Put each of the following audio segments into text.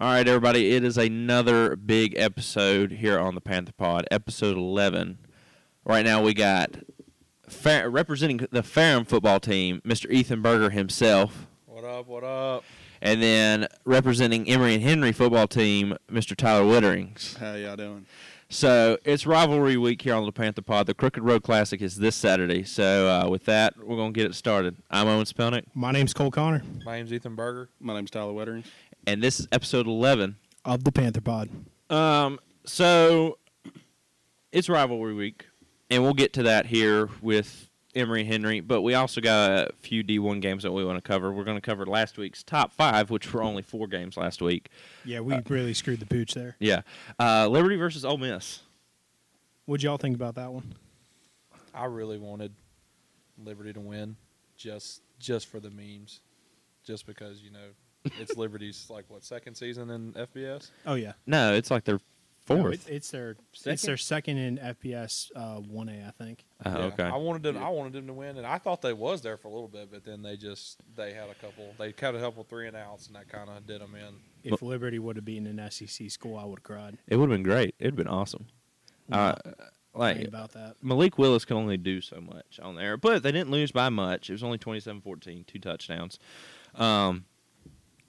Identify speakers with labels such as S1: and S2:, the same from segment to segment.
S1: All right, everybody. It is another big episode here on the Panther Pod, episode 11. Right now, we got Fa- representing the Farum football team, Mr. Ethan Berger himself,
S2: What up? What up?
S1: and then representing Emory and Henry football team, Mr. Tyler Witterings.
S2: How y'all doing?
S1: So it's rivalry week here on the Panther Pod. The Crooked Road Classic is this Saturday. So uh, with that, we're gonna get it started. I'm Owen Spelnick,
S3: My name's Cole Connor
S2: My name's Ethan Berger.
S4: My name's Tyler Wetterings.
S1: and this is episode 11.
S3: of the Panther Pod.
S1: Um, so it's rivalry week, and we'll get to that here with Emory and Henry. But we also got a few D1 games that we want to cover. We're going to cover last week's top five, which were only four games last week.
S3: Yeah, we really screwed the pooch there.
S1: Yeah, uh, Liberty versus Ole Miss.
S3: What'd y'all think about that one?
S2: I really wanted Liberty to win, just just for the memes, just because you know it's Liberty's like what second season in FBS.
S3: Oh yeah,
S1: No, it's like their
S3: No,
S1: fourth.
S3: it- it's their it's
S2: Second?
S3: their second in FBS uh, one A, I think.
S1: Oh,
S2: Yeah,
S1: okay.
S2: I wanted them.
S4: Yeah.
S2: I wanted them to win, and I thought they was there for a little bit, but then they just they had a couple. They kind of couple three and outs, and that kind of did them in.
S3: If Liberty would have beaten an SEC school, I would have cried.
S1: It would have been great. It'd been awesome. Uh,
S3: Think
S1: like
S3: about that.
S1: Malik Willis can only do so much on there, but they didn't lose by much. It was only 27-14, two touchdowns. Um,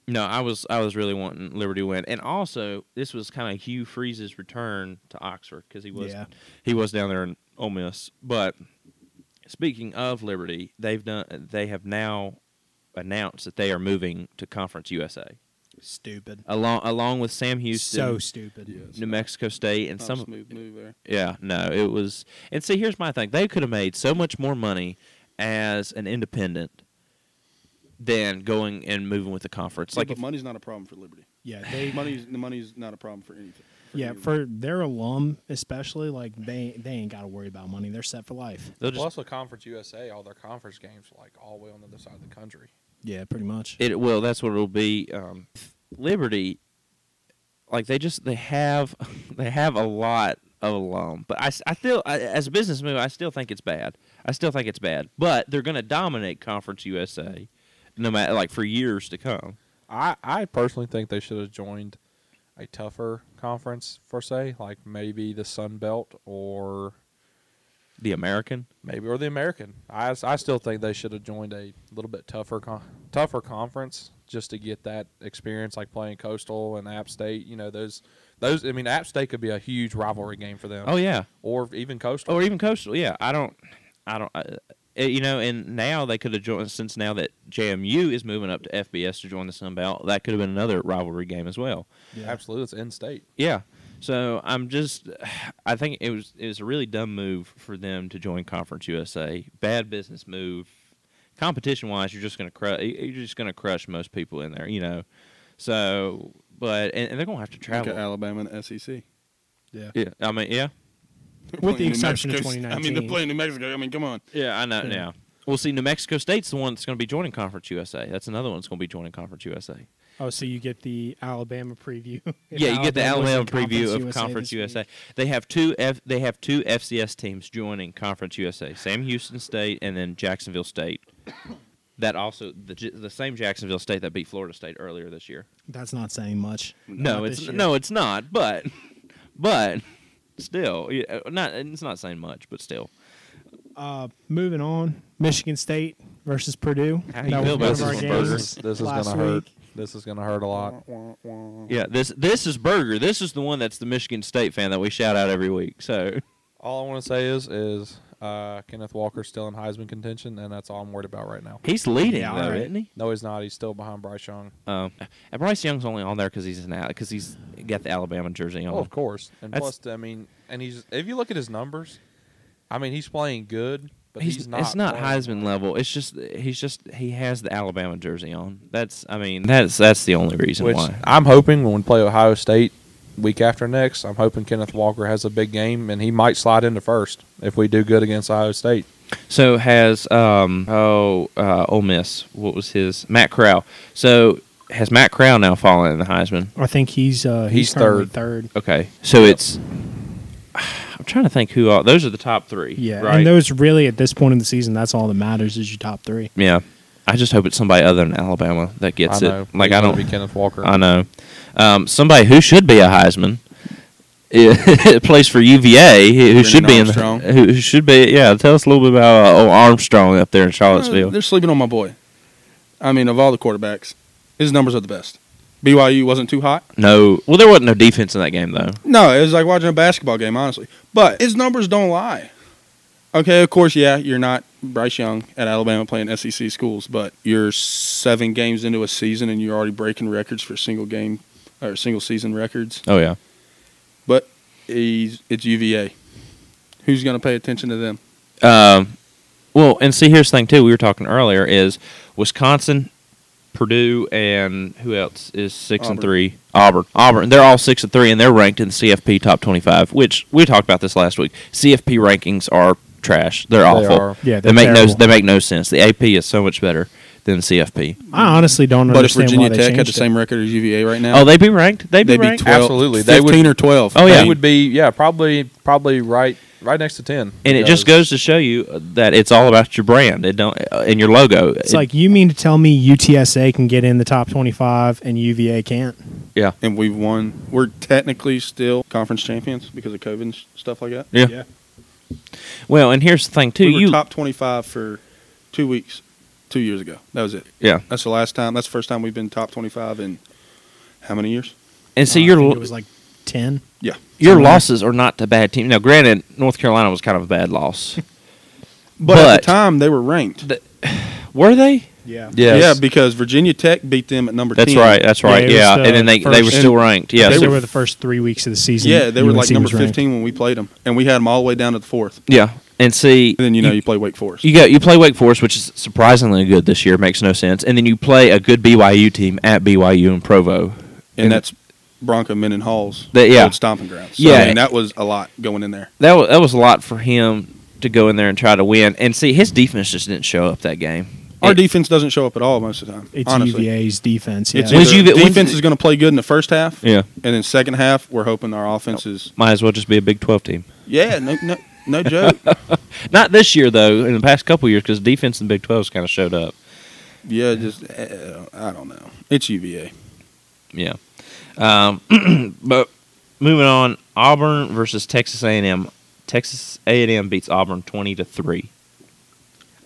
S1: no, I was I was really wanting Liberty to win, and also this was kind of Hugh Freeze's return to Oxford because he was
S3: Yeah.
S1: he was down there in Ole Miss. But speaking of Liberty, they've done they have now announced that they are moving to Conference USA
S3: Stupid.
S1: along along with Sam Houston,
S3: So Oh, stupid.
S4: Yes.
S1: New Mexico State, and
S4: Not
S1: some
S4: a smooth move there.
S1: yeah, no, it was. And see, here's my thing: they could have made so much more money as an independent than going and moving with the conference.
S4: It's like
S1: Like,
S4: but
S1: if,
S4: money's not a problem for Liberty.
S3: Yeah, they.
S4: Money's the money's not a problem for anything.
S3: Yeah,
S4: anyone.
S3: for their alum especially, like they they ain't got to worry about money. They're set for life.
S1: they'll just
S2: Plus, with Conference USA, all their conference games like all the way on the other side of the country.
S3: Yeah, pretty much.
S1: it will. That's what it'll be. Um, Liberty, like they just they have they have a lot of alum, but I, s- I still I, as a business move, I still think it's bad. I still think it's bad, but they're going to dominate Conference USA, no matter like for years to come.
S2: I, I personally think they should have joined a tougher conference, per se, like maybe the Sun Belt or
S1: The American,
S2: maybe or the American. I, I still think they should have joined a little bit tougher con- tougher conference just to get that experience, like playing Coastal and App State. You know those those. I mean, App State could be a huge rivalry game for them.
S1: oh yeah,
S2: or even Coastal.
S1: or even coastal. Yeah, I don't, I don't, uh, you know. And now they could have joined since now that JMU is moving up to FBS to join the Sun Belt. That could have been another rivalry game as well.
S3: Yeah.
S2: Absolutely, it's in state.
S1: Yeah. So I'm just, I think it was it was a really dumb move for them to join Conference USA. Bad business move. Competition wise, you're just gonna crush. You're just gonna crush most people in there, you know. So, but and, and they're gonna have to
S4: Look
S1: travel.
S4: at Alabama and the E SEC.
S3: Yeah.
S1: yeah, I mean, yeah.
S4: They're playing
S3: With the
S4: New
S3: exception of
S4: Mexico St- I mean,
S3: 2019.
S4: they're playing New Mexico. I mean, come on.
S1: Yeah, I know
S3: Yeah.
S1: now. Well, see, New Mexico State's the one that's going to be joining Conference USA. That's another one that's going to be joining Conference USA.
S3: Oh, so you get the Alabama preview.
S1: yeah, you get the
S3: was in
S1: Alabama preview of
S3: USA
S1: Conference
S3: this week.
S1: USA. They have two F, they have two FCS teams joining Conference USA. Sam Houston State and then Jacksonville State. That also the J- the same Jacksonville State that beat Florida State earlier this year.
S3: That's not saying much.
S1: No,
S3: Not
S1: it's
S3: this year.
S1: no, it's not. But but still, yeah, not it's not saying much, but still.
S3: Uh, moving on, Michigan State versus Purdue.
S1: How you
S3: That
S1: feel about this
S3: was one of our
S1: one,
S3: games
S1: Burger?
S2: This, this is
S3: last
S2: gonna hurt.
S3: week.
S2: This is gonna hurt a lot.
S4: Wah, wah, wah.
S1: Yeah, this this is Burger. This is the one that's the Michigan State fan that we shout out every week. So
S2: All I want to say is is uh, Kenneth Walker's still in Heisman contention, and that's all I'm worried about right now.
S1: He's leading
S3: Yeah,
S1: though,
S3: alright.
S1: isn't he?
S2: No, he's not. He's still behind Bryce Young.
S1: Um, and Bryce Young's only on there because he's an because he's got the Alabama jersey on.
S2: Oh, of course. And
S1: That's-
S2: plus, I mean, and he's if you look at his numbers, I mean, he's playing good, but
S1: he's,
S2: he's, not.
S1: it's not
S2: playing-
S1: Heisman level. It's just he's just he has the Alabama jersey on. That's I mean that's that's the only reason
S2: Which
S1: why.
S2: I'm hoping when we play Ohio State week after next, I'm hoping Kenneth Walker has a big game and he might slide into first if we do good against Ohio State.
S1: So has um oh uh, Ole Miss. What was his Matt Crow? So has Matt Crow now fallen in the Heisman?
S3: I think he's uh, he's,
S2: He's
S3: currently
S2: third.
S3: third.
S1: Okay, so it's I'm trying to think who all those are the top three.
S3: Yeah,
S1: right.
S3: and those really at this point in the season, that's all that matters is your top three.
S1: yeah, I just hope it's somebody other than Alabama that gets
S2: I
S1: it.
S2: know.
S1: Like
S2: He's
S1: I
S2: gonna
S1: don't.
S2: be Kenneth Walker.
S1: I know. Um, somebody who should be a Heisman i- plays for UVA, who
S4: Brennan
S1: should be in,
S4: Armstrong.
S1: who who should be. Yeah, tell us a little bit about uh, old Armstrong up there in
S4: Uh,
S1: Charlottesville.
S4: They're sleeping on my boy. I mean, of all the quarterbacks, his numbers are the best. BYU wasn't too hot.
S1: No, well, there wasn't no defense in that game though.
S4: No, it was like watching a basketball game, honestly. But his numbers don't lie. Okay, of course, yeah, you're not Bryce Young at Alabama playing SEC schools, but you're seven games into a season and you're already breaking records for single game or single season records.
S1: Oh yeah,
S4: But he's, it's UVA. Who's going to pay attention to them?
S1: Um, well, and see, here's the thing too. We were talking earlier is Wisconsin, Purdue, and who else is six and
S4: Auburn.
S1: three? Auburn. Auburn. They're all six and three, and they're ranked in the CFP top twenty-five. Which we talked about this last week. CFP rankings are trash. They're awful.
S2: are.
S3: Yeah,
S1: they
S3: they're
S1: make no
S3: terrible.
S1: they make no sense. The AP is so much better than CFP.
S3: I honestly don't
S4: But if
S3: understand
S4: Virginia
S3: why they
S4: Tech had the
S3: changed it.
S4: same record as UVA right now,
S1: Oh, they'd be ranked. They'd be
S4: they'd be
S1: ranked.
S4: 12,
S2: Absolutely. They
S4: 15
S2: would-
S4: or 12.
S1: Oh,
S2: They
S1: yeah.
S4: They
S2: would be yeah probably probably right right next to ten.
S1: and it just goes to show you that it's all about your brand. It don't uh, and your logo.
S3: It's like you mean to tell me UTSA can get in the top 25 and UVA can't?
S1: yeah,
S4: and we've won. We're technically still conference champions because of COVID and s- stuff like that.
S1: yeah, Well, and here's the thing too.
S4: we were
S1: you
S4: top 25 for two weeks, two years ago. That was it.
S1: yeah.
S4: That's the last time. That's the first time we've been top 25 in how many years?
S1: And so
S3: Uh, I
S1: your
S3: think
S1: l-
S3: it was like 10.
S4: Yeah.
S1: your losses are not to bad team. Now, granted, North Carolina was kind of a bad loss.
S4: But, at
S1: But-
S4: the time, they were ranked.
S1: The- Were they?
S3: Yeah.
S4: Yeah, because Virginia Tech beat them at number
S1: that's
S4: 10.
S1: right. That's
S3: Yeah,
S1: right.
S3: it was
S1: Yeah,
S3: the
S1: and then they,
S4: uh,
S1: they
S3: first-
S1: were still ranked. Yeah,
S3: they
S1: so-
S3: were the first three weeks of the season.
S4: Yeah, they were
S3: UNC
S4: like number
S3: was ranked.
S4: 15 when we played them, and we had them all the way down to the fourth.
S1: yeah. And see,
S4: And then, you know, you,
S1: you,
S4: play Wake Forest.
S1: you go you play Wake Forest, which is surprisingly good this year. Makes no sense. And then you play a good BYU team at BYU in Provo.
S4: and that's Bronco Men and Halls.
S1: That- yeah.
S4: old Stomping grounds. So,
S1: Yeah.
S4: I mean, that was a lot going in there.
S1: that was, that was a lot for him to go in there and try to win. And see, his defense just didn't show up that game.
S4: Our
S1: It-
S4: defense doesn't show up at all most of the time.
S3: It's
S4: honestly.
S3: UVA's defense. Yeah.
S4: It's
S1: When's
S4: either
S1: UV when's
S4: defense
S1: the-
S4: is going to play good in the first half.
S1: Yeah.
S4: And then second half, we're hoping our offense is.
S1: might as well just be a Big Twelve team.
S4: Yeah, no, no, no joke.
S1: Not this year though. In the past couple years, because defense in the Big Twelve's kind of showed up.
S4: yeah, just uh, I don't know. It's UVA.
S1: Yeah. Um, but moving on, Auburn versus Texas A&M. Texas A&M beats Auburn twenty to three.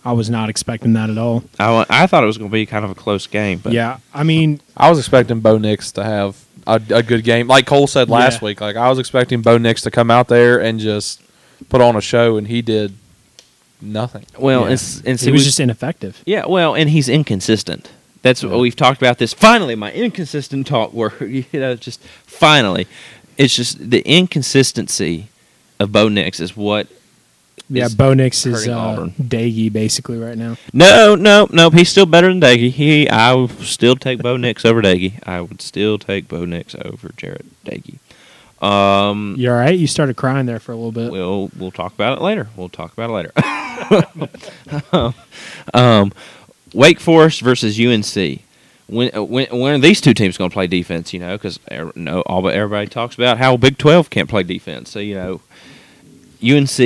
S3: I was not expecting that at all.
S1: I, wa- I thought it was going to be kind of a close game, but
S3: yeah. I mean,
S2: I was expecting Bo Nix to have a, a good game. Like Cole said last
S3: Yeah.
S2: week, like I was expecting Bo Nix to come out there and just put on a show, and he did nothing.
S1: well,
S3: Yeah.
S1: and s and see,
S3: he was
S1: we-
S3: just ineffective.
S1: yeah, well, and he's inconsistent. That's what we've talked about. This finally, my inconsistent talk work. You know, just finally, it's just the inconsistency of Bo Nix is what
S3: Yeah,
S1: It's
S3: Bo Nix is
S1: hurting
S3: uh,
S1: Auburn.
S3: Daggy basically right now.
S1: No, no, no. He's still better than Daggy. He, I would still take Bo Nix over Daggy. I would still take Bo Nix over Jared Daggy. Um,
S3: You all right? You started crying there for a little bit.
S1: we'll we'll talk about it later. We'll talk about it later. um, Wake Forest versus UNC. When uh, when when are these two teams going to play defense? You know, because no, all but everybody talks about how Big Twelve can't play defense. So you know, UNC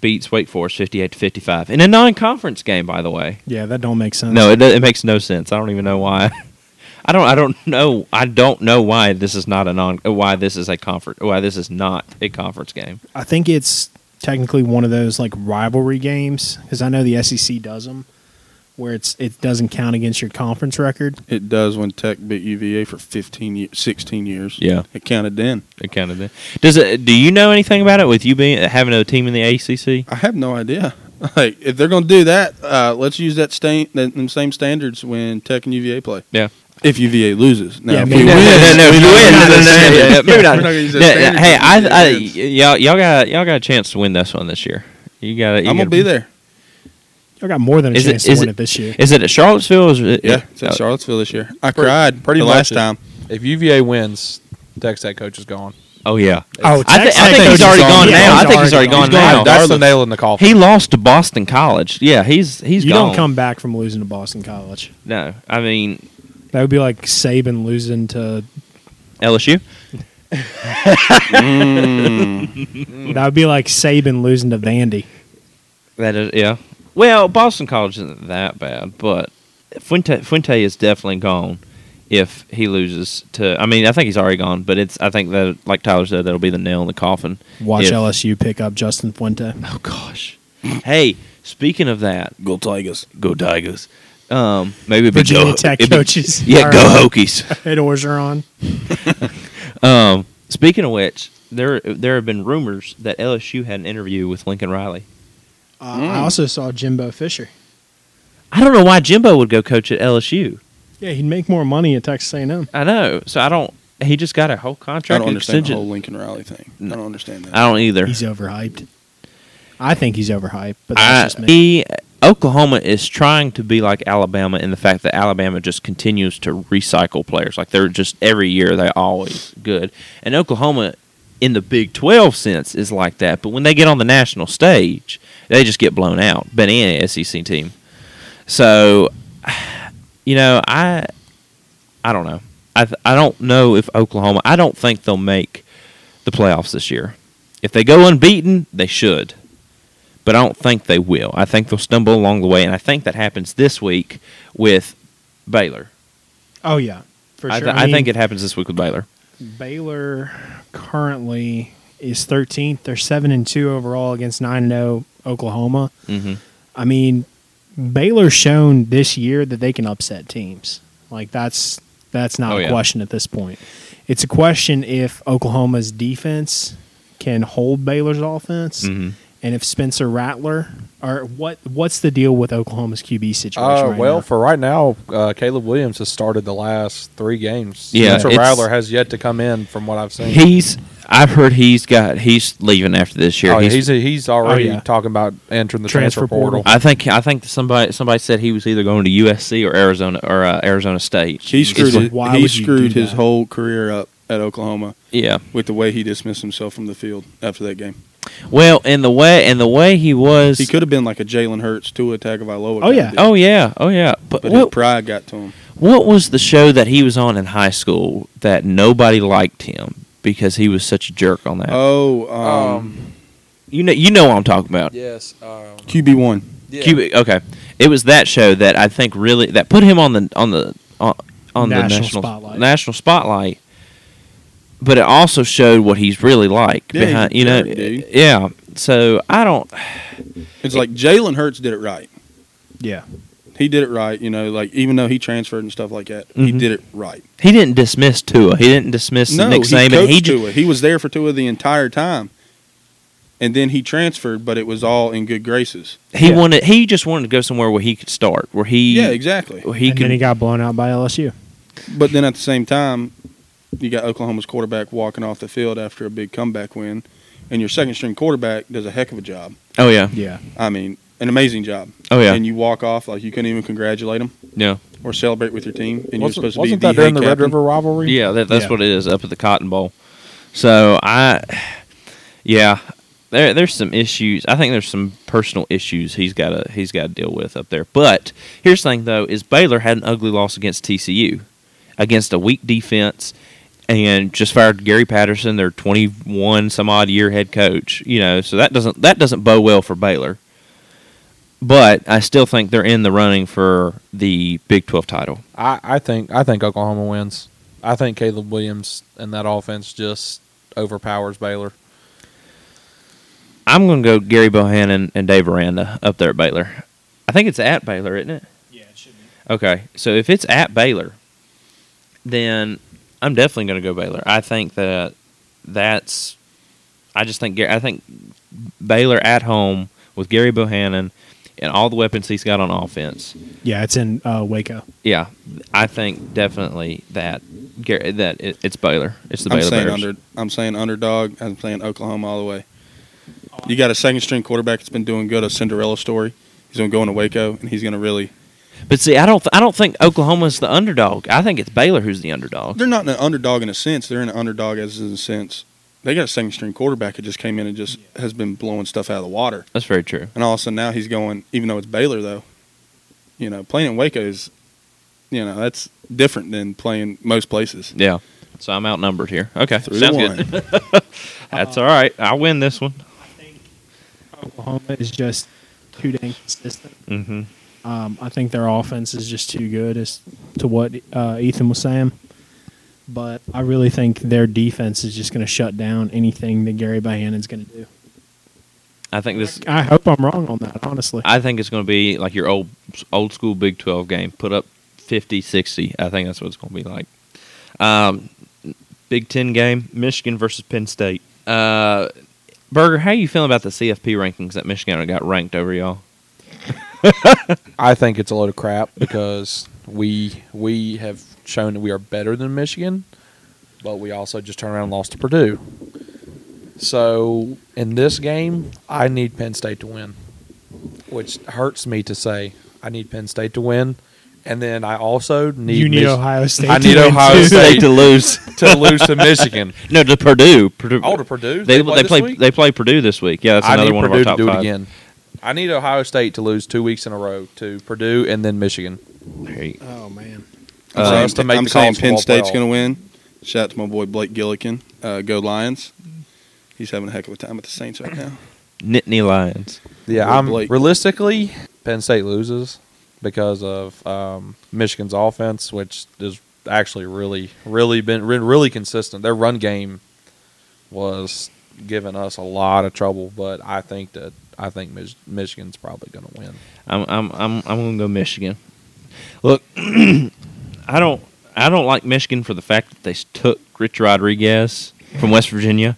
S1: beats Wake Forest fifty-eight to fifty-five in a non-conference game. By the way.
S3: Yeah, that don't make sense.
S1: No, it, it makes no sense. I don't even know why. I don't. I don't know. I don't know why this is not a non. Why this is a conference. Why this is not a conference game.
S3: I think it's technically one of those like rivalry games because I know the SEC does them, where it's it doesn't count against your conference record.
S4: It does when Tech beat UVA for 15, ye- 16 years.
S1: Yeah.
S4: It counted then.
S1: It kind of does. It. Do you know anything about it? With you being having a team in the ACC.
S4: I have no idea. Like if they're going to do that, uh, let's use that stain that, them same standards when Tech and UVA play.
S1: Yeah.
S4: If UVA loses, now
S3: Yeah,
S4: if
S3: maybe-
S4: we
S1: No, no,
S4: win,
S1: no, no, if you win, no, no, no, no, no, maybe not.
S4: We're not gonna use
S1: No,
S4: that
S1: no,
S4: standard
S1: Hey,
S4: for
S1: I, I,
S4: defense.
S1: y'all, y'all got, y'all got a chance to win this one this year. You got.
S4: I'm gonna be there.
S3: I got more than a
S1: Is it-
S3: chance to
S1: is
S3: win
S1: it-
S3: it, this year.
S1: Is it at Charlottesville? or Is it,
S4: Yeah, it's
S1: oh,
S4: at Charlottesville this year. I
S2: Pretty-
S4: cried
S2: pretty
S4: the
S2: much
S4: last
S2: it.
S4: time.
S2: If UVA wins, Texas Tech coach is gone.
S1: Oh yeah.
S3: Oh,
S1: I, thi-
S3: Texas
S1: I think
S3: Tech
S1: he's already
S3: is
S1: gone
S3: on.
S1: now.
S3: Yeah,
S1: I think he's already gone
S3: He's gone.
S1: now.
S2: That's
S4: Darla-
S2: the nail in the coffin.
S1: He lost to Boston College. Yeah, he's he's
S3: you
S1: gone.
S3: don't come back from losing to Boston College.
S1: No, I mean
S3: That would be like Saban losing to.
S1: LSU.
S3: That would be like Saban losing to Vandy.
S1: That is, yeah. Well, Boston College isn't that bad, but Fuente Fuente is definitely gone if he loses to. I mean, I think he's already gone, but it's. I think that, like Tyler said, that'll be the nail in the coffin.
S3: Watch
S1: if-
S3: LSU pick up Justin Fuente.
S1: Oh gosh. hey, speaking of that,
S4: Go Tigers.
S1: go Tigers. Um, maybe it'd be
S3: Virginia
S1: go,
S3: Tech
S1: it'd be-
S3: coaches.
S1: yeah,
S3: are,
S1: go
S3: uh,
S1: Hokies.
S3: Ed Orgeron.
S1: Um, speaking of which, there there have been rumors that LSU had an interview with Lincoln Riley.
S3: Uh, I also saw Jimbo Fisher.
S1: I don't know why Jimbo would go coach at LSU.
S3: Yeah, he'd make more money at Texas A&M.
S1: I know, so I don't. He just got a whole contract
S4: I don't understand the
S1: extension.
S4: whole Lincoln Riley thing. I don't understand that.
S1: I don't either.
S3: He's overhyped. I think he's overhyped, but that's
S1: I,
S3: just me.
S1: he, Oklahoma is trying to be like Alabama in the fact that Alabama just continues to recycle players. Like they're just every year they always good. And Oklahoma, in the Big Twelve sense, is like that. But when they get on the national stage, they just get blown out. But any SEC E team, so you know I, I don't know. I th- I don't know if Oklahoma. I don't think they'll make the playoffs this year. If they go unbeaten, they should but I don't think they will. I think they'll stumble along the way, and I think that happens this week with Baylor.
S3: oh yeah, for
S1: I,
S3: sure.
S1: th- I, think it happens this week with Baylor.
S3: Baylor currently is 13th. They're seven and two overall against nine and zero Oklahoma.
S1: Mm-hmm.
S3: I mean, Baylor's shown this year that they can upset teams. Like that's that's not
S1: Oh,
S3: a
S1: yeah.
S3: question at this point. It's a question if Oklahoma's defense can hold Baylor's offense,
S1: Mhm.
S3: and if Spencer Rattler or what what's the deal with Oklahoma's QB situation?
S2: Uh,
S3: right
S2: well,
S3: now?
S2: for right now, uh, Caleb Williams has started the last three games.
S1: Yeah,
S2: Spencer
S1: it's-
S2: Rattler has yet to come in, from what I've seen.
S1: He's. I've heard he's got. He's leaving after this year.
S2: oh, yeah,
S1: He's-
S2: he's he's already
S3: Oh, yeah.
S2: talking about entering the transfer,
S3: Transfer
S2: portal.
S3: portal.
S1: I think. I think somebody. Somebody said he was either going to USC or Arizona or uh, Arizona State.
S4: He screwed.
S1: It's-
S4: His,
S3: why
S4: he
S3: would you
S4: screwed
S3: do
S4: his
S3: that?
S4: whole career up at Oklahoma
S1: Yeah.
S4: with the way he dismissed himself from the field after that game.
S1: Well, in the way, in the way he was.
S4: He could have been like a Jalen Hurts, Tua Tagovailoa.
S3: Oh,
S4: kinda
S3: yeah.
S4: dude,
S1: Oh yeah. Oh yeah. But,
S4: but his
S1: what,
S4: pride got to him.
S1: what was the show that he was on in high school that nobody liked him because he was such a jerk on that?
S4: Oh, um,
S1: you know. You know what I'm talking about.
S2: yes. Um,
S4: QB one.
S1: Cubic. Okay, it was that show that I think really that put him on the on the on, on the
S3: National
S1: national
S3: spotlight.
S1: national spotlight. But it also showed what he's really like
S4: Yeah,
S1: behind.
S4: he's
S1: You know,
S4: dark, dude.
S1: yeah. So I don't.
S4: It's like Jalen Hurts did it right.
S3: yeah,
S4: He did it right. You know, like even though he transferred and stuff like that, he
S3: Mm-hmm.
S1: Mhm.
S4: did it right.
S1: He didn't dismiss Tua. He didn't dismiss
S4: No,
S1: Nick
S4: he
S1: Saban.
S4: coached
S1: He ju-
S4: Tua. He was there for Tua the entire time, and then he transferred, but it was all in good graces.
S1: he
S3: Yeah.
S1: wanted. He just wanted to go somewhere where he could start. Where he.
S4: yeah, exactly.
S1: where He
S3: and
S1: could.
S3: then he got blown out by LSU.
S4: But then at the same time, you got Oklahoma's quarterback walking off the field after a big comeback win, and your second string quarterback does a heck of a job.
S1: oh yeah.
S3: Yeah,
S4: I mean, an amazing job.
S1: Oh yeah.
S4: And you walk off like you couldn't even congratulate him
S1: yeah.
S4: or celebrate with your team, and you're
S2: wasn't
S4: supposed to be
S2: wasn't
S4: the,
S2: that during
S4: hey
S2: the Red
S4: captain.
S2: River rivalry?
S1: Yeah. That, that's
S3: Yeah.
S1: what it is up at the Cotton Bowl. So I. Yeah. there there's some issues. I think there's some personal issues he's got to he's got to deal with up there. But here's the thing though: is Baylor had an ugly loss against TCU, against a weak defense, and just fired Gary Patterson, their 21 some odd year head coach. You know, so that doesn't that doesn't bow well for Baylor. But I still think they're in the running for the Big 12 title.
S2: I, I think I think Oklahoma wins. I think Caleb Williams and that offense just overpowers Baylor.
S1: I'm going to go Gary Bohannon and Dave Aranda up there at Baylor. I think it's at Baylor, isn't it?
S3: yeah, it should be.
S1: Okay, so if it's at Baylor, then I'm definitely going to go Baylor. I think that that's. I just think Gar- I think Baylor at home with Gary Bohannon and all the weapons he's got on offense.
S3: Yeah, it's in uh, Waco.
S1: Yeah, I think definitely that Gar- that it, it's Baylor. It's the
S4: I'm
S1: Baylor
S4: saying
S1: Bears.
S4: under. I'm saying underdog. I'm saying Oklahoma all the way. You got a second string quarterback that's been doing good. A Cinderella story. He's going to go into Waco, and he's going to really.
S1: But see, I don't th- I don't think Oklahoma's the underdog. I think it's Baylor who's the underdog.
S4: They're not an underdog in a sense. They're an underdog as in a sense. They got a second string quarterback that just came in and just has been blowing stuff out of the water.
S1: That's very true.
S4: And all of a sudden now he's going, even though it's Baylor though, you know, playing in Waco is, you know, that's different than playing most places.
S1: Yeah. So I'm outnumbered here. Okay,
S4: Three to
S1: sounds good.
S4: one.
S1: That's all right. I win this one.
S3: Oklahoma is just too dang consistent.
S1: Mm-hmm.
S3: Um, I think their offense is just too good as to what uh, Ethan was saying. But I really think their defense is just going to shut down anything that Gary Vayannon's going to do.
S1: I think this.
S3: I hope I'm wrong on that, honestly.
S1: I think it's going to be like your old old school Big 12 game. Put up 50, 60. I think that's what it's going to be like. Um, Big 10 game, Michigan versus Penn State. Uh, Berger, how you feeling about the CFP rankings that Michigan got ranked over y'all?
S2: I think it's a load of crap because we we have shown that we are better than Michigan, but we also just turned around and lost to Purdue. So in this game, I need Penn State to win, which hurts me to say. I need Penn State to win, and then I also need
S3: you need
S2: Mich-
S3: Ohio State.
S2: I
S3: to
S2: need
S3: win,
S2: Ohio
S3: too.
S2: State to
S1: lose.
S2: to lose to Michigan.
S1: No, to Purdue. Purdue.
S2: Oh, to Purdue.
S1: They, they,
S2: this
S1: play.
S2: week?
S1: They play Purdue this week. Yeah, that's
S2: I
S1: another
S2: need
S1: one
S2: Purdue
S1: of our top
S2: to do
S1: five.
S2: it again. I need Ohio State to lose two weeks in a row to Purdue and then Michigan.
S1: There you-
S3: Oh man,
S2: Uh,
S4: I'm
S2: us to
S4: saying,
S2: make
S4: I'm
S2: the
S4: saying
S2: college
S4: Penn
S2: football
S4: State's
S2: playoff.
S4: going to win. Shout out to my boy Blake Gillikin. Uh, go Lions. He's having a heck of a time with the Saints right now.
S1: Nittany Lions.
S2: Yeah,
S4: Or
S2: I'm
S4: Blake.
S2: realistically Penn State loses because of um, Michigan's offense, which is actually really, really been re- really consistent. Their run game was giving us a lot of trouble, but I think that I think Mich- Michigan's probably going to win.
S1: I'm I'm I'm I'm gonna go Michigan. Look, I don't I don't like Michigan for the fact that they took Rich Rodriguez from West Virginia.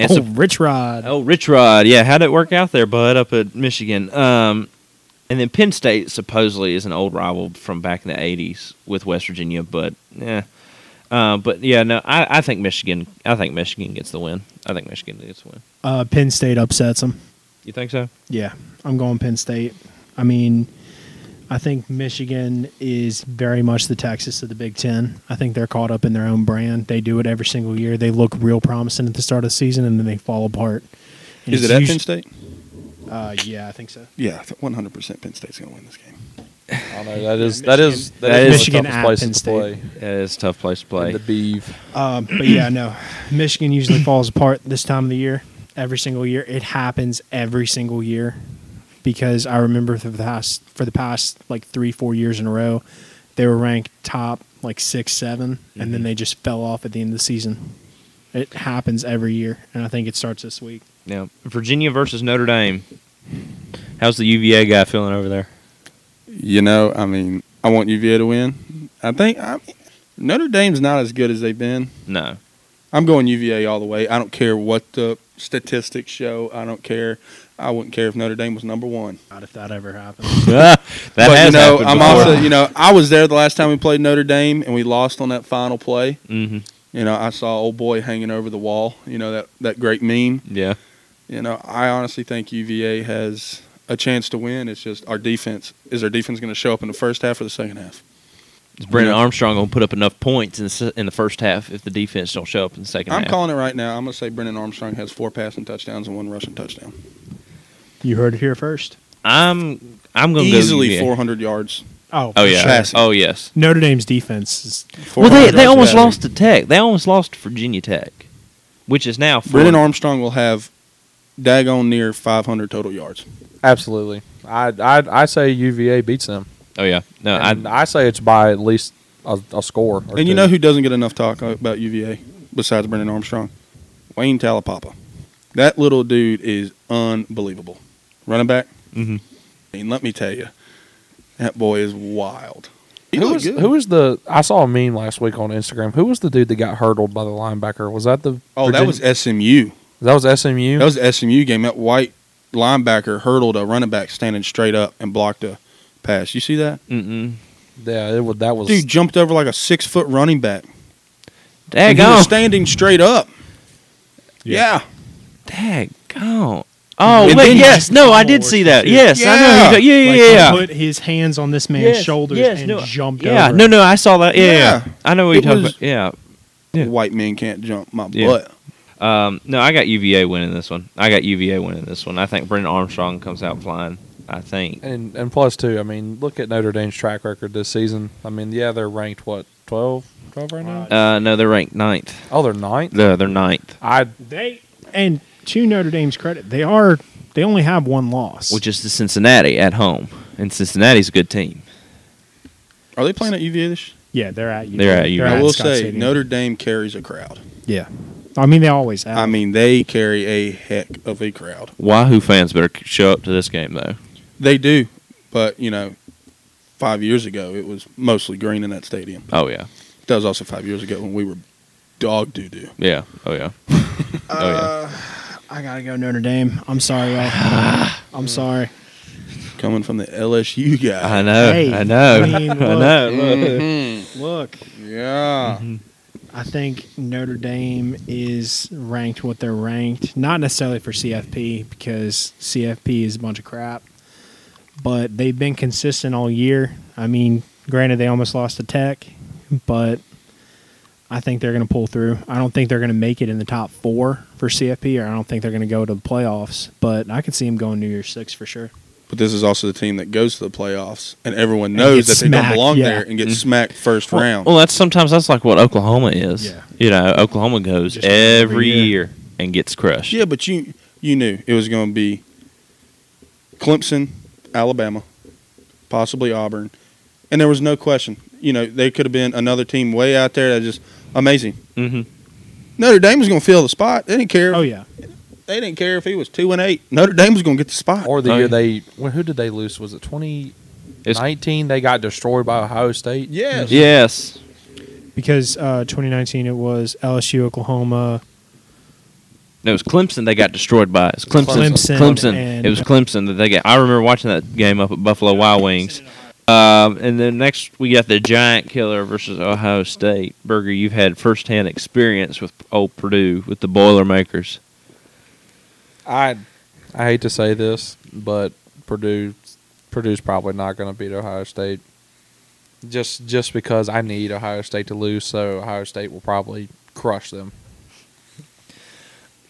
S1: And
S3: oh,
S1: so,
S3: Rich Rod.
S1: oh, Rich Rod, yeah, how'd it work out there, bud, up at Michigan? Um, and then Penn State supposedly is an old rival from back in the '80s with West Virginia, but yeah, uh, but yeah, no, I, I think Michigan, I think Michigan gets the win. I think Michigan gets the win.
S3: Uh, Penn State upsets them.
S1: You think so?
S3: Yeah, I'm going Penn State. I mean, I think Michigan is very much the Texas of the Big Ten. I think they're caught up in their own brand. They do it every single year. They look real promising at the start of the season, and then they fall apart. And
S4: Is it
S3: it's
S4: at
S3: usu-
S4: Penn State?
S3: Uh, yeah, I think so.
S4: Yeah, I th- 100% Penn State's going to win this game.
S2: I know that is
S3: Yeah,
S2: that is
S1: that
S2: that, is,
S3: Michigan-
S2: one of
S1: is-
S2: the
S3: Michigan
S2: toughest
S3: at
S2: places
S3: Penn
S2: to
S3: State.
S2: play.
S1: Yeah, it's a tough place to play.
S2: in The Beeve.
S3: Um, but yeah, no, Michigan usually falls apart this time of the year. Every single year, it happens every single year because I remember for the past for the past like three four years in a row, they were ranked top like six 7 and
S1: Mm-hmm.
S3: then they just fell off at the end of the season. It happens every year, and I think it starts this week.
S1: Now, Virginia versus Notre Dame. How's the UVA guy feeling over there?
S4: You know, I mean, I want UVA to win. I think I mean, Notre Dame's not as good as they've been.
S1: No.
S4: I'm going UVA all the way. I don't care what the statistics show. I don't care. I wouldn't care if Notre Dame was number one.
S3: Not if that ever happens.
S1: that
S4: but you know, I'm
S3: before.
S4: also you know I was there the last time we played Notre Dame and we lost on that final play.
S1: hmm
S4: You know, I saw old boy hanging over the wall. You know that that great meme.
S1: Yeah.
S4: You know, I honestly think UVA has a chance to win. It's just our defense. Is our defense going to show up in the first half or the second half?
S1: Is Brendan Armstrong going to put up enough points in the, se- in the first half if the defense don't show up in the 2nd
S4: I'm
S1: half?
S4: calling it right now. I'm going to say Brendan Armstrong has four passing touchdowns and one rushing touchdown.
S3: you heard it here first.
S1: I'm, I'm going to go
S4: Easily
S1: UVA.
S4: 400 yards.
S3: Oh,
S1: Oh, yeah.
S4: Passing.
S1: Oh, yes.
S3: Notre Dame's defense is
S1: Well, they,
S4: 400
S1: they
S4: yards
S1: almost
S4: passing.
S1: lost to Tech. They almost lost to Virginia Tech, which is now four.
S4: Brendan Armstrong will have daggone near 500 total yards.
S2: Absolutely, I I I say UVA beats them.
S1: Oh, yeah. No, I,
S2: And I, say it's by at least a, a score. Or
S4: and you
S2: two.
S4: know who doesn't get enough talk about UVA besides Brendan Armstrong? Wayne Talapapa. That little dude is unbelievable. Running back.
S2: Mm-hmm.
S1: Mhm.
S4: I mean, let me tell you, that boy is wild. He
S2: Who
S4: looked
S2: was
S4: good.
S2: who was the? I saw a meme last week on Instagram. Who was the dude that got hurdled by the linebacker? Was that the?
S4: Oh, that
S2: Virginia-
S4: was SMU.
S2: that was SMU.
S4: That was the SMU game. That white linebacker hurdled a running back standing straight up and blocked a pass. You see that?
S1: mm-mm.
S2: yeah, it was. That was.
S4: Dude jumped over like a six foot running back. And he was
S1: Daggone.
S4: standing straight up. Yeah.
S1: Daggone. Oh,
S4: And
S1: wait,
S4: then-
S1: yes. No, I did see that. Yes, I know.
S4: Yeah.
S1: who you- Yeah,
S3: like
S1: yeah,
S3: he
S1: yeah.
S3: put his hands on this man's
S1: Yes,
S3: shoulders
S1: yes,
S3: and
S1: no,
S3: jumped
S1: yeah,
S3: over.
S1: no, no, I saw that. Yeah, yeah,
S4: Yeah.
S1: yeah. I know what you're
S4: It
S1: talking
S4: was-
S1: about. Yeah. Yeah.
S4: White men can't jump my
S1: Yeah.
S4: butt.
S1: Um, no, I got UVA winning this one. I got UVA winning this one. I think Brendan Armstrong comes out flying. I think.
S2: and and plus two. I mean, look at Notre Dame's track record this season. I mean, yeah, they're ranked what 12, 12 right now.
S1: Uh, no, they're ranked ninth.
S2: oh, they're ninth.
S1: No, they're ninth.
S2: I
S3: They and to Notre Dame's credit, they are They only have one loss.
S1: which is the Cincinnati at home, and Cincinnati's a good team.
S4: Are they playing at UVA this?
S3: yeah, they're at you.
S1: They're at UVA.
S4: I
S1: Yeah,
S4: will
S3: Scott
S4: say
S3: Stadium.
S4: Notre Dame carries a crowd.
S3: Yeah, I mean they always have.
S4: I mean, they carry a heck of a crowd.
S1: Wahoo fans better c- show up to this game though.
S4: They do, but you know, five years ago it was mostly green in that stadium.
S1: Oh yeah,
S4: That was also five years ago when we were dog doo doo.
S1: yeah, oh yeah. oh yeah.
S3: I gotta go Notre Dame. I'm sorry, y'all. I'm sorry.
S4: Coming from the LSU guy.
S1: I know,
S3: Hey,
S1: I know,
S3: I mean,
S1: I
S3: look.
S1: know. look.
S4: Mhm.
S3: Look,
S4: Yeah.
S3: Mm-hmm. I think Notre Dame is ranked what they're ranked. Not necessarily for CFP because CFP is a bunch of crap, but they've been consistent all year. I mean, granted, they almost lost to Tech, but I think they're going to pull through. I don't think they're going to make it in the top four for CFP, or I don't think they're going to go to the playoffs, but I could see them going New Year's Six for sure.
S4: But this is also the team that goes to the playoffs, and everyone
S3: And
S4: knows that
S3: gets
S4: they don't
S3: smacked,
S4: belong
S3: yeah. Mm-hmm.
S4: there and get smacked first round.
S1: Well, that's sometimes that's like what Oklahoma is.
S3: Yeah.
S1: You know, Oklahoma goes
S3: Just every
S1: every
S3: year.
S1: year. and gets crushed.
S4: yeah, but you you knew it was going to be Clemson, Alabama, possibly Auburn, and there was no question. You know, they could have been another team way out there that just amazing.
S1: Mm-hmm.
S4: Notre Dame was going to fill the spot. They didn't care.
S3: Oh, yeah.
S4: They didn't care if he was two and eight. Notre Dame was going to get the spot.
S2: Or the
S1: Oh,
S2: year
S1: yeah.
S2: they well, who did they lose? Was it twenty
S1: It's-
S2: nineteen? They got destroyed by Ohio State.
S4: yes.
S1: Yes.
S3: Because uh, 2019, it was LSU, Oklahoma,
S1: No, it was Clemson they got destroyed by. It was Clemson.
S3: Clemson
S1: Clemson.
S3: and-
S1: it was Clemson that they got. I remember watching that game up at Buffalo Wild Wings. Um, and then next we got the Giant Killer versus Ohio State. Burger, you've had firsthand experience with old Purdue with the Boilermakers.
S2: I I hate to say this, but Purdue Purdue's probably not going to beat Ohio State. Just just because I need Ohio State to lose, so Ohio State will probably crush them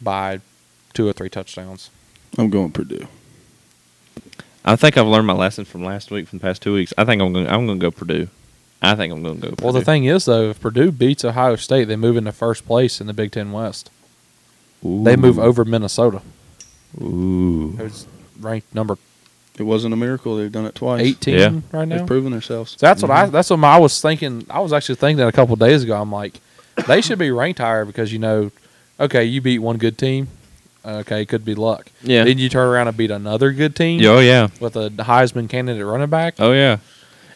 S2: by two or three touchdowns.
S4: I'm going Purdue.
S1: I think I've learned my lesson from last week, from the past two weeks. I think I'm going. to I'm going to go Purdue. I think I'm going to go. Purdue.
S2: Well, the thing is though, if Purdue beats Ohio State, they move into first place in the Big Ten West. They move
S1: Ooh.
S2: over Minnesota,
S1: Ooh.
S2: who's ranked number
S4: It wasn't a miracle. They've done it twice.
S2: eighteen
S1: Yeah.
S2: right now.
S4: They've proven themselves.
S2: So that's what
S1: Mm-hmm.
S2: I that's what I was thinking. I was actually thinking that a couple days ago. I'm like, they should be ranked higher because you know, okay, you beat one good team, okay, it could be luck.
S1: Yeah.
S2: Then you turn around and beat another good team
S1: Oh yeah.
S2: with a Heisman candidate running back.
S1: Oh yeah.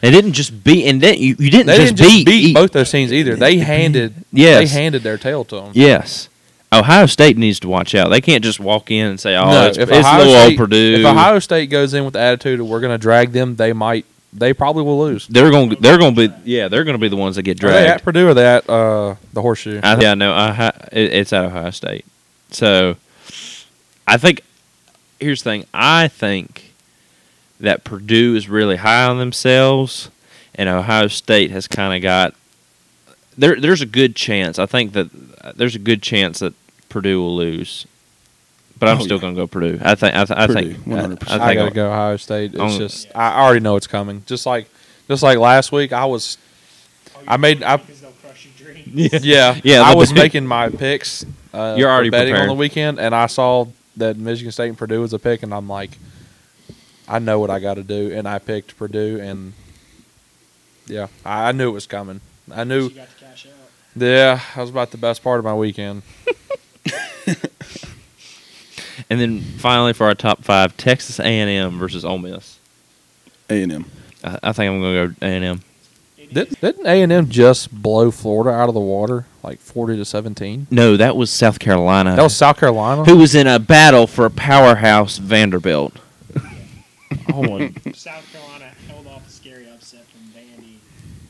S1: It didn't just beat, and then you, you didn't
S2: They
S1: just
S2: didn't just beat,
S1: beat, e-
S2: both those teams either. They handed
S1: Yes.
S2: they handed their tail to them.
S1: Yes. Ohio State needs to watch out. They can't just walk in and say, "Oh,
S2: No,
S1: it's, it's little old Purdue."
S2: If Ohio State goes in with the attitude of we're going to drag them, they might they probably will lose.
S1: they're going, to they're going to be, yeah, they're going to be the ones that get
S2: Are Oh, they at
S1: dragged.
S2: Purdue or that uh, the horseshoe?
S1: I, yeah, no, Ohio, it, it's at Ohio State. So, I think here's the thing. I think that Purdue is really high on themselves, and Ohio State has kind of got there. There's a good chance. I think that uh, there's a good chance that Purdue will lose, but I'm
S4: Oh,
S1: still
S4: yeah.
S1: going to go Purdue. I think. I, th- I
S4: Purdue,
S1: think. I, I
S4: 100%.
S1: think.
S2: I,
S1: I'll-
S2: gotta go Ohio State. It's
S1: I'm-
S2: just I already know it's coming. Just like just like last week, I was I made I yeah
S1: Yeah,
S2: I
S1: they'll
S2: was
S1: be-
S2: making my picks. Uh,
S1: You're
S2: for
S1: already
S2: betting on
S1: prepared.
S2: the weekend, and I saw that Michigan State and Purdue was a pick, and I'm like, I know what I got to do, and I picked Purdue, and yeah, I, I knew it was coming. I knew. Yeah, that was about the best part of my weekend.
S1: And then finally for our top five, Texas A&M versus Ole Miss.
S4: A and M.
S1: I, I think I'm going to go A&M.
S2: Didn't didn't A and M just blow Florida out of the water like forty to seventeen?
S1: No, that was South Carolina.
S2: That was South Carolina.
S1: who was in a battle for a powerhouse Vanderbilt.
S5: South Carolina held off a scary upset from Vandy,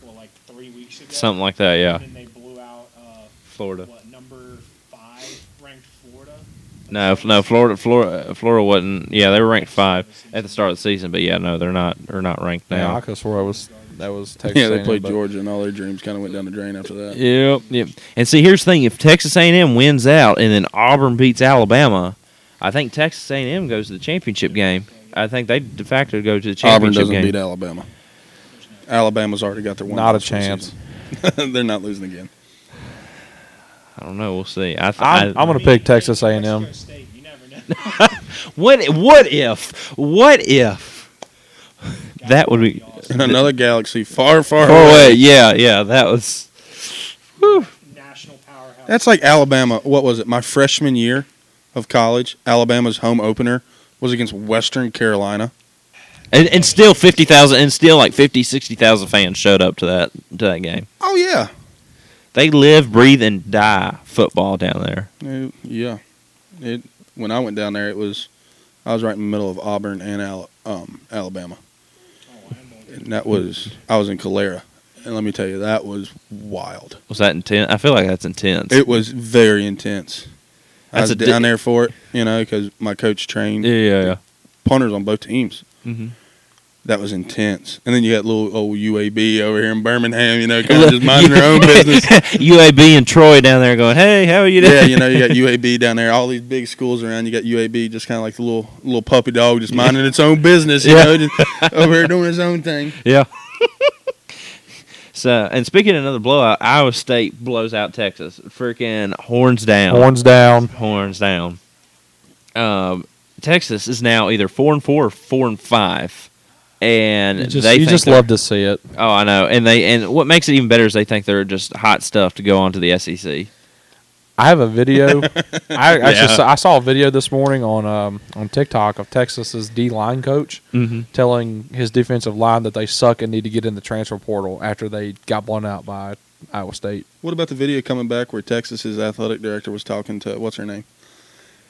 S5: well, like three weeks ago.
S1: Something like that, yeah.
S5: And then they blew out, uh,
S1: Florida.
S5: what, number five ranked Florida?
S1: No, f- no, Florida, Florida, Florida wasn't. Yeah, they were ranked five at the start of the season, but yeah, no, they're not. They're not ranked
S2: Yeah, I
S1: now.
S2: could swore I was that was Texas.
S4: Yeah, they
S2: A&M,
S4: played
S2: but-
S4: Georgia, and all their dreams kind of went down the drain after that.
S1: Yep, yep. And see, here's the thing: if Texas A&M wins out and then Auburn beats Alabama, I think Texas A&M goes to the championship game. I think they de facto go to the
S4: Auburn
S1: championship
S4: doesn't
S1: game.
S4: beat Alabama. Alabama's already got their one.
S2: Not a
S4: loss for the
S2: chance.
S4: season. They're not losing again.
S1: I don't know. Well see. I th-
S2: I'm,
S1: I-
S2: I'm gonna pick Texas A and
S5: Mexico
S2: M.
S5: State, you never know.
S1: What what if? What if? That would be
S4: in another galaxy far, far,
S1: far away. Yeah, yeah. That was.
S5: National powerhouse.
S4: That's like Alabama. What was it? My freshman year of college, Alabama's home opener was against Western Carolina.
S1: And, and still fifty thousand, and still like 50, 60,000 fans showed up to that to that game.
S4: Oh yeah,
S1: They live, breathe, and die football down there.
S4: It- Uh, yeah. It when I went down there, it was I was right in the middle of Auburn and Al, um, Alabama,
S5: oh, I'm gonna-
S4: and that was I was in Calera, and let me tell you, that was wild.
S1: Was that intense? I feel like that's intense.
S4: It was very intense. I
S1: That's
S4: was
S1: a di-
S4: down there for it, you know, because my coach trained
S1: yeah, yeah, yeah.
S4: punters on both teams.
S1: Mm-hmm.
S4: That was intense. And then you got little old UAB over here in Birmingham, you know, kind of just minding their own business.
S1: UAB and Troy down there going, "Hey, how are you doing?"
S4: yeah, you know, you got UAB down there. All these big schools around. You got UAB, just kind of like the little little puppy dog, just minding its own business. You
S1: Yeah.
S4: know, just over here doing its own thing.
S1: Yeah. so, and speaking of another blowout, Iowa State blows out Texas. Freaking horns down.
S2: Horns down.
S1: Horns down. Um, Texas is now either four and four or four and five, and
S2: You just,
S1: they
S2: you
S1: think
S2: just
S1: they're-
S2: love to see it.
S1: Oh, I know. And they and what makes it even better is they think they're just hot stuff to go on to the E SEC.
S2: I have a video. I actually
S1: Yeah.
S2: saw, I saw a video this morning on um, on TikTok of Texas's D line coach
S1: Mm-hmm.
S2: telling his defensive line that they suck and need to get in the transfer portal after they got blown out by Iowa State.
S4: What about the video coming back where Texas's athletic director was talking to what's her name,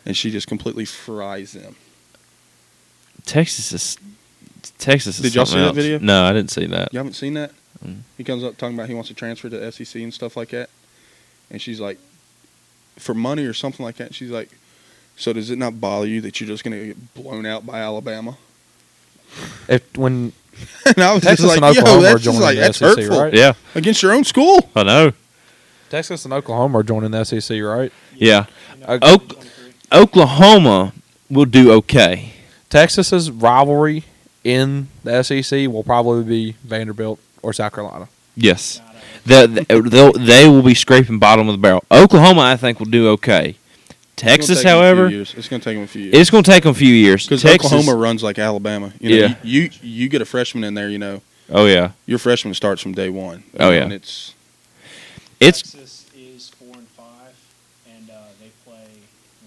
S4: and she just completely fries them?
S1: Texas is Texas. Is
S4: Did y'all
S1: something
S4: see that
S1: else.
S4: video?
S1: No, I didn't see that.
S4: You haven't seen that?
S1: Mm.
S4: He comes up talking about he wants to transfer to SEC and stuff like that, and she's like, for money or something like that. She's like, so does it not bother you that you're just going to get blown out by Alabama?
S2: If when
S4: And I was
S2: Texas
S4: just
S2: and
S4: like, yo,
S2: Oklahoma are
S4: that's, just
S2: joining
S4: like,
S2: the
S4: that's
S2: SEC,
S4: hurtful
S2: right?
S1: Yeah,
S4: against your own school.
S1: I know.
S2: Texas and Oklahoma are joining the SEC, right?
S1: Yeah.
S5: in
S2: Uh,
S1: Oak-
S5: 2023.
S1: Oklahoma will do okay.
S2: Texas's rivalry in the SEC will probably be Vanderbilt or South Carolina.
S1: Yes,
S5: Not a-
S1: the, the, they'll- they will be scraping bottom of the barrel. Oklahoma, I think, will do okay.
S4: It's gonna
S1: Texas,
S4: take 'em a few
S1: however,
S4: years. it's going to take them a few years
S1: it's going to take them a few years.
S4: because
S1: Texas,
S4: Oklahoma runs like Alabama. You know,
S1: Yeah.
S4: you, you you get a freshman in there, you know,
S1: oh yeah,
S4: your freshman starts from day one.
S1: Oh, yeah.
S4: and it's
S1: it's
S5: Texas is four and five, and uh, they play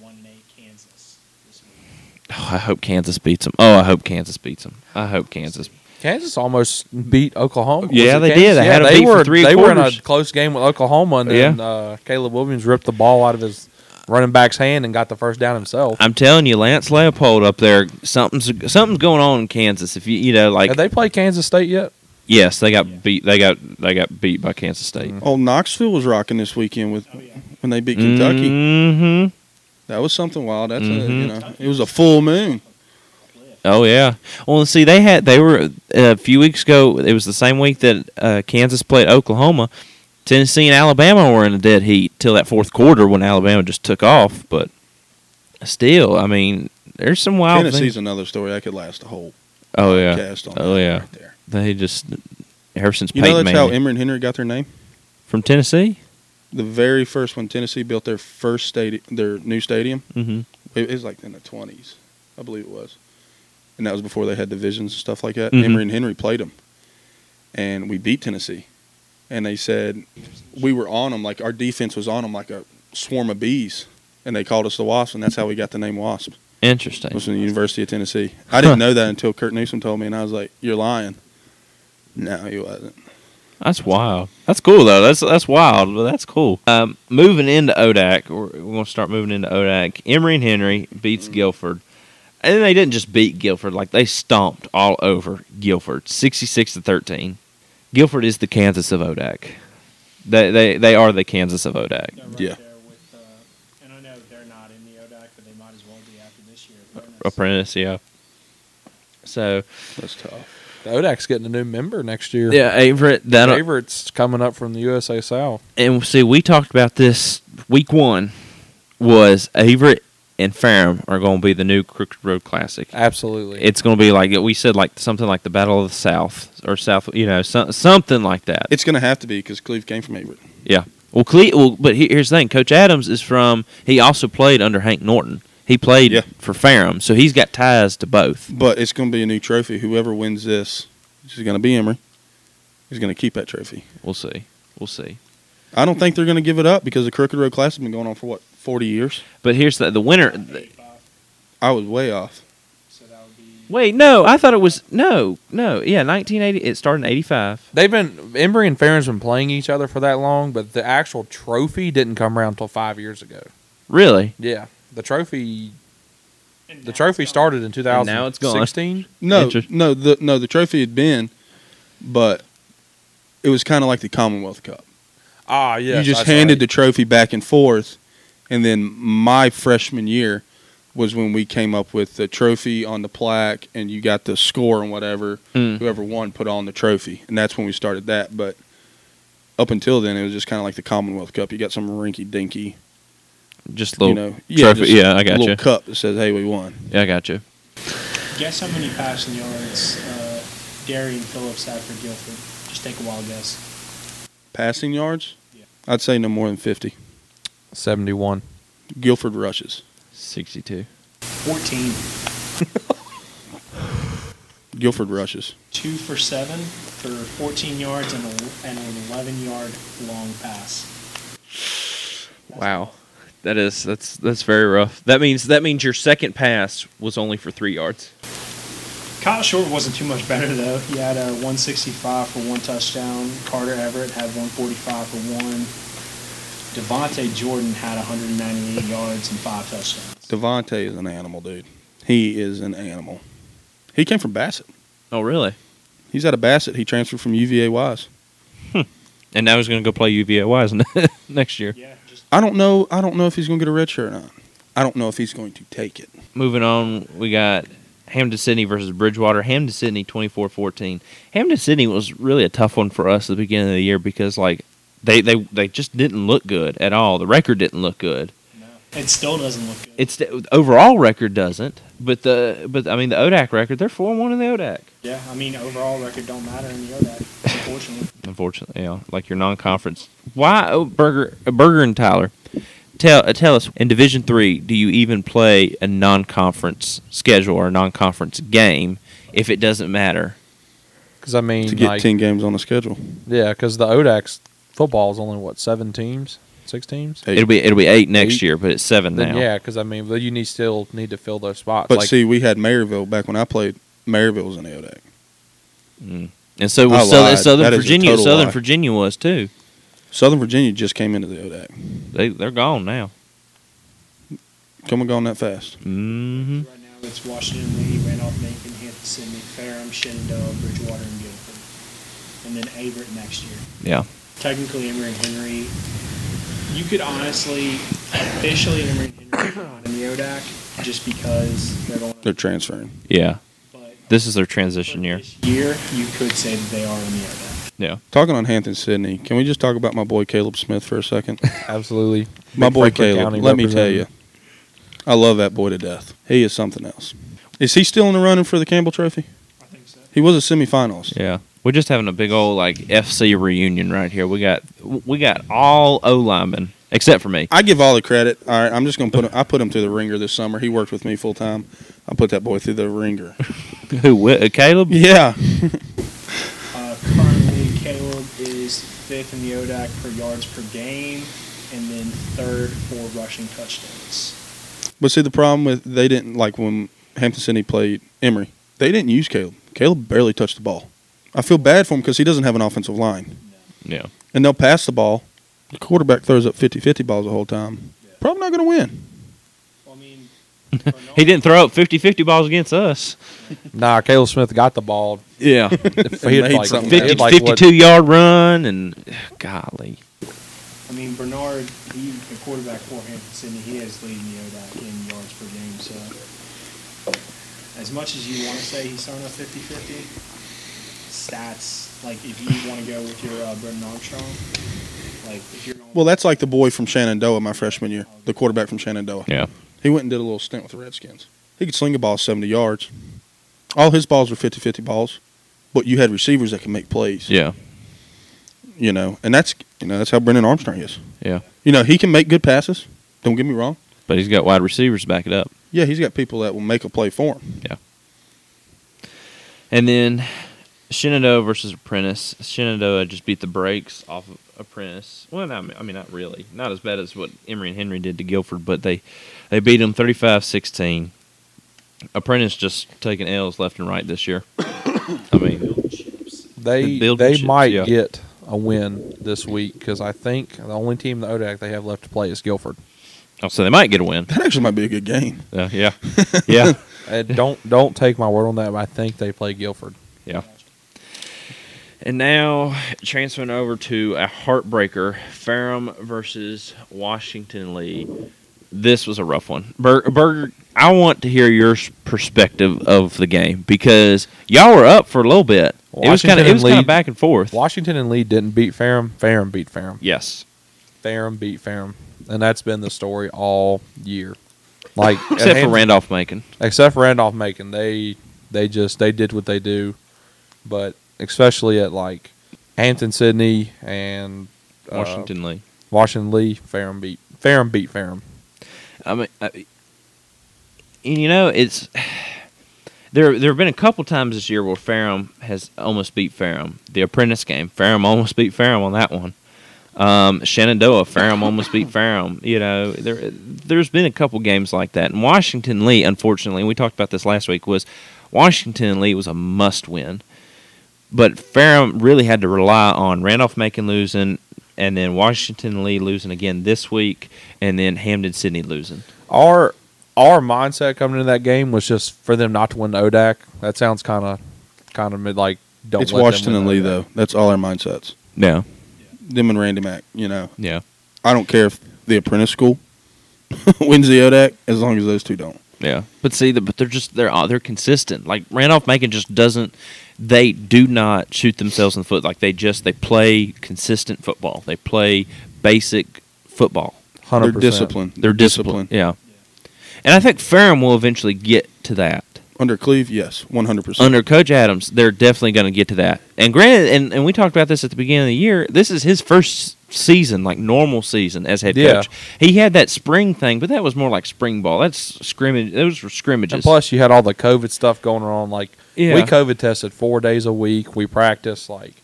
S5: one and eight Kansas this week.
S1: Oh, I hope Kansas beats them. Oh, I hope Kansas beats them. I hope Kansas.
S2: Kansas almost beat Oklahoma.
S1: Yeah,
S2: Was it
S1: they
S2: Kansas?
S1: did. They had 'em beat for
S2: were,
S1: three
S2: They were in
S1: quarters.
S2: a close game with Oklahoma, and then uh, Caleb Williams ripped the ball out of his running back's hand and got the first down himself.
S1: I'm telling you, Lance Leopold up there, something's something's going on in Kansas. If you you know like
S2: Have they played Kansas State yet?
S1: yes, they got beat. They got they got beat by Kansas State.
S2: Mm.
S4: oh Knoxville was rocking this weekend with
S5: Oh yeah,
S4: when they beat Kentucky.
S1: Mm-hmm.
S4: That was something wild. That's a,
S1: Mhm.
S4: you know, it was a full moon.
S5: Cliff.
S1: Oh yeah. Well, see, they had they were uh, a few weeks ago. It was the same week that uh, Kansas played Oklahoma. Tennessee and Alabama were in a dead heat till that fourth quarter when Alabama just took off. But still, I mean, there's some wild
S4: Tennessee's
S1: things.
S4: another story that could last a whole
S1: Oh yeah.
S4: cast on.
S1: Oh,
S4: that
S1: yeah.
S4: right there.
S1: They just ever since
S4: You know
S1: Peyton
S4: that's how
S1: Manning
S4: Emory and Henry got their name.
S1: from Tennessee.
S4: The very first when Tennessee built their first stadium, their new stadium,
S1: Mm-hmm.
S4: it was like in the twenties, I believe it was, and that was before they had divisions and stuff like that.
S1: Mhm.
S4: Emory and Henry played them, and we beat Tennessee, and they said we were on them like our defense was on them like a swarm of bees, and they called us the Wasps, and that's how we got the name Wasp. It
S1: Interesting.
S4: was from the University of Tennessee. I didn't know that until Kurt Newsom told me, and I was like, "You're lying." No, he wasn't.
S1: That's wild. That's cool though. That's that's wild. But that's cool. Um, moving into ODAC, we're, we're gonna start moving into ODAC. Emory and Henry
S4: Mm-hmm.
S1: beats Guilford, and they didn't just beat Guilford. Like they stomped all over Guilford, sixty-six to thirteen. Guilford is the Kansas of ODAC. They they they are the Kansas of ODAC.
S5: They're right
S4: Yeah.
S5: there with, uh, and I know they're not in the ODAC, but they might as well be after this year.
S1: Uh,
S5: Apprentice.
S1: Apprentice, yeah. So
S4: That's tough.
S2: The ODAC's getting a new member next year.
S1: yeah, Averett. That
S2: Favorite's coming up from the USA South.
S1: and see, we talked about this week one was Averett and Ferrum are going to be the new Crooked Road Classic.
S2: Absolutely.
S1: It's going to be like we said, like something like the Battle of the South or South, you know, so, something like that.
S4: It's going to have to be because Cleve came from Avery.
S1: yeah. Well, Cle- well, but he- here's the thing: Coach Adams is from. He also played under Hank Norton. He played
S4: Yeah.
S1: for Ferrum, so he's got ties to both.
S4: But it's going to be a new trophy. Whoever wins this, this is going to be Emory. He's going to keep that trophy.
S1: We'll see. We'll see.
S4: I don't think they're going to give it up because the Crooked Road Classic has been going on for what forty years.
S1: But here's the the winner.
S3: Eight, five,
S4: I was way off.
S3: so that would be
S1: Wait, no, I thought it was no, no. Yeah, 1980. It started in 85.
S2: They've been Embry and Farron's been playing each other for that long, but the actual trophy didn't come around until five years ago.
S1: Really?
S2: Yeah, the trophy
S3: and now
S2: the
S3: it's
S2: trophy
S3: gone.
S2: started in 2016.
S1: now it's gone.
S4: No,
S1: Interest-
S4: no, the no the trophy had been, but it was kind of like the Commonwealth Cup.
S2: Ah, yeah.
S4: you just handed the trophy back and forth, and then my freshman year was when we came up with the trophy on the plaque, and you got the score and whatever.
S1: Mm.
S4: Whoever won put on the trophy, and that's when we started that. But up until then, it was just kind of like the Commonwealth Cup. You got some rinky dinky,
S1: Just
S4: you
S1: little.
S4: know,
S1: trophy. Yeah, I gotcha.
S4: Little cup that says, "Hey, we won."
S1: Yeah, I got you.
S3: Guess how many passing yards uh, Derry and Phillips had for Guilford? Just take a wild guess.
S4: Passing yards,
S3: Yeah.
S4: I'd say no more than fifty.
S2: 71.
S4: Guilford rushes.
S1: 62.
S3: 14.
S4: Guilford rushes.
S3: Two for seven for 14 yards and, a, and an 11 yard long pass.
S1: Wow. That is that's that's very rough. That means that means your second pass was only for three yards.
S3: Kyle Short wasn't too much better, though. He had a 165 for one touchdown. Carter Everett had 145 for one. Devontae Jordan had 198 yards and five touchdowns.
S4: Devontae is an animal, dude. He is an animal. He came from Bassett.
S1: Oh, really?
S4: He's out of Bassett. He transferred from UVA Wise.
S1: And now he's going to go play UVA Wise next year.
S3: Yeah, just
S4: I don't know. I don't know if he's going to get a red shirt or not. I don't know if he's going to take it.
S1: Moving on, we got Hamden Sydney versus Bridgewater. Hamden Sydney 24-14. Hamden Sydney was really a tough one for us at the beginning of the year because like they they they just didn't look good at all. The record didn't look good.
S3: no. It still doesn't look good.
S1: It's the overall record doesn't, but the but I mean the ODAC record, they're 4-1 in the ODAC.
S3: yeah, I mean, overall record don't matter in the ODAC, unfortunately.
S1: unfortunately, yeah, like your non-conference. Why oh, Burger uh, Burger and Tyler? Tell uh, tell us in Division Three, do you even play a non-conference schedule or a non-conference game if it doesn't matter?
S2: Because, I mean,
S4: To get
S2: like,
S4: ten games on the schedule,
S2: yeah, because the ODAX football is only, what, seven teams? Six teams?
S4: Eight.
S1: It'll be it'll be eight next
S2: Eight.
S1: year, but it's seven
S2: Then,
S1: now.
S2: yeah, because, I mean, but you need still need to fill those spots.
S4: but
S2: like,
S4: see, we had Maryville back when I played. Maryville was in the ODAC.
S1: and so
S4: I
S1: was Southern,
S4: lied.
S1: Southern
S4: That is a
S1: Virginia.
S4: total
S1: Southern
S4: lie.
S1: Virginia was too.
S4: Southern Virginia just came into the ODAC.
S1: They they're gone now.
S4: Come and gone that fast.
S1: hmm
S3: Right now, it's Washington Lee, Randolph Macon, Hampton, Sydney, Ferrum, Shenandoah, Bridgewater, and Guilford. And then Averett next year.
S1: Yeah.
S3: Technically, Emory and Henry. You could honestly, officially, Emory and Henry are not in the ODAC just because they're going
S4: They're transferring.
S1: Yeah.
S3: but
S1: This is their transition year.
S3: this year, you could say that they are in the ODAC.
S1: Yeah.
S4: Talking on Hampton Sydney, can we just talk about my boy Caleb Smith for a second?
S2: absolutely.
S4: my
S2: Big
S4: boy
S2: Franklin
S4: Caleb.
S2: County
S4: Let me tell you,
S2: representative.
S4: I love that boy to death. He is something else. Is he still in the running for the Campbell Trophy?
S3: I think so.
S4: He was a semifinalist.
S1: Yeah. We're just having a big old like FC reunion right here. We got we got all O linemen except for me.
S4: I give all the credit. All right, I'm just gonna put him. I put him through the ringer this summer. He worked with me full time. I put that boy through the ringer.
S1: Who? Wi- uh, Caleb?
S4: Yeah,
S3: Uh, currently, Caleb is fifth in the ODAC for yards per game, and then third for rushing touchdowns.
S4: but see the problem with they didn't like when Hampton City played Emory. They didn't use Caleb. Caleb barely touched the ball. I feel bad for him because he doesn't have an offensive line,
S1: Yeah.
S4: and they'll pass the ball. The quarterback throws up 50-50 balls the whole time. Probably not gonna win.
S3: Well, I mean,
S1: He didn't throw up 50-50 balls against us.
S2: Nah, Caleb Smith got the ball.
S1: Yeah.
S2: If he had,
S4: Made
S2: like,
S4: something.
S2: he
S1: 50,
S2: had, like, what-
S1: 52 yard run and golly.
S3: I mean, Bernard, he, the quarterback for Hampton Sydney, he is leading the ODAC in yards per game. So, as much as you want to say he's throwing up 50 50, stats, like if you want to go with your uh, Brendan Armstrong, like if you're going
S4: Well, that's like the boy from Shenandoah my freshman year. The quarterback from Shenandoah.
S1: Yeah.
S4: He went and did a little stint with the Redskins. He could sling a ball 70 yards. All his balls were 50 50 balls, but you had receivers that could make plays.
S1: Yeah.
S4: You know, and that's you know that's how Brendan Armstrong is.
S1: Yeah.
S4: You know, he can make good passes. Don't get me wrong.
S1: But he's got wide receivers to back it up.
S4: Yeah, he's got people that will make a play for him.
S1: And then Shenandoah versus Apprentice. Shenandoah just beat the brakes off of Apprentice. Well, not, I mean, not really. Not as bad as what Emory and Henry did to Guilford, but they, they beat them 35 16. Apprentice just taking L's left and right this year. I mean,
S2: They
S1: And building
S2: they
S1: shit,
S2: might
S1: yeah.
S2: get a win this week because I think the only team in the ODAC they have left to play is Guilford.
S1: oh, so they might get a win.
S4: That actually might be a good game.
S1: Yeah, yeah, yeah.
S2: Uh, don't don't take my word on that, but I think they play Guilford.
S1: Yeah. And now transferring over to a heartbreaker, Ferrum versus Washington Lee. This was a rough one. Bur- Burger, I want to hear your s- perspective of the game because y'all were up for a little bit. it was kind
S2: Washington
S1: of it was kind
S2: Lee-
S1: of back and forth.
S2: Washington and Lee didn't beat Ferrum. Ferrum beat Ferrum.
S1: yes.
S2: Ferrum beat Ferrum, and that's been the story all year. Like
S1: Except for
S2: Randall.
S1: Randolph Macon.
S2: except for Randolph Macon, they they just they did what they do, but especially at like Hampton Sydney and uh,
S1: Washington Lee.
S2: Washington Lee, Ferrum beat Ferrum beat Ferrum.
S1: I mean, I, and you know, it's there. There have been a couple times this year where Ferrum has almost beat Ferrum. The Apprentice game, Ferrum almost beat Ferrum on that one. Um, Shenandoah, Ferrum almost beat Ferrum. You know, there there's been a couple games like that. And Washington Lee, unfortunately, and we talked about this last week, was Washington Lee was a must win, but Ferrum really had to rely on Randolph Macon losing. And then Washington Lee losing again this week, and then Hamden Sydney losing.
S2: Our our mindset coming into that game was just for them not to win the ODAC. That sounds kind of kind of like don't.
S4: it's
S2: let them
S4: Washington
S2: win
S4: and
S2: the
S4: Lee,
S2: ODAC.
S4: though. That's all our mindsets.
S1: No.
S4: Them and Randy Mack, you know.
S1: Yeah.
S4: I don't care if the apprentice school wins the ODAC as long as those two don't.
S1: Yeah. But see, the, but they're just they're uh, they're consistent. Like Randolph Macon just doesn't. They do not shoot themselves in the foot. Like they just they play consistent football. They play basic football.
S2: 100%.
S4: They're disciplined.
S1: They're disciplined. Yeah. And I think Ferrum will eventually get to that.
S4: Under Cleve, yes, 100%.
S1: Under Coach Adams, they're definitely going to get to that. And granted, and, and we talked about this at the beginning of the year. This is his first season, like normal season as head
S2: Yeah.
S1: coach. He had that spring thing, but that was more like spring ball. That's scrimmage. Those were scrimmages.
S2: And plus, you had all the COVID stuff going on. Like
S1: Yeah.
S2: we COVID tested four days a week. We practiced like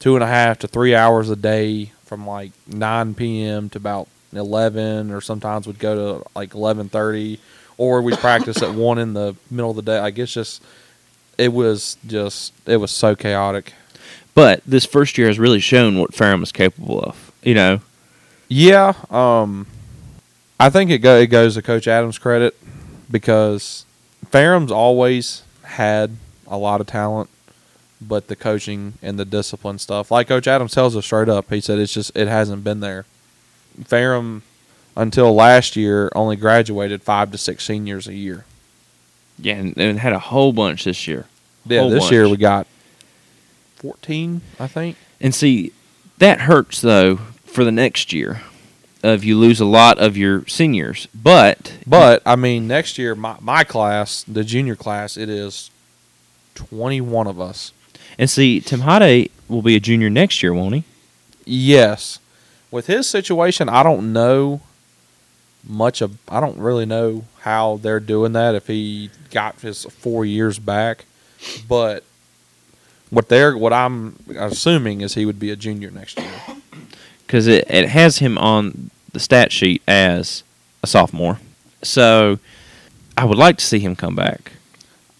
S2: two and a half to three hours a day from like nine p.m. to about eleven, or sometimes we'd go to like eleven thirty, or we'd practice at one in the middle of the day. Like it's just, it was just, it was so chaotic.
S1: But this first year has really shown what Ferrum is capable of. You know,
S2: Yeah, um, I think it, go, it goes to Coach Adams' credit because Ferrum's always had a lot of talent, but the coaching and the discipline stuff, like Coach Adams tells us straight up, he said it's just it hasn't been there. Ferrum, until last year, only graduated five to six seniors a year.
S1: yeah, and, and had a whole bunch this year.
S2: Yeah,
S1: Whole
S2: this year
S1: bunch.
S2: we got fourteen, I think.
S1: And see, that hurts though for the next year. Of you lose a lot of your seniors, but
S2: But I mean, next year my my class, the junior class, it is twenty one of us.
S1: and see, Tim Hade will be a junior next year, won't he?
S2: Yes. With his situation, I don't know much of I don't really know how they're doing that if he got his 4 years back, but what they're what I'm assuming is he would be a junior next year.
S1: Because it it has him on the stat sheet as a sophomore. So I would like to see him come back.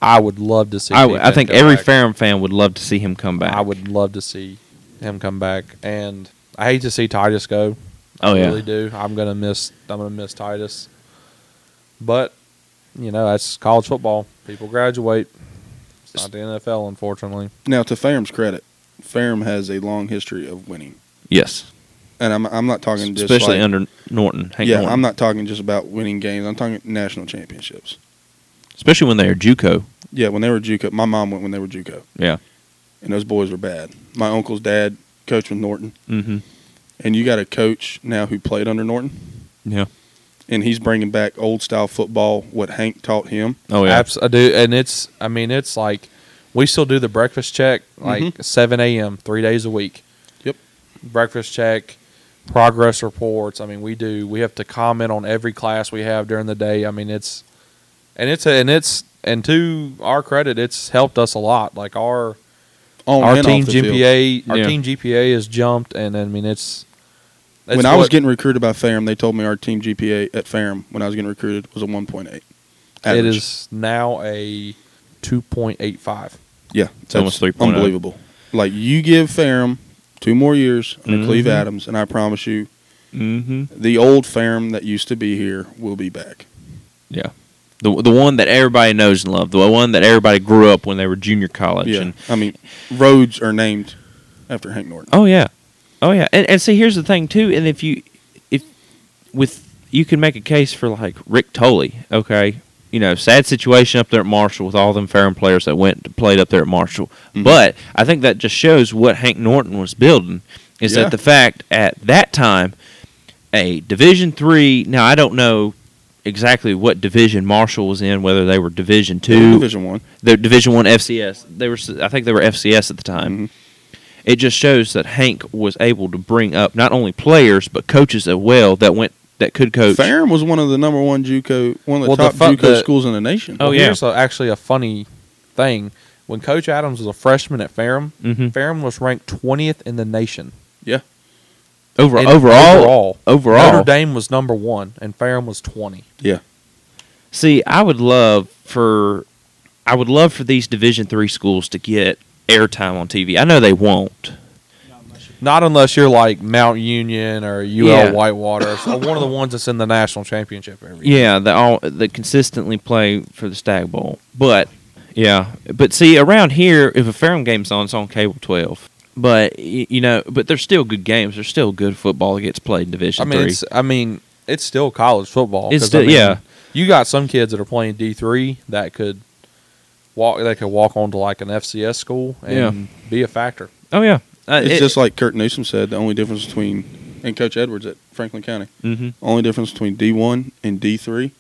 S2: I would love to see
S1: I, would- I
S2: Pittman
S1: think
S2: come
S1: every
S2: back.
S1: Ferrum fan would love to see him come back.
S2: I would love to see him come back and I hate to see Titus go.
S1: Oh
S2: I
S1: yeah.
S2: really do. I'm gonna miss. I'm gonna miss Titus. But you know, that's college football. People graduate. It's not the NFL, unfortunately.
S4: Now, to Ferrum's credit, Ferrum has a long history of winning.
S1: Yes.
S4: And I'm, I'm not talking just
S1: Especially
S4: like-
S1: under Norton. Hank
S4: yeah,
S1: Norton.
S4: I'm not talking just about winning games. I'm talking national championships.
S1: especially when they are JUCO.
S4: Yeah, when they were JUCO, my mom went when they were JUCO,
S1: Yeah.
S4: and those boys were bad. My uncle's dad coached with Norton,
S1: Mm-hmm.
S4: and you got a coach now who played under Norton,
S1: Yeah.
S4: and he's bringing back old style football, what Hank taught him.
S1: Oh yeah.
S2: Abs- I do, and it's. I mean, it's like we still do the
S1: Mm-hmm.
S2: breakfast check like 7 a.m. three days a week.
S4: Yep.
S2: Breakfast check. progress reports. I mean, we do. We have to comment on every class we have during the day. I mean, it's and it's and it's and to our credit, it's helped us a lot. Like our
S4: On
S2: our
S4: and
S2: team
S4: off the field.
S2: GPA, our
S1: Yeah.
S2: team GPA has jumped, and I mean it's. it's
S4: when I was
S2: what-
S4: getting recruited by Ferrum, they told me our team GPA at Ferrum when I was getting recruited was a 1.8.
S2: it
S4: average.
S2: is now a two point eight five.
S4: Yeah,
S1: It's almost
S4: that's
S1: 3.0.
S4: Unbelievable. Like you give Ferrum two more years under Cleve
S1: Mhm.
S4: Adams, and I promise you,
S1: Mm-hmm.
S4: the old Ferrum that used to be here will be back.
S1: Yeah. The, the one that everybody knows and loves, the one that everybody grew up when they were junior college.
S4: Yeah,
S1: And,
S4: I mean, roads are named after Hank Norton.
S1: oh yeah, oh yeah. And, and see, here's the thing too. And if you, if with you can make a case for like Rick Tolley, okay. You know, sad situation up there at Marshall with all them Ferrum players that went to played up there at Marshall.
S4: Mhm.
S1: But I think that just shows what Hank Norton was building is
S4: Yeah.
S1: that the fact at that time a division three now I don't know exactly what division Marshall was in, whether they were division two
S4: Division One.
S1: the Division One FCS. They were, I think, they were FCS at the time.
S4: Mhm.
S1: It just shows that Hank was able to bring up not only players but coaches as well that went that could coach.
S4: Ferrum was one of the number one JUCO, one of the
S2: Well, the
S4: top
S2: fu-
S4: JUCO
S2: the-
S4: schools in the nation.
S1: Oh,
S2: Well,
S1: yeah.
S2: here's a, actually a funny thing. When Coach Adams was a freshman at Ferrum,
S1: Mhm.
S2: Ferrum was ranked twentieth in the nation
S1: Over,
S2: In
S1: overall,
S2: overall.
S1: overall,
S2: Notre Dame was number one, and Ferrum was twenty.
S4: yeah,
S1: See, I would love for, I would love for these Division three schools to get airtime on TV. I know they won't.
S2: Not unless you're like Mount Union or UL
S1: Yeah.
S2: Whitewater, or one of the ones that's in the national championship every year.
S1: Yeah, they all they consistently play for the Stag Bowl. But yeah, but see around here, if a Ferrum game's on, it's on cable twelve. But y- you know, but there's still good games. There's still good football that gets played in Division
S2: I mean,
S1: three.
S2: it's, I mean, it's still college football.
S1: It's
S2: 'cause,
S1: still-
S2: I mean,
S1: yeah.
S2: You got some kids that are playing D three that could walk. They could walk on to like an FCS school and be a factor.
S1: Oh yeah, uh,
S4: it's just like Kurt Newsom said. The only difference between and Coach Edwards at Franklin County,
S1: mm-hmm,
S4: only difference between D one and D three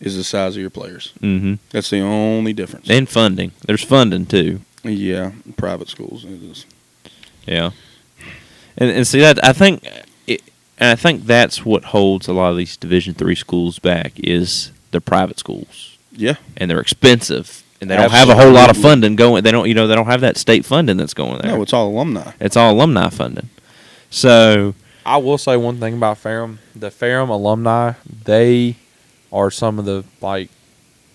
S4: is the size of your players.
S1: mm-hmm.
S4: That's the only difference.
S1: and funding. There's funding too.
S4: yeah, private schools. It is.
S1: Yeah, and and see that I think, it, and I think that's what holds a lot of these Division three schools back is their private schools.
S4: Yeah,
S1: and they're expensive and they don't have a whole lot of
S4: Absolutely.
S1: funding going they don't you know they don't have that state funding that's going there
S4: no, it's all alumni.
S1: it's all alumni funding so
S2: I will say one thing about Ferrum. The Ferrum alumni, they are some of the like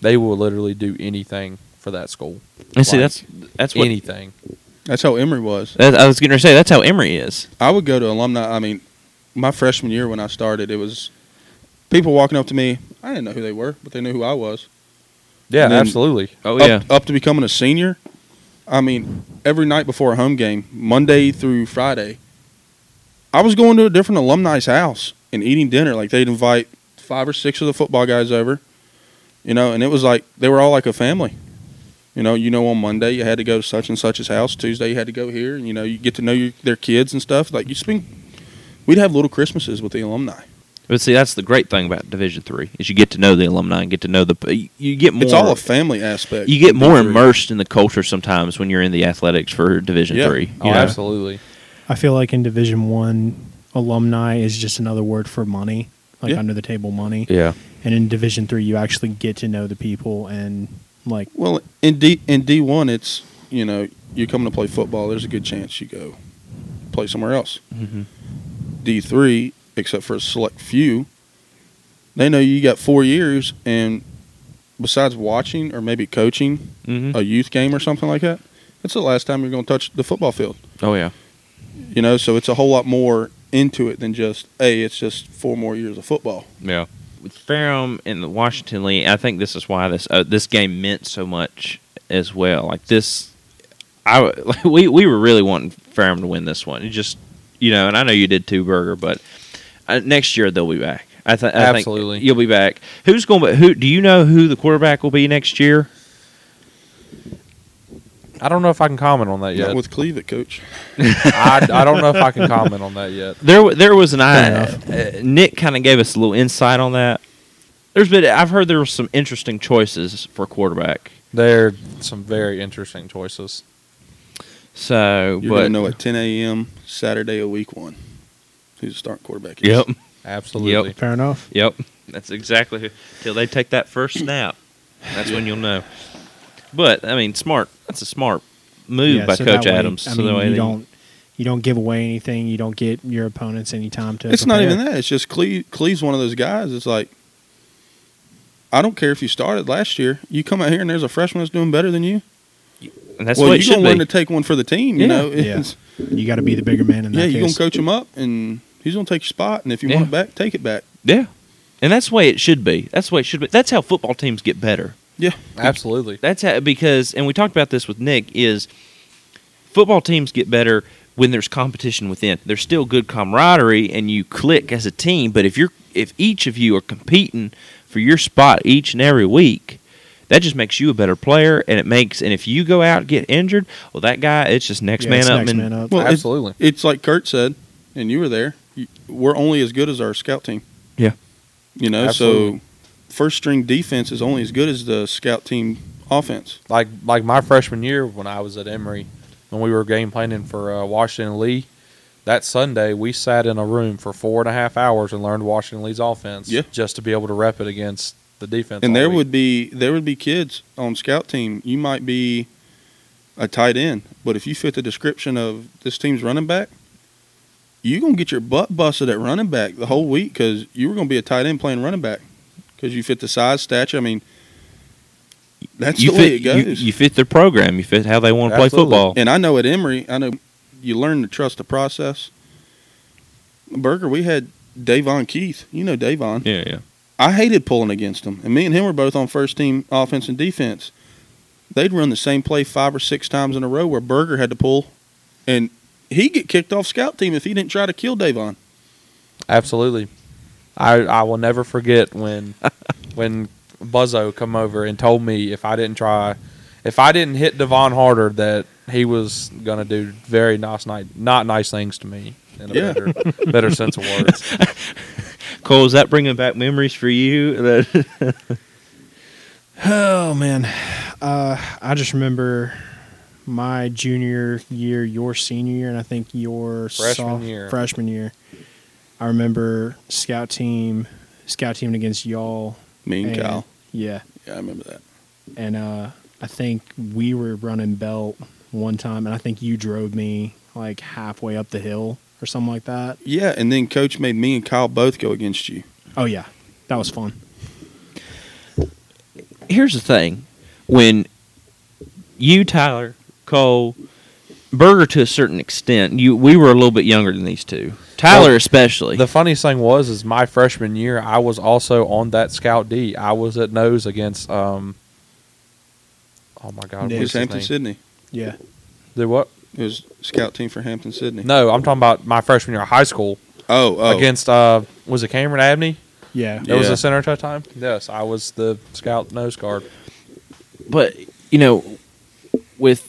S2: they will literally do anything for that school.
S1: and see
S2: Like,
S1: that's that's what
S2: anything.
S4: That's how Emory was.
S1: that, I was going to say that's how Emory is
S4: I would go to alumni. I mean, my freshman year when I started, it was people walking up to me. I didn't know who they were, but they knew who I was.
S2: Yeah,
S4: And then-
S2: absolutely.
S1: oh
S4: up, up to becoming a senior. I mean, every night before a home game, Monday through Friday, I was going to a different alumni's house and eating dinner. Like they'd invite five or six of the football guys over, you know, and it was like they were all like a family. You know, you know, on Monday you had to go to such and such's house. Tuesday you had to go here, and you know, you get to know your, their kids and stuff. Like you spend, we'd have little Christmases with the alumni.
S1: but see that's the great thing about division 3 is you get to know the alumni and get to know the you- you get more
S4: It's all a family aspect.
S1: you get
S4: of
S1: more
S4: D3.
S1: immersed in the culture sometimes when you're in the athletics for division
S4: Yeah.
S1: 3
S2: Oh,
S1: you know?
S2: absolutely.
S3: I feel like in Division One, alumni is just another word for money, like
S4: Yeah.
S3: under the table money.
S1: yeah
S3: And in Division Three, you actually get to know the people and like
S4: Well, in D in D one, it's you know you're coming to play football. There's a good chance you go play somewhere else.
S1: Mhm.
S4: D three, except for a select few, they know you got four years, and besides watching or maybe coaching
S1: Mhm.
S4: a youth game or something like that, that's the last time you're going to touch the football field.
S1: oh yeah
S4: You know, so it's a whole lot more into it than just hey, it's just four more years of football.
S1: Yeah. With Ferrum and the Washington League, I think this is why this uh, this game meant so much as well. Like this, I w- like, we we were really wanting Ferrum to win this one. It just you know, and I know you did too, Burger, but uh, next year they'll be back. I, th- I
S2: Absolutely.
S1: think you'll be back. Who's going? to Who do you know who the quarterback will be next year?
S2: I don't know if I can comment on that
S4: Yeah,
S2: yet.
S4: with Cleveland, coach.
S2: I, I don't know if I can comment on that yet.
S1: There w- there was an eye.
S3: enough.
S1: Uh, Nick kind of gave us a little insight on that. There's been I've heard there were some interesting choices for quarterback.
S2: They're some very interesting choices.
S1: So,
S4: You're
S1: but
S4: going to know at 10 a.m. Saturday of week one. who's the starting quarterback. is.
S1: Yep.
S2: Absolutely.
S3: Fair enough.
S1: Yep. That's exactly who. Till they take that first snap, that's when you'll know. But I mean, smart. That's a smart move
S3: Yeah,
S1: by
S3: so
S1: Coach
S3: that way-
S1: Adams.
S3: I
S1: So
S3: mean,
S1: the way
S3: you
S1: they-
S3: don't you don't give away anything. You don't get your opponents any time to.
S4: It's not
S3: prepare.
S4: even that. It's just Clee. Clee's one of those guys. It's like, I don't care if you started last year. You come out here and there's a freshman that's doing better than you.
S1: and that's
S4: well,
S1: what it
S4: you're
S1: should
S4: gonna
S1: be.
S4: learn to take one for the team. You
S1: Yeah.
S4: know,
S3: Yeah.
S4: It's-
S3: You got to be the bigger man in that
S4: yeah. You're gonna
S3: case.
S4: coach him up, and he's gonna take your spot. And if you
S1: Yeah.
S4: want it back, take it back.
S1: yeah. And that's the way it should be. That's the way it should be. That's how football teams get better.
S4: Yeah,
S2: Absolutely.
S1: That's how, because, and we talked about this with Nick, is football teams get better when there's competition within. There's still good camaraderie and you click as a team, but if you're if each of you are competing for your spot each and every week, that just makes you a better player and it makes and if you go out and get injured, well that guy it's just next
S3: Yeah,
S1: man
S3: it's
S1: up
S3: next
S1: and
S3: man up.
S4: Well, it-
S2: Absolutely.
S4: it's like Kurt said, and you were there. you- We're only as good as our scout team.
S1: Yeah.
S4: you know,
S2: Absolutely.
S4: so first string defense is only as good as the scout team offense.
S2: like like my freshman year when I was at Emory, when we were game planning for uh, Washington Lee, that Sunday we sat in a room for four and a half hours and learned Washington Lee's offense
S4: Yeah.
S2: just to be able to rep it against the defense.
S4: and
S2: all
S4: there
S2: week.
S4: would be there would be kids on scout team. You might be a tight end, but if you fit the description of this team's running back, you gonna get your butt busted at running back the whole week because you were gonna be a tight end playing running back because you fit the size, stature. I mean, that's
S1: you
S4: the way
S1: fit
S4: it goes.
S1: You, you fit their program, you fit how they want to play
S2: Absolutely.
S1: football.
S4: And I know at Emory, I know you learn to trust the process. Burger, we had Davon Keith. You know Davon.
S1: Yeah, yeah.
S4: I hated pulling against him, and me and him were both on first team offense and defense. They'd run the same play five or six times in a row where Berger had to pull, and he'd get kicked off scout team if he didn't try to kill Davon.
S2: absolutely. I I will never forget when when Buzzo come over and told me if I didn't try, if I didn't hit Devon harder that he was gonna do very nice night not nice things to me in a
S4: Yeah.
S2: better better sense of words.
S1: Cole, is that bringing back memories for you?
S3: Oh man, uh, I just remember my junior year, your senior year, and I think your
S2: Freshman year.
S3: Freshman year, I remember scout team, scout team against y'all.
S4: Me and Kyle.
S3: Yeah,
S4: Yeah, I remember that.
S3: and uh, I think we were running belt one time, and I think you drove me like halfway up the hill or something like that.
S4: Yeah, and then coach made me and Kyle both go against you.
S3: Oh yeah, that was fun.
S1: here's the thing when you tyler cole berger to a certain extent you we were a little bit younger than these two tyler
S2: Well,
S1: especially
S2: The funniest thing was, is my freshman year, I was also on that scout D. I was at nose against, um, oh my god,
S3: Nick.
S4: It
S2: what's
S4: was
S2: his
S4: Hampton
S2: name?
S4: Sydney.
S3: Yeah,
S2: Did what?
S4: It was scout team for Hampton Sydney.
S2: No, I'm talking about my freshman year of high school
S4: Oh, oh.
S2: against, uh, was it Cameron Abney?
S3: yeah.
S2: That was
S4: Yeah.
S2: a center at that time. Yes, I was the scout nose guard.
S1: but you know with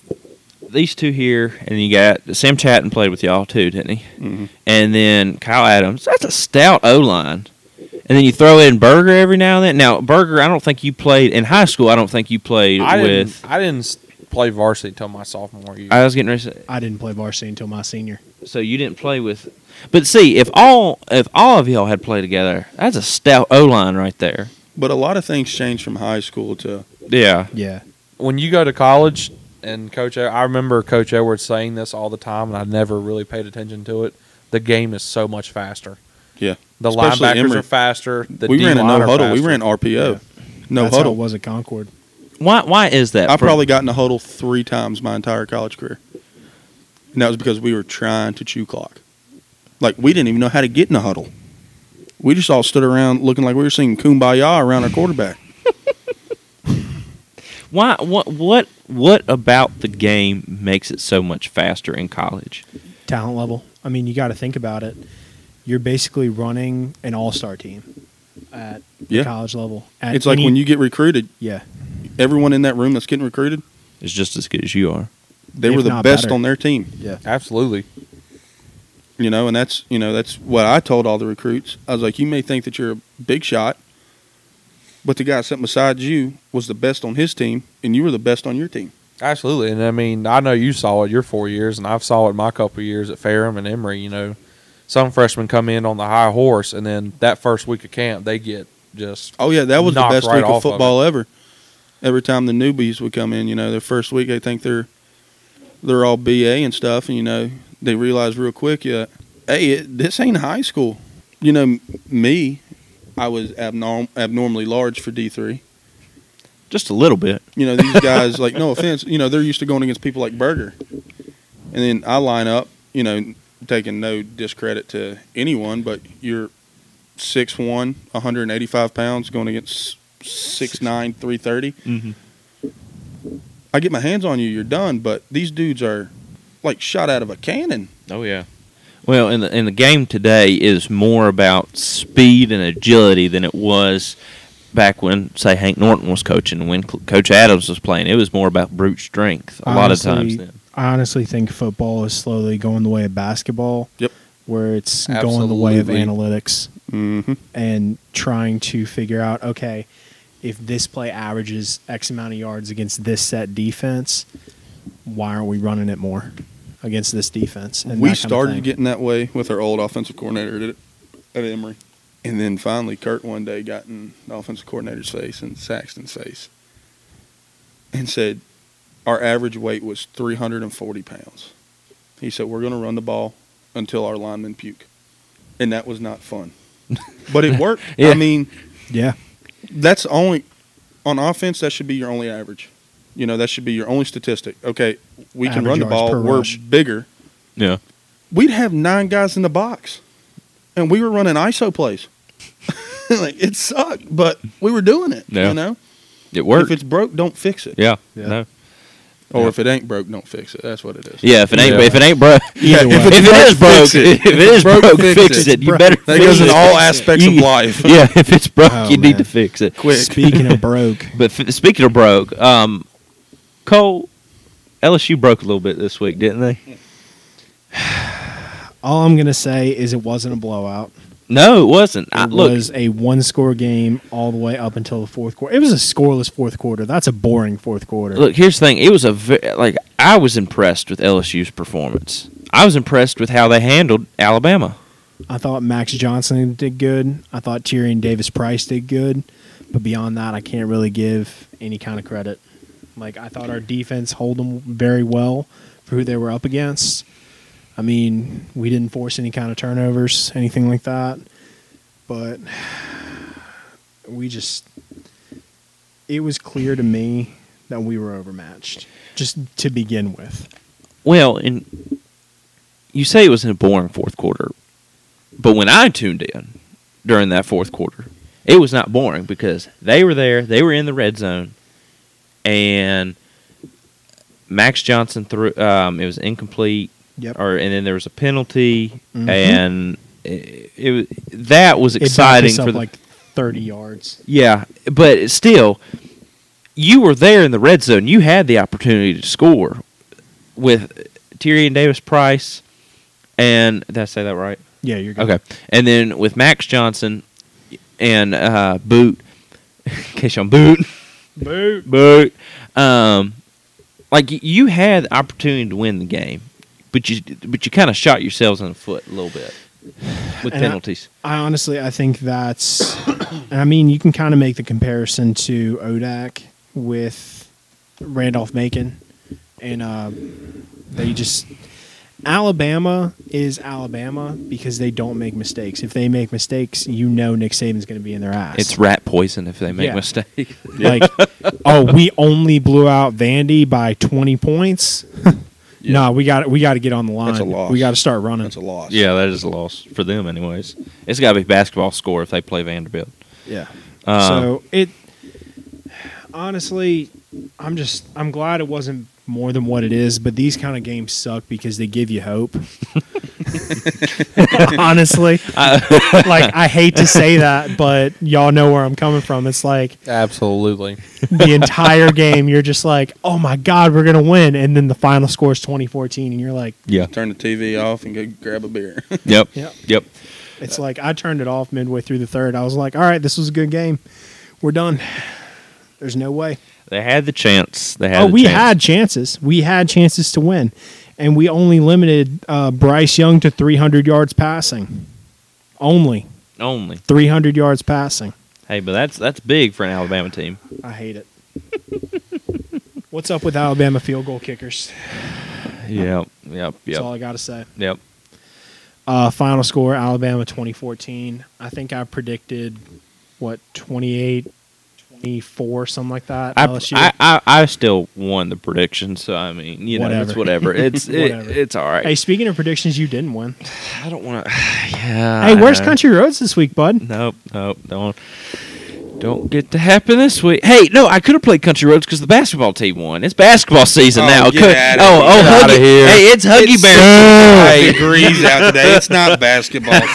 S1: these two here and you got sam chatton played with y'all too didn't he
S2: Mm-hmm.
S4: Mhm.
S1: and then kyle adams that's a stout o-line and then you throw in Berger every now and then. Now Berger, I don't think you played in high school. I don't think you played
S2: I
S1: with.
S2: didn't, I didn't s- play varsity until my sophomore year.
S1: I was getting ready. To, say-
S3: I didn't play varsity until my senior.
S1: So you didn't play with, but see if all if all of y'all had played together, that's a stout O line right there.
S4: But a lot of things changed from high school to
S1: Yeah,
S3: Yeah,
S2: when you go to college and coach E- I remember coach Edwards saying this all the time and I never really paid attention to it. The game is so much faster.
S4: Yeah.
S2: The
S4: Especially
S2: linebackers
S4: Emory.
S2: are faster. The
S4: we ran a
S2: D-line
S4: no
S2: are
S4: huddle. We
S2: faster.
S4: ran RPO.
S3: Yeah.
S4: No
S3: That's
S4: huddle.
S3: How it was at Concord.
S1: why why is that?
S4: I've
S1: For-
S4: probably gotten a huddle three times my entire college career. And that was because we were trying to chew clock. Like, we didn't even know how to get in a huddle. We just all stood around looking like we were singing Kumbaya around our quarterback.
S1: why what what what about the game makes it so much faster in college?
S3: talent level. I mean, you got to think about it. You're basically running an all-star team at the
S4: Yeah.
S3: college level. At
S4: It's like
S3: any-
S4: when you get recruited,
S3: yeah,
S4: everyone in that room that's getting recruited,
S1: It's just as good as you are.
S4: they
S3: If
S4: were the
S3: not
S4: best
S3: better.
S4: on their team.
S3: yeah,
S2: Absolutely.
S4: You know, and that's you know, that's what I told all the recruits. I was like, You may think that you're a big shot, but the guy sitting beside you was the best on his team and you were the best on your team.
S2: Absolutely. And I mean, I know you saw it your four years, and I've saw it my couple years at Ferrum and Emory. You know, some freshmen come in on the high horse, and then that first week of camp they get just
S4: Oh yeah, that was the
S2: Knocked
S4: best
S2: right
S4: week
S2: off of
S4: of
S2: it.
S4: football ever. Every time the newbies would come in, you know, their first week they think they're they're all BA and stuff, and you know they realize real quick, yeah, hey, it, this ain't high school. You know, m- me, I was abnorm- abnormally large for D three.
S1: Just a little bit.
S4: You know, these guys, like, no offense, you know, they're used to going against people like Berger, and then I line up, you know, taking no discredit to anyone, but you're six one, 185 pounds, going against six nine, three thirty.
S1: Mm-hmm.
S4: I get my hands on you, you're done. But these dudes are like shot out of a cannon.
S1: Oh yeah. Well, and the and the game today is more about speed and agility than it was back when, say, Hank Norton was coaching. When Cl- Coach Adams was playing, it was more about brute strength. A lot of times
S3: Honestly,
S1: then.
S3: I honestly think football is slowly going the way of basketball.
S4: Yep.
S3: Where it's going the way of
S2: Absolutely.
S3: analytics
S4: Mm-hmm.
S3: and trying to figure out, okay, if this play averages X amount of yards against this set defense, why aren't we running it more against this defense? And
S4: We
S3: that kind of
S4: started
S3: thing.
S4: getting that way with our old offensive coordinator at, at Emory, and then finally Kurt one day got in the offensive coordinator's face and Saxton's face, and said, "Our average weight was 340 pounds." He said, "We're going to run the ball until our linemen puke," and that was not fun, but it worked.
S1: Yeah.
S4: I mean.
S3: yeah.
S4: that's only on offense. That should be your only average. You know, that should be your only statistic. Okay, we can
S3: Average
S4: run the
S3: yards
S4: ball.
S3: per
S4: We're
S3: rush.
S4: bigger.
S1: Yeah.
S4: We'd have nine guys in the box, and we were running ISO plays. like it sucked, but we were doing it.
S1: Yeah.
S4: You know,
S1: It worked.
S4: if it's broke, don't fix it.
S1: yeah.
S3: Yeah.
S1: No.
S4: Or
S1: Yeah.
S4: if it ain't broke, don't fix it. That's what it is.
S1: Yeah. If it ain't
S2: Yeah.
S1: if it ain't broke,
S3: Either way.
S1: if it is broke,
S4: fix it.
S1: if it is
S4: broke,
S1: broke,
S4: fix
S1: fix,
S4: it.
S1: it. You better.
S4: That
S1: fix
S4: goes in
S1: it.
S4: all aspects of
S1: You-
S4: life.
S1: Yeah. If it's broke,
S3: Oh,
S1: you
S3: man.
S1: need to fix it.
S4: Quick.
S3: Speaking of broke,
S1: But f- speaking of broke, um, Cole, LSU broke a little bit this week, didn't they?
S3: all I'm gonna say is it wasn't a blowout.
S1: No, it wasn't.
S3: It
S4: Ah,
S1: I, look,
S3: was a one score game all the way up until the fourth quarter. It was a scoreless fourth quarter. That's a boring fourth quarter.
S1: look. Here's the thing. It was a ve- like I was impressed with LSU's performance. I was impressed with how they handled Alabama.
S3: I thought Max Johnson did good. I thought Tyrion Davis Price did good. But beyond that, I can't really give any kind of credit. Like, I thought our defense held them very well for who they were up against. I mean, we didn't force any kind of turnovers, anything like that. But we just, it was clear to me that we were overmatched just to begin with.
S1: Well, and you say it was a boring fourth quarter, but when I tuned in during that fourth quarter, it was not boring because they were there, they were in the red zone, and Max Johnson threw. Um, it was incomplete,
S3: Yep.
S1: or and then there was a penalty,
S3: Mhm.
S1: and it, it was that was
S3: It backed
S1: exciting
S3: us
S1: for
S3: up
S1: the,
S3: like 30 yards.
S1: yeah, but still, you were there in the red zone. You had the opportunity to score with Tyrion Davis Price, and did I say that right?
S3: Yeah, you're good.
S1: Okay, and then with Max Johnson and uh, Boot, Keyshawn Boot,
S3: Boot.
S1: Boot. Um, like y- you had the opportunity to win the game, but you but you kind of shot yourselves in the foot a little bit with
S3: And I-
S1: penalties.
S3: I honestly, I think that's. I mean, you can kind of make the comparison to Odak with Randolph Macon, and uh, they just Alabama is Alabama because they don't make mistakes. If they make mistakes, you know Nick Saban's going to be in their ass.
S1: it's rat poison if they make
S3: Yeah.
S1: mistakes.
S3: like, oh, we only blew out Vandy by twenty points.
S4: Yeah.
S3: No, we got we got to get on the line.
S4: That's a loss.
S3: We got to start running.
S4: That's a loss.
S1: Yeah, that is a loss for them, anyways. It's got to be basketball score if they play Vanderbilt.
S3: Yeah.
S1: Uh,
S3: so it honestly, I'm just I'm glad it wasn't more than what it is, but these kind of games suck because they give you hope. honestly, like I hate to say that, but y'all know where I'm coming from. It's like
S2: absolutely.
S3: the entire game you're just like, "Oh my god, we're going to win." And then the final score is 2014 and you're like,
S1: Yeah.
S4: Turn the TV off and go grab a beer.
S1: Yep.
S3: Yep.
S1: Yep.
S3: it's like I turned it off midway through the third. I was like, "All right, this was a good game. We're done." There's no way.
S1: They had the chance. They had.
S3: oh,
S1: the
S3: we
S1: chance.
S3: had chances. We had chances to win, and we only limited uh, Bryce Young to 300 yards passing. Only
S1: Only.
S3: 300 yards passing.
S1: Hey, but that's that's big for an Alabama team.
S3: I hate it. What's up with Alabama field goal kickers?
S1: Yep. Yep.
S3: That's
S1: Yep.
S3: all I got to say.
S1: Yep.
S3: Uh, final score Alabama 2014. I think I predicted, what, 28, 24, something like that.
S1: I,
S3: LSU.
S1: I, I I still won the prediction, so I mean, you know, it's whatever. It's it,
S3: Whatever.
S1: it's all right.
S3: hey, speaking of predictions, you didn't win.
S1: I don't want to. Yeah.
S3: hey,
S1: I
S3: where's
S1: know.
S3: Country Roads this week, bud?
S1: Nope. Nope. Don't. Don't get to happen this week. Hey, no, I could have played Country Roads because the basketball team won. It's basketball season
S4: Oh,
S1: now.
S4: get
S1: Could-
S4: outta
S1: oh,
S4: here.
S1: oh,
S4: Get
S1: Huggy-
S4: outta here.
S1: Hey, it's Huggy
S4: It's
S1: Bear.
S4: Five degrees out today. It's not basketball season.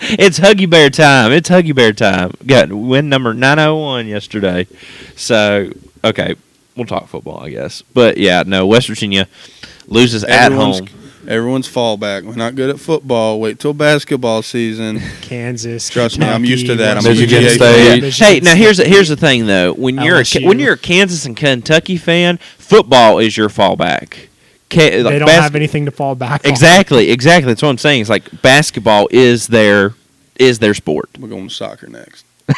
S1: it's Huggy Bear time. It's Huggy Bear time. Got win number 901 yesterday. So, okay, we'll talk football, I guess. But yeah, no, West Virginia loses
S4: Everyone's-
S1: at home.
S4: Everyone's fallback. We're not good at football. Wait till basketball season.
S3: Kansas.
S4: Trust me, I'm used to that. I'm
S2: a Michigan GA State.
S1: Yeah.
S2: Hey,
S1: Hey, now here's the, here's the thing though. When you're a, Ca-
S3: LSU.
S1: when you're a Kansas and Kentucky fan, football is your fallback. Ca- like
S3: they don't
S1: bas-
S3: have anything to fall back on.
S1: Exactly, exactly. That's what I'm saying. It's like basketball is their is their sport.
S4: We're going to soccer next.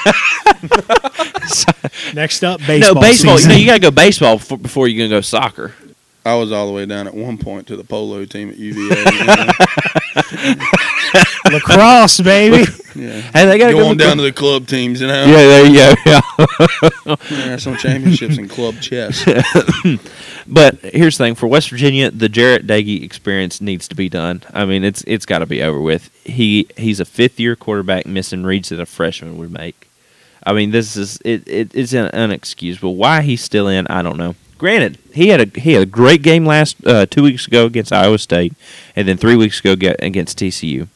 S3: Next up, baseball.
S1: no, baseball.
S3: season.
S1: No, you got to go baseball f- before you're gonna go soccer.
S4: I was all the way down at one point to the polo team at UVA.
S3: lacrosse, baby.
S4: yeah.
S1: Hey, they got to go
S4: Going down to the club teams, you know.
S1: Yeah, there you go. Yeah.
S4: Yeah, some championships in club chess.
S1: But here's the thing for West Virginia, the Jarrett Dagey experience needs to be done. I mean, it's it's got to be over with. He he's a fifth year quarterback missing reads that a freshman would make. I mean, this is it, it it's un- unexcusable. Why he's still in, I don't know. Granted, he had a he had a great game last uh, two weeks ago against Iowa State, and then three weeks ago ge- against TCU.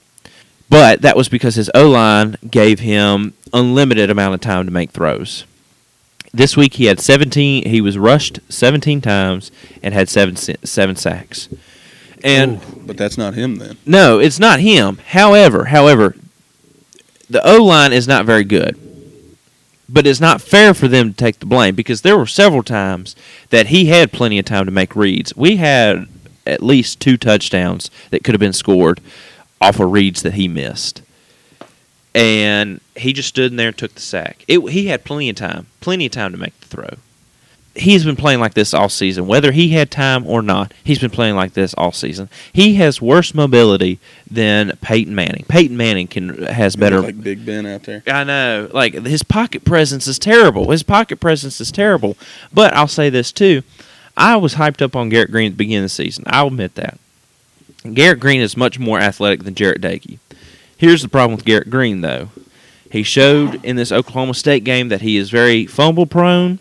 S1: But that was because his O line gave him unlimited amount of time to make throws this week he had 17 he was rushed 17 times and had seven sa- seven sacks and
S4: But that's not him then.
S1: no it's not him however however the o line is not very good but it's not fair for them to take the blame because there were several times that he had plenty of time to make reads we had at least two touchdowns that could have been scored off of reads that he missed and he just stood in there and took the sack. It, he had plenty of time, plenty of time to make the throw. He's been playing like this all season, whether he had time or not. He's been playing like this all season. He has worse mobility than Peyton Manning. Peyton Manning can has
S4: He
S1: better.
S4: looked like Big Ben out there.
S1: I know, like his pocket presence is terrible. His pocket presence is terrible. But I'll say this too: I was hyped up on Garrett Green at the beginning of the season. I'll admit that. Garrett Green is much more athletic than Jarrett Dagey. Here's the problem with Garrett Green, though. He showed in this Oklahoma State game that he is very fumble prone,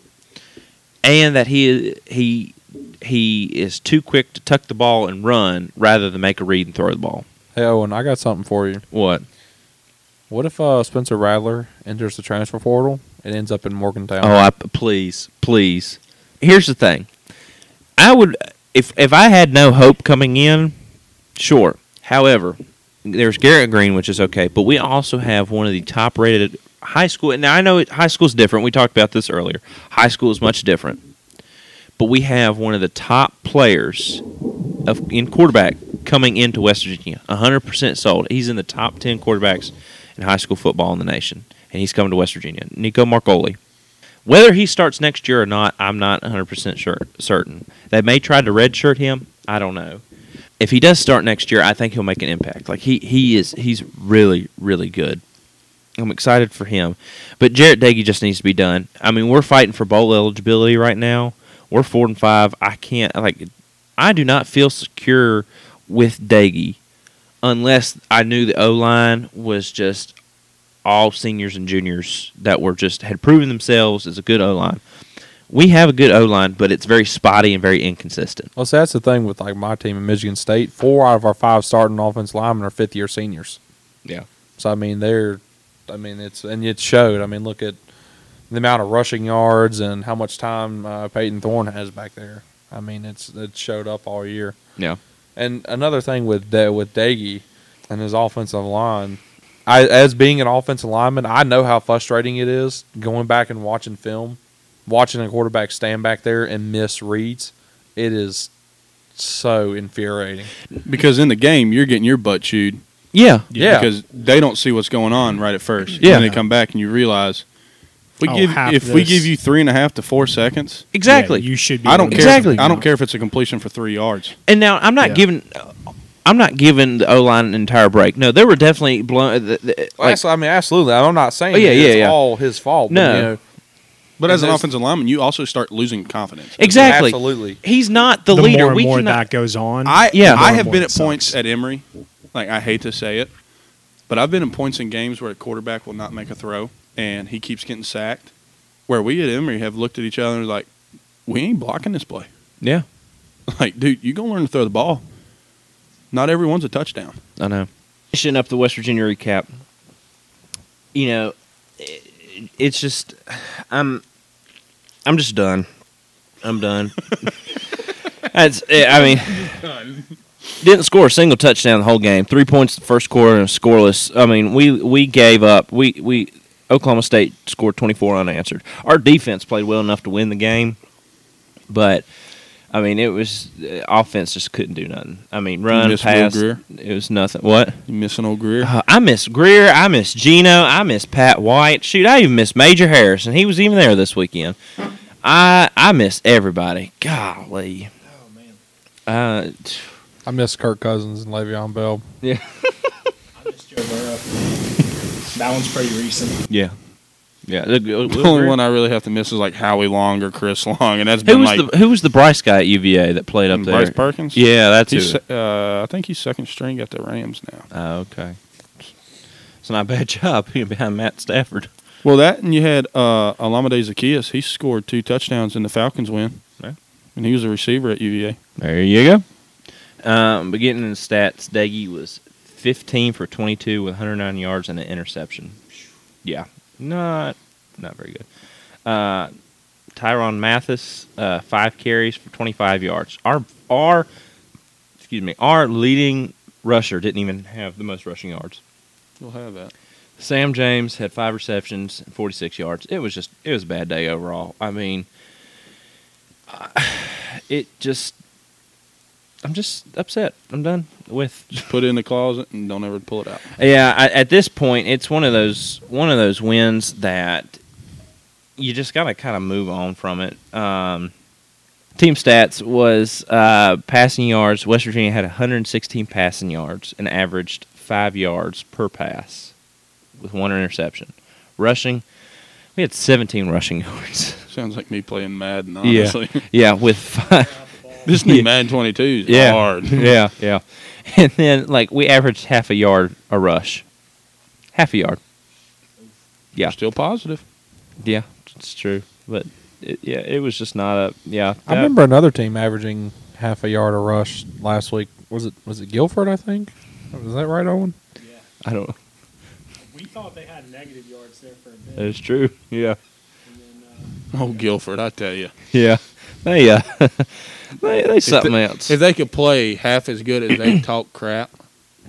S1: and that he he he is too quick to tuck the ball and run rather than make a read and throw the ball.
S2: Hey, Owen, I got something for you.
S1: What?
S2: What if uh, Spencer Rattler enters the transfer portal and ends up in Morgantown?
S1: Oh, I, please, please. Here's the thing. I would if if I had no hope coming in, sure. However, there's Garrett Green, which is okay, but we also have one of the top rated high school. And now I know it, high school's different. We talked about this earlier. High school is much different, but we have one of the top players of in quarterback coming into West Virginia. 100% sold. He's in the top 10 quarterbacks in high school football in the nation, and he's coming to West Virginia. Nico Marcoli. Whether he starts next year or not, I'm not 100% sure, certain. They may try to redshirt him. I don't know. If he does start next year, I think he'll make an impact. Like he he is he's really really good. I'm excited for him. But Jarrett Dagey just needs to be done. I mean, we're fighting for bowl eligibility right now. We're 4 and 5. I can't like I do not feel secure with Dagey unless I knew the O line was just all seniors and juniors that were just had proven themselves as a good O line. We have a good O line, but it's very spotty and very inconsistent.
S2: Well, see, that's the thing with like my team in Michigan State. Four out of our five starting offense linemen are fifth year seniors.
S1: Yeah.
S2: So I mean, they're, I mean, it's and it showed. I mean, look at the amount of rushing yards and how much time uh, Peyton Thorne has back there. I mean, it's it showed up all year.
S1: Yeah.
S2: And another thing with da- with Daggy and his offensive line, I as being an offensive lineman, I know how frustrating it is going back and watching film, watching a quarterback stand back there and miss reads. It is so infuriating.
S4: Because in the game, you're getting your butt chewed.
S1: Yeah.
S2: Yeah.
S4: Because they don't see what's going on right at first.
S1: Yeah.
S4: And they come back and you realize if we
S3: Oh,
S4: give
S3: half
S4: if we
S3: this.
S4: give you three and a half to four seconds,
S1: Exactly.
S3: Yeah, you should be.
S4: I don't
S3: able
S4: care.
S3: to-
S1: Exactly.
S4: If, I don't care if it's a completion for three yards.
S1: and now I'm not
S3: Yeah.
S1: giving. I'm not giving the O line an entire break. No, there were definitely blown. The, the, like,
S2: That's- I mean, absolutely. I'm not saying
S1: Oh, yeah,
S2: that
S1: yeah,
S2: it's
S1: yeah.
S2: all his fault. but,
S1: No.
S2: you know,
S4: But
S2: And
S4: as an
S2: there's-
S4: offensive lineman, you also start losing confidence.
S1: exactly.
S2: absolutely.
S1: He's not the,
S3: the
S1: leader.
S3: More and
S1: we
S3: more
S1: cannot.
S3: that goes on.
S4: I
S1: Yeah.
S4: I
S3: More
S4: have
S3: and
S4: been
S3: more
S4: at
S3: it
S4: points
S3: sucks.
S4: at Emory, like I hate to say it, but I've been in points in games where a quarterback will not make a throw and he keeps getting sacked. Where we at Emory have looked at each other and like, we ain't blocking this play.
S1: Yeah,
S4: Like, dude, you gonna learn to throw the ball. Not everyone's a touchdown.
S1: I know. Finishing up the West Virginia recap. You know, it, it's just I'm I'm just done. I'm done. That's eh, I mean, didn't score a single touchdown the whole game. Three points the first quarter and scoreless. I mean, we we gave up. We we Oklahoma State scored 24 unanswered. Our defense played well enough to win the game, but I mean, it was eh, offense just couldn't do nothing. I mean, run,
S4: miss Will
S1: pass,
S4: Greer?
S1: it was nothing. What?
S4: You missing old Greer?
S1: Uh, I miss Greer. I miss Gino. I miss Pat White. Shoot, I even miss Major Harris, and he was even there this weekend. I I miss everybody. Golly. Oh man. Uh, t-
S2: I miss Kirk Cousins and Le'Veon Bell.
S5: I missed Joe Burrow. that one's pretty recent.
S1: yeah. Yeah.
S4: the uh, only one I really have to miss is like Howie Long or Chris Long, and that's
S1: Who
S4: been
S1: was
S4: like
S1: the Who was the Bryce guy at UVA that played up there?
S4: Bryce Perkins.
S1: Yeah, that's
S4: he's,
S1: who.
S4: se- uh, I think he's second string at the Rams now.
S1: Oh, okay. It's not a bad job being behind Matt Stafford.
S4: Well, that and you had uh, Alameda Zacchaeus. He scored two touchdowns in the Falcons win,
S1: Yeah.
S4: and he was a receiver at UVA.
S1: There you go. Um, but getting into stats, Deggy was 15 for 22 with 109 yards and an interception. Yeah, not not very good. Uh, Tyron Mathis, uh, five carries for 25 yards. Our our excuse me, our leading rusher didn't even have the most rushing yards.
S4: You'll have that.
S1: Sam James had five receptions and 46 yards. It was just it was a bad day overall. I mean, it just I'm just upset. I'm done with.
S4: Just put it in the closet and don't ever pull it out.
S1: Yeah, I, at this point, it's one of those one of those wins that you just got to kind of move on from it. Um, team stats was uh, passing yards. West Virginia had 116 passing yards and averaged five yards per pass, with one interception. Rushing, we had 17 rushing yards.
S4: Sounds like me playing Madden.
S1: Yeah.
S4: Honestly,
S1: yeah, with five.
S4: this new
S1: Yeah.
S4: Madden 22 is
S1: Yeah.
S4: hard.
S1: yeah, yeah. And then like we averaged half a yard a rush, half a yard. Yeah.
S4: Still positive.
S1: Yeah, it's true. But it, yeah, it was just not a yeah.
S2: I remember another team averaging half a yard a rush last week. Was it was it Guilford? I think. Was that right, Owen?
S5: Yeah.
S1: I don't.
S5: We thought they had negative yards there for a bit.
S1: It's true. Yeah,
S5: and then,
S4: Oh, Guilford, I tell you,
S1: yeah. They uh, they they something
S4: the-
S1: else.
S4: if they could play half as good as they talk crap,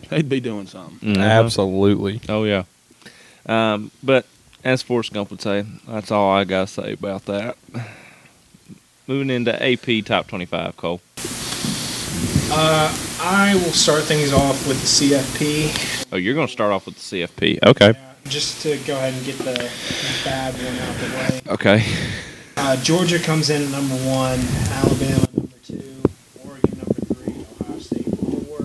S4: they'd be doing something.
S1: Mhm.
S2: Absolutely.
S1: Oh yeah. Um, but as Forrest Gump would say, that's all I gotta say about that. Moving into AP top twenty-five, Cole.
S5: uh, I will start things off with the CFP.
S1: Oh, you're gonna start off with the CFP. Okay.
S5: Uh, Just to go ahead and get the bad one out of the way.
S1: Okay.
S5: Uh, Georgia comes in at number one, Alabama at number two, Oregon number three, Ohio State four,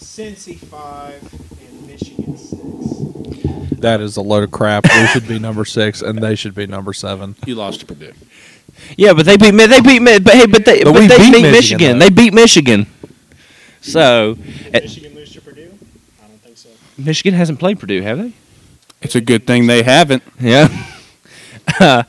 S5: Cincy five, and Michigan six.
S2: That is a load of crap. We should be number six, and they should be number seven.
S4: You lost to Purdue.
S1: Yeah, but they beat Mi- they beat Mi- but hey, but they
S2: But
S1: but,
S2: we
S1: they
S2: beat
S1: beat,
S2: Michigan,
S1: Michigan.
S2: though.
S1: They beat Michigan. So
S5: Did
S1: at-
S5: Michigan lose to Purdue? I don't think so.
S1: Michigan hasn't played Purdue, have they?
S4: It's a good thing they haven't.
S1: Yeah. Uh,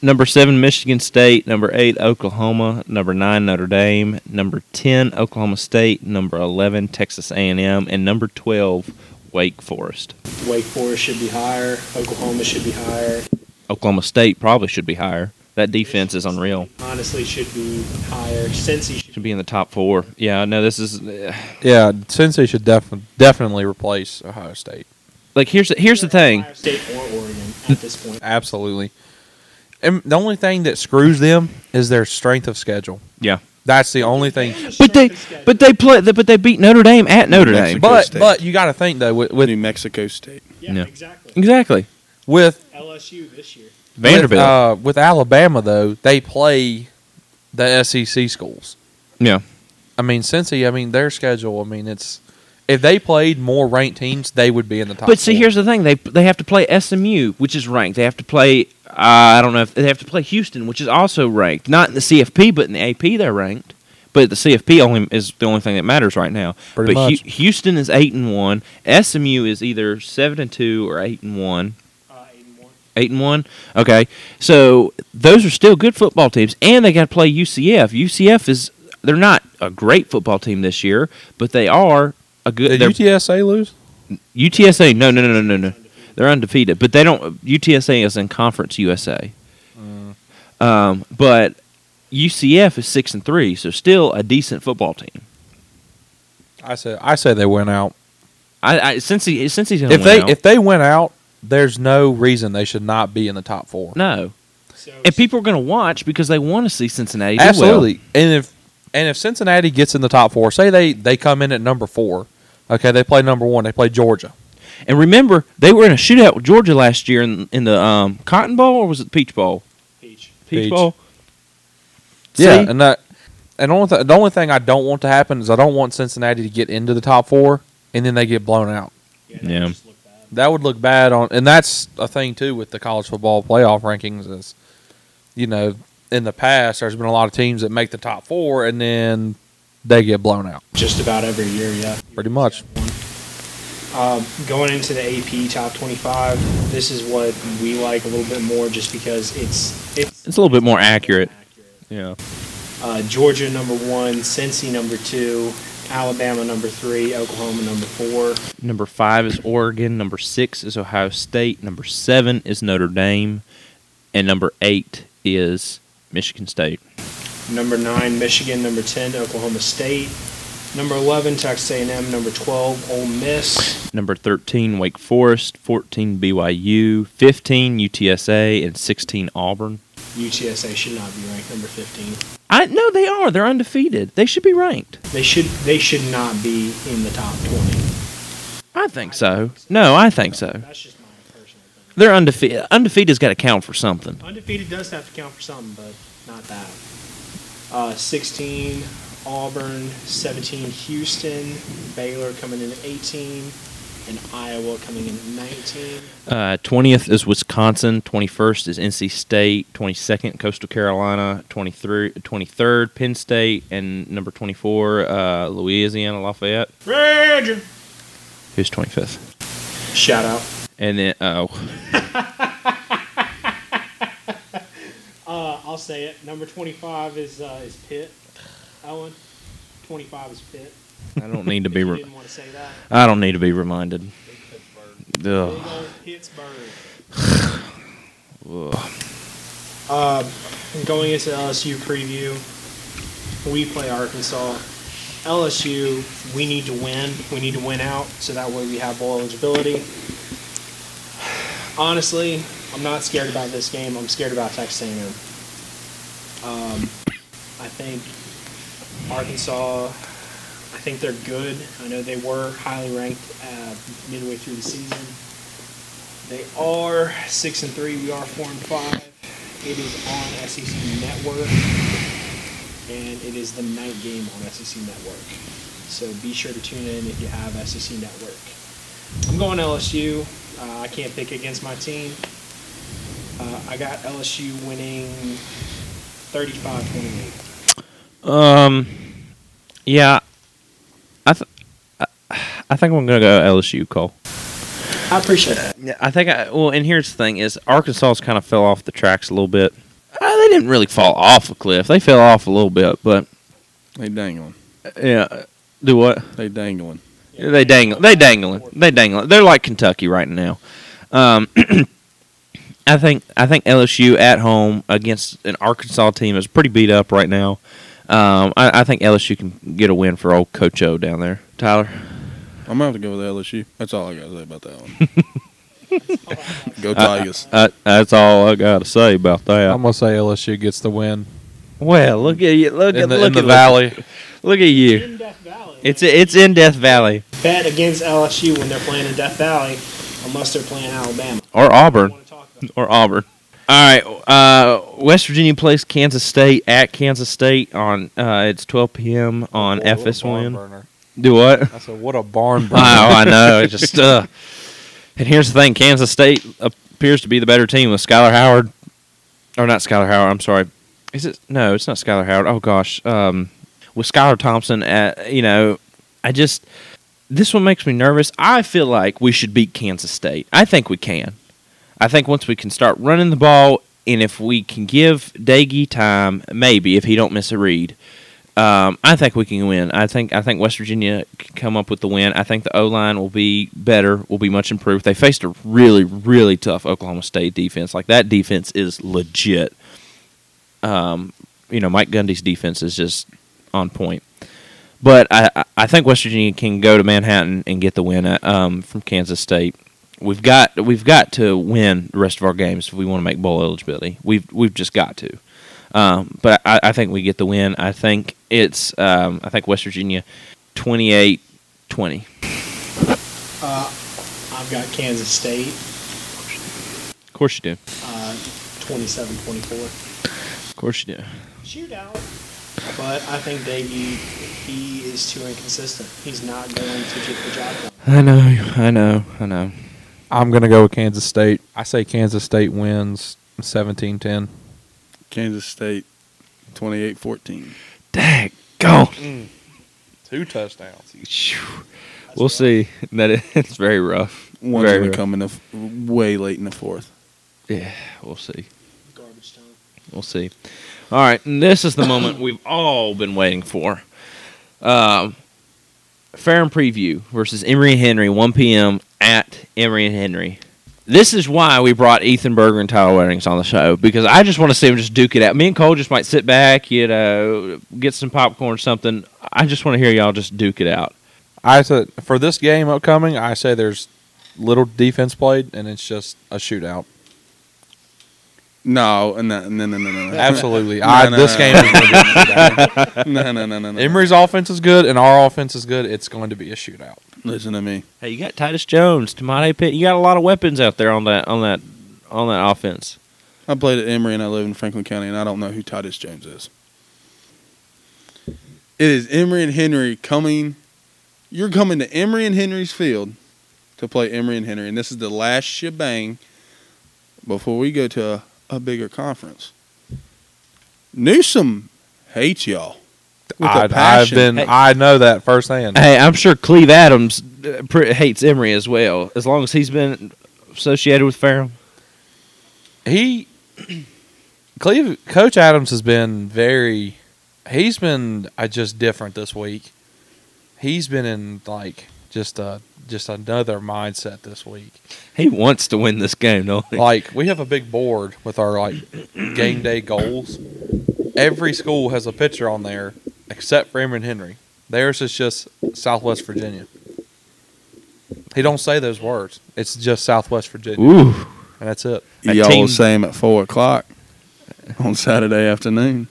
S1: number seven, Michigan State. Number eight, Oklahoma. Number nine, Notre Dame. Number ten, Oklahoma State. Number eleven, Texas A&M, and number twelve, Wake Forest.
S5: Wake Forest should be higher. Oklahoma should be higher.
S1: Oklahoma State probably should be higher. That defense is unreal.
S5: Honestly, should be higher. Cincy should
S1: Should be in the top four. Yeah, no, this is uh,
S2: Yeah, Cincy should definitely definitely replace Ohio State.
S1: like here's the, here's the thing.
S5: Ohio State or Oregon at this point.
S2: Absolutely. And the only thing that screws them is their strength of schedule.
S1: Yeah,
S2: That's the only thing.
S1: But they, but they play, but they beat Notre Dame at Notre Dame.
S4: Mexico.
S2: But
S4: State.
S2: but you got to think though with
S4: New
S2: with,
S4: Mexico State.
S3: Yeah,
S1: No.
S3: exactly.
S1: Exactly,
S2: with
S3: LSU this year.
S1: Vanderbilt.
S2: With, uh, with Alabama though, they play the SEC schools.
S1: yeah,
S2: I mean, Cincy. I mean, their schedule. I mean, it's if they played more ranked teams, they would be in the top.
S1: but see,
S2: four.
S1: here's the thing: they they have to play SMU, which is ranked. They have to play. Uh, I don't know if they have to play Houston, which is also ranked. Not in the CFP, but in the AP, they're ranked. But the CFP only is the only thing that matters right now.
S2: Pretty
S1: but Hu-
S2: much.
S1: Houston is eight and one. SMU is either seven and two or eight and one.
S3: Uh, eight and one.
S1: Eight and one. Okay, so those are still good football teams, and they got to play UCF. UCF is they're not a great football team this year, but they are a good.
S2: did
S1: they're-
S2: UTSA lose.
S1: UTSA. No, no, no, no, no, no. They're undefeated, but they don't. UTSA is in Conference USA.
S2: Mm.
S1: Um, but UCF is six and three, so still a decent football team.
S2: I said I said they went out.
S1: I, I since he since he's gonna
S2: If
S1: win
S2: they
S1: out,
S2: if they went out, there's no reason they should not be in the top four.
S1: no,
S3: So
S1: and people are gonna watch because they want to see Cincinnati. do well.
S2: Absolutely. And if and if Cincinnati gets in the top four, say they they come in at number four. Okay, they play number one. They play Georgia.
S1: And remember, they were in a shootout with Georgia last year in in the um, Cotton Bowl or was it the Peach Bowl?
S3: Peach.
S1: Peach,
S2: Peach.
S1: Bowl.
S2: Yeah,
S1: See?
S2: and that and only th- the only thing I don't want to happen is I don't want Cincinnati to get into the top four and then they get blown out.
S3: Yeah. that
S1: Yeah.
S3: just looked bad.
S2: That would look bad on, and that's a thing too with the college football playoff rankings is, you know, in the past there's been a lot of teams that make the top four and then they get blown out.
S3: Just about every year, yeah.
S2: Pretty much.
S3: Uh, going into the AP top 25, this is what we like a little bit more just because it's it's,
S1: It's a little bit more accurate.
S3: accurate.
S1: Yeah.
S3: Uh, Georgia number one, Cincy number two, Alabama number three, Oklahoma number four.
S1: Number five is Oregon. Number six is Ohio State. Number seven is Notre Dame, and number eight is Michigan State.
S3: Number nine, Michigan. Number ten, Oklahoma State. Number eleven, Texas A&M. Number twelve, Ole Miss.
S1: Number thirteen, Wake Forest. Fourteen, BYU. Fifteen, UTSA, and sixteen, Auburn.
S3: UTSA should not be ranked number fifteen.
S1: I no, they are. They're undefeated. They should be ranked.
S3: They should they should not be in the top twenty.
S1: I think so. No, I think so.
S3: That's just my personal opinion.
S1: They're undefeated. Undefeated's got to count for something.
S3: Undefeated does have to count for something, but not that. Uh, 16, Auburn, 17, Houston, Baylor coming in at 18, and Iowa coming in at 19.
S1: Uh, Twentieth is Wisconsin. Twenty-first is NC State. Twenty-second, Coastal Carolina. 23, 23rd, Penn State, and number twenty-four, uh, Louisiana Lafayette.
S3: Ranger!
S1: Who's twenty-fifth?
S3: Shout out.
S1: And then oh,
S3: Uh, I'll say it. Number 25 is uh, is Pitt. Owen, 25 is Pitt.
S1: I don't need to
S3: If
S1: be.
S3: you
S1: Re-
S3: didn't want to say that.
S1: I don't need to be reminded. Ugh.
S3: Big old Pittsburgh. Uh, going into LSU preview, we play Arkansas. LSU, we need to win. We need to win out, so that way we have bowl eligibility. Honestly, I'm not scared about this game. I'm scared about Texas A&M. Um, I think Arkansas. I think they're good. I know they were highly ranked uh, midway through the season. They are six and three. We are four and five. It is on SEC Network, and it is the night game on SEC Network. So be sure to tune in if you have SEC Network. I'm going LSU. Uh, I can't pick against my team. Uh, I got LSU winning 35-28.
S1: Um, yeah, I, th- I, I think I'm gonna go LSU. Cole.
S3: I appreciate that.
S1: Yeah, I think I well, and here's the thing: is Arkansas's kind of fell off the tracks a little bit. Uh, they didn't really fall off a cliff; they fell off a little bit, but
S4: They dangling.
S1: uh, yeah. Do what?
S4: They dangling.
S1: They dangle. They dangling. They dangling. They're like Kentucky right now. Um, I think I think LSU at home against an Arkansas team is pretty beat up right now. Um, I, I think LSU can get a win for old Coach O down there, Tyler.
S4: I'm gonna have to go with LSU. That's all I gotta say about that one. go Tigers.
S1: Uh, that's all I got to say about that.
S2: I'm gonna say LSU gets the win.
S1: Well, look at you. Look
S2: in
S1: at
S2: the,
S1: look
S2: in the
S1: at
S2: valley.
S1: Look at you.
S5: In Death Valley.
S1: It's it's in Death Valley
S5: bet against LSU when they're playing in Death Valley, unless they're playing Alabama.
S1: or Auburn
S5: Want to talk about
S1: or Auburn. All right, uh, West Virginia plays Kansas State at Kansas State on uh, it's 12 p.m. on
S2: Boy, what a barn
S1: FS1.
S2: burner.
S1: Do what?
S2: I said, what a barn
S1: oh,
S2: burner.
S1: I know. It's just uh, and here's the thing: Kansas State appears to be the better team with Skylar Howard, or not Skylar Howard. I'm sorry. Is it? No, it's not Skylar Howard. Oh gosh, um, with Skylar Thompson. At you know, I just this one makes me nervous. I feel like we should beat Kansas State. I think we can. I think once we can start running the ball, and if we can give Daggy time, maybe if he don't miss a read, um, I think we can win. I think I think West Virginia can come up with the win. I think the O line will be better, will be much improved. They faced a really really tough Oklahoma State defense. Like that defense is legit. Um, you know Mike Gundy's defense is just on point. But I, I- I think West Virginia can go to Manhattan and get the win uh, um, from Kansas State. We've got we've got to win the rest of our games if we want to make bowl eligibility. We've we've just got to. Um, but I, I think we get the win. I think it's um, I think West Virginia 28-20. Of
S5: Uh, I've got Kansas State
S1: course you do.
S5: uh, 27-24.
S1: Of course you do.
S5: Shootout. But I think Davey, he is too inconsistent. He's not going to get the job done.
S1: I know. I know. I know.
S2: I'm going to go with Kansas State. I say Kansas State wins 17 10.
S4: Kansas State, 28-14.
S1: Dag gone.
S2: Two touchdowns.
S1: We'll see. That is, it's very rough.
S4: One's
S1: very
S4: going to
S1: rough.
S4: come in the f- way late in the fourth.
S1: Yeah, we'll see.
S5: Garbage time.
S1: We'll see. All right, and this is the moment we've all been waiting for. Um, Fair and Preview versus Emory and Henry, 1 p.m. at Emory and Henry. This is why we brought Ethan Berger and Tyler Weddings on the show because I just want to see them just duke it out. Me and Cole just might sit back, you know, get some popcorn or something. I just want to hear y'all just duke it out.
S2: I said, for this game upcoming, I say there's little defense played and it's just a shootout.
S4: No, no, no, no, no, no.
S2: Absolutely.
S4: No,
S2: I,
S4: no,
S2: this
S4: no,
S2: game
S4: no.
S2: is going to be a shootout.
S4: no, no, no, no, no.
S2: Emory's offense is good and our offense is good. It's going to be a shootout.
S4: Listen to me.
S1: Hey, you got Titus Jones, Tamade Pitt. You got a lot of weapons out there on that on that on that offense.
S4: I played at Emory and I live in Franklin County, and I don't know who Titus Jones is. It is Emory and Henry coming. You're coming to Emory and Henry's field to play Emory and Henry, and this is the last shebang before we go to a, a bigger conference. Newsom hates y'all. With a
S2: I, I've
S4: passion.
S2: been,
S1: Hey.
S2: I know that firsthand.
S1: Hey, I'm sure Cleve Adams uh, pr- hates Emory as well, as long as he's been associated with Ferrum.
S2: he Cleve Coach Adams has been very he's been I just different this week. He's been in like just a just another mindset this week.
S1: He wants to win this game, don't he?
S2: Like we have a big board with our like game day goals. Every school has a picture on there except for Emory and Henry. Theirs is just Southwest Virginia. He don't say those words. It's just Southwest Virginia,
S1: Ooh.
S2: and that's it.
S1: That
S4: y'all
S1: team-
S4: same at four o'clock on Saturday afternoon.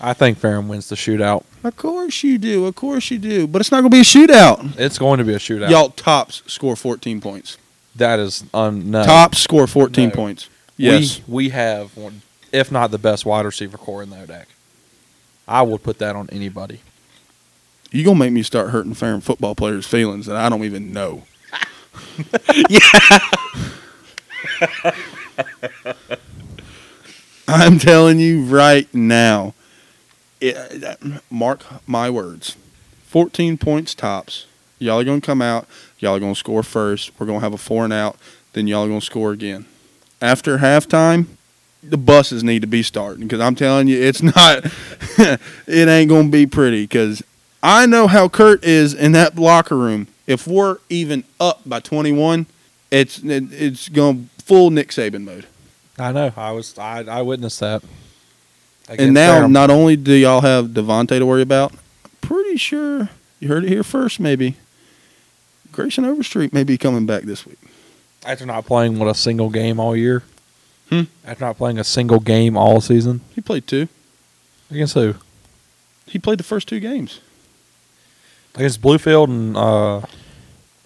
S2: I think Ferrum wins the shootout.
S4: Of course you do. Of course you do. But it's not going to be a shootout.
S2: It's going to be a shootout.
S4: Y'all tops score 14 points.
S2: That is un- no.
S4: Top score 14
S2: No.
S4: points. Yes.
S2: We, we have one, if not the best wide receiver core in the ODAC. I would put that on anybody.
S4: you going to make me start hurting fair and football players' feelings that I don't even know. yeah. I'm telling you right now. It, mark my words. 14 points tops. Y'all are going to come out. Y'all are going to score first. We're going to have a four and out. Then y'all are going to score again. After halftime, the buses need to be starting because I'm telling you, it's not, it ain't going to be pretty because I know how Kurt is in that locker room. If we're even up by 21, it's it, it's going full Nick Saban mode.
S2: I know. I was. I, I witnessed that.
S4: and now, not only do y'all have Devontae to worry about, I'm pretty sure you heard it here first, maybe. Grayson Overstreet may be coming back this week.
S2: after not playing what a single game all year,
S4: Hmm?
S2: after not playing a single game all season,
S4: He played two.
S2: Against who?
S4: He played the first two games.
S2: Against Bluefield and uh,
S4: I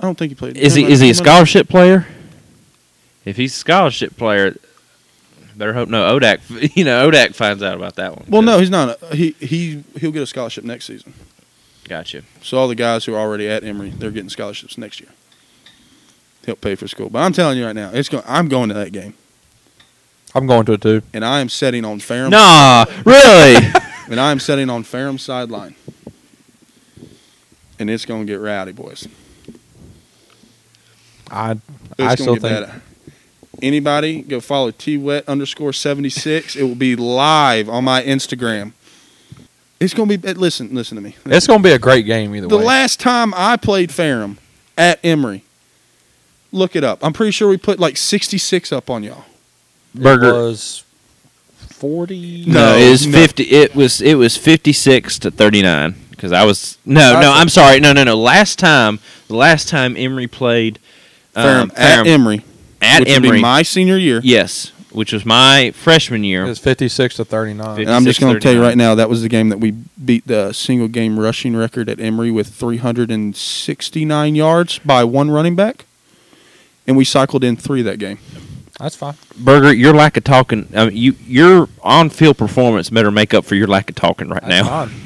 S4: don't think he played.
S1: Is he
S4: Never
S1: is he a
S4: mind.
S1: scholarship player? If he's a scholarship player, better hope no Odak. You know Odak finds out about that one.
S4: Well, no, he's not. A, he he he'll get a scholarship next season.
S1: Gotcha.
S4: So all the guys who are already at Emory, they're getting scholarships next year. Help pay for school. But I'm telling you right now, it's going. I'm going to that game,
S2: I'm going to it too.
S4: and I am setting on Ferrum.
S1: Nah, really?
S4: and I am setting on Ferrum sideline. And it's going to get rowdy, boys.
S2: I
S4: It's
S2: I
S4: going
S2: still
S4: to get
S2: think
S4: better. Anybody go follow T Wet underscore seventy six. it will be live on my Instagram. It's going to be. eh, Listen, listen to me.
S2: it's going to be a great game either
S4: The
S2: way.
S4: last time I played Ferrum at Emory, look it up. I'm pretty sure we put like 66 up on y'all.
S1: Burger.
S2: It was forty.
S1: No,
S4: No,
S1: it was
S4: no.
S1: fifty. It was it was fifty six to thirty nine because I was no no. I'm sorry. No no no. Last time the last time Emory played um,
S4: Ferrum at
S1: Ferrum
S4: Emory,
S1: at
S4: which would
S1: Emory,
S4: be my senior year.
S1: yes, which was my freshman
S2: It
S1: year.
S2: was fifty six to thirty nine.
S4: And I'm just going to tell you
S1: 36-39.
S4: right now, that was the game that we beat the single game rushing record at Emory with 369 yards by one running back. And we cycled in three that game.
S2: That's fine.
S1: Burger, your lack of talking, I mean, you your on field performance better make up for your lack of talking right
S2: That's
S1: now.
S2: fine.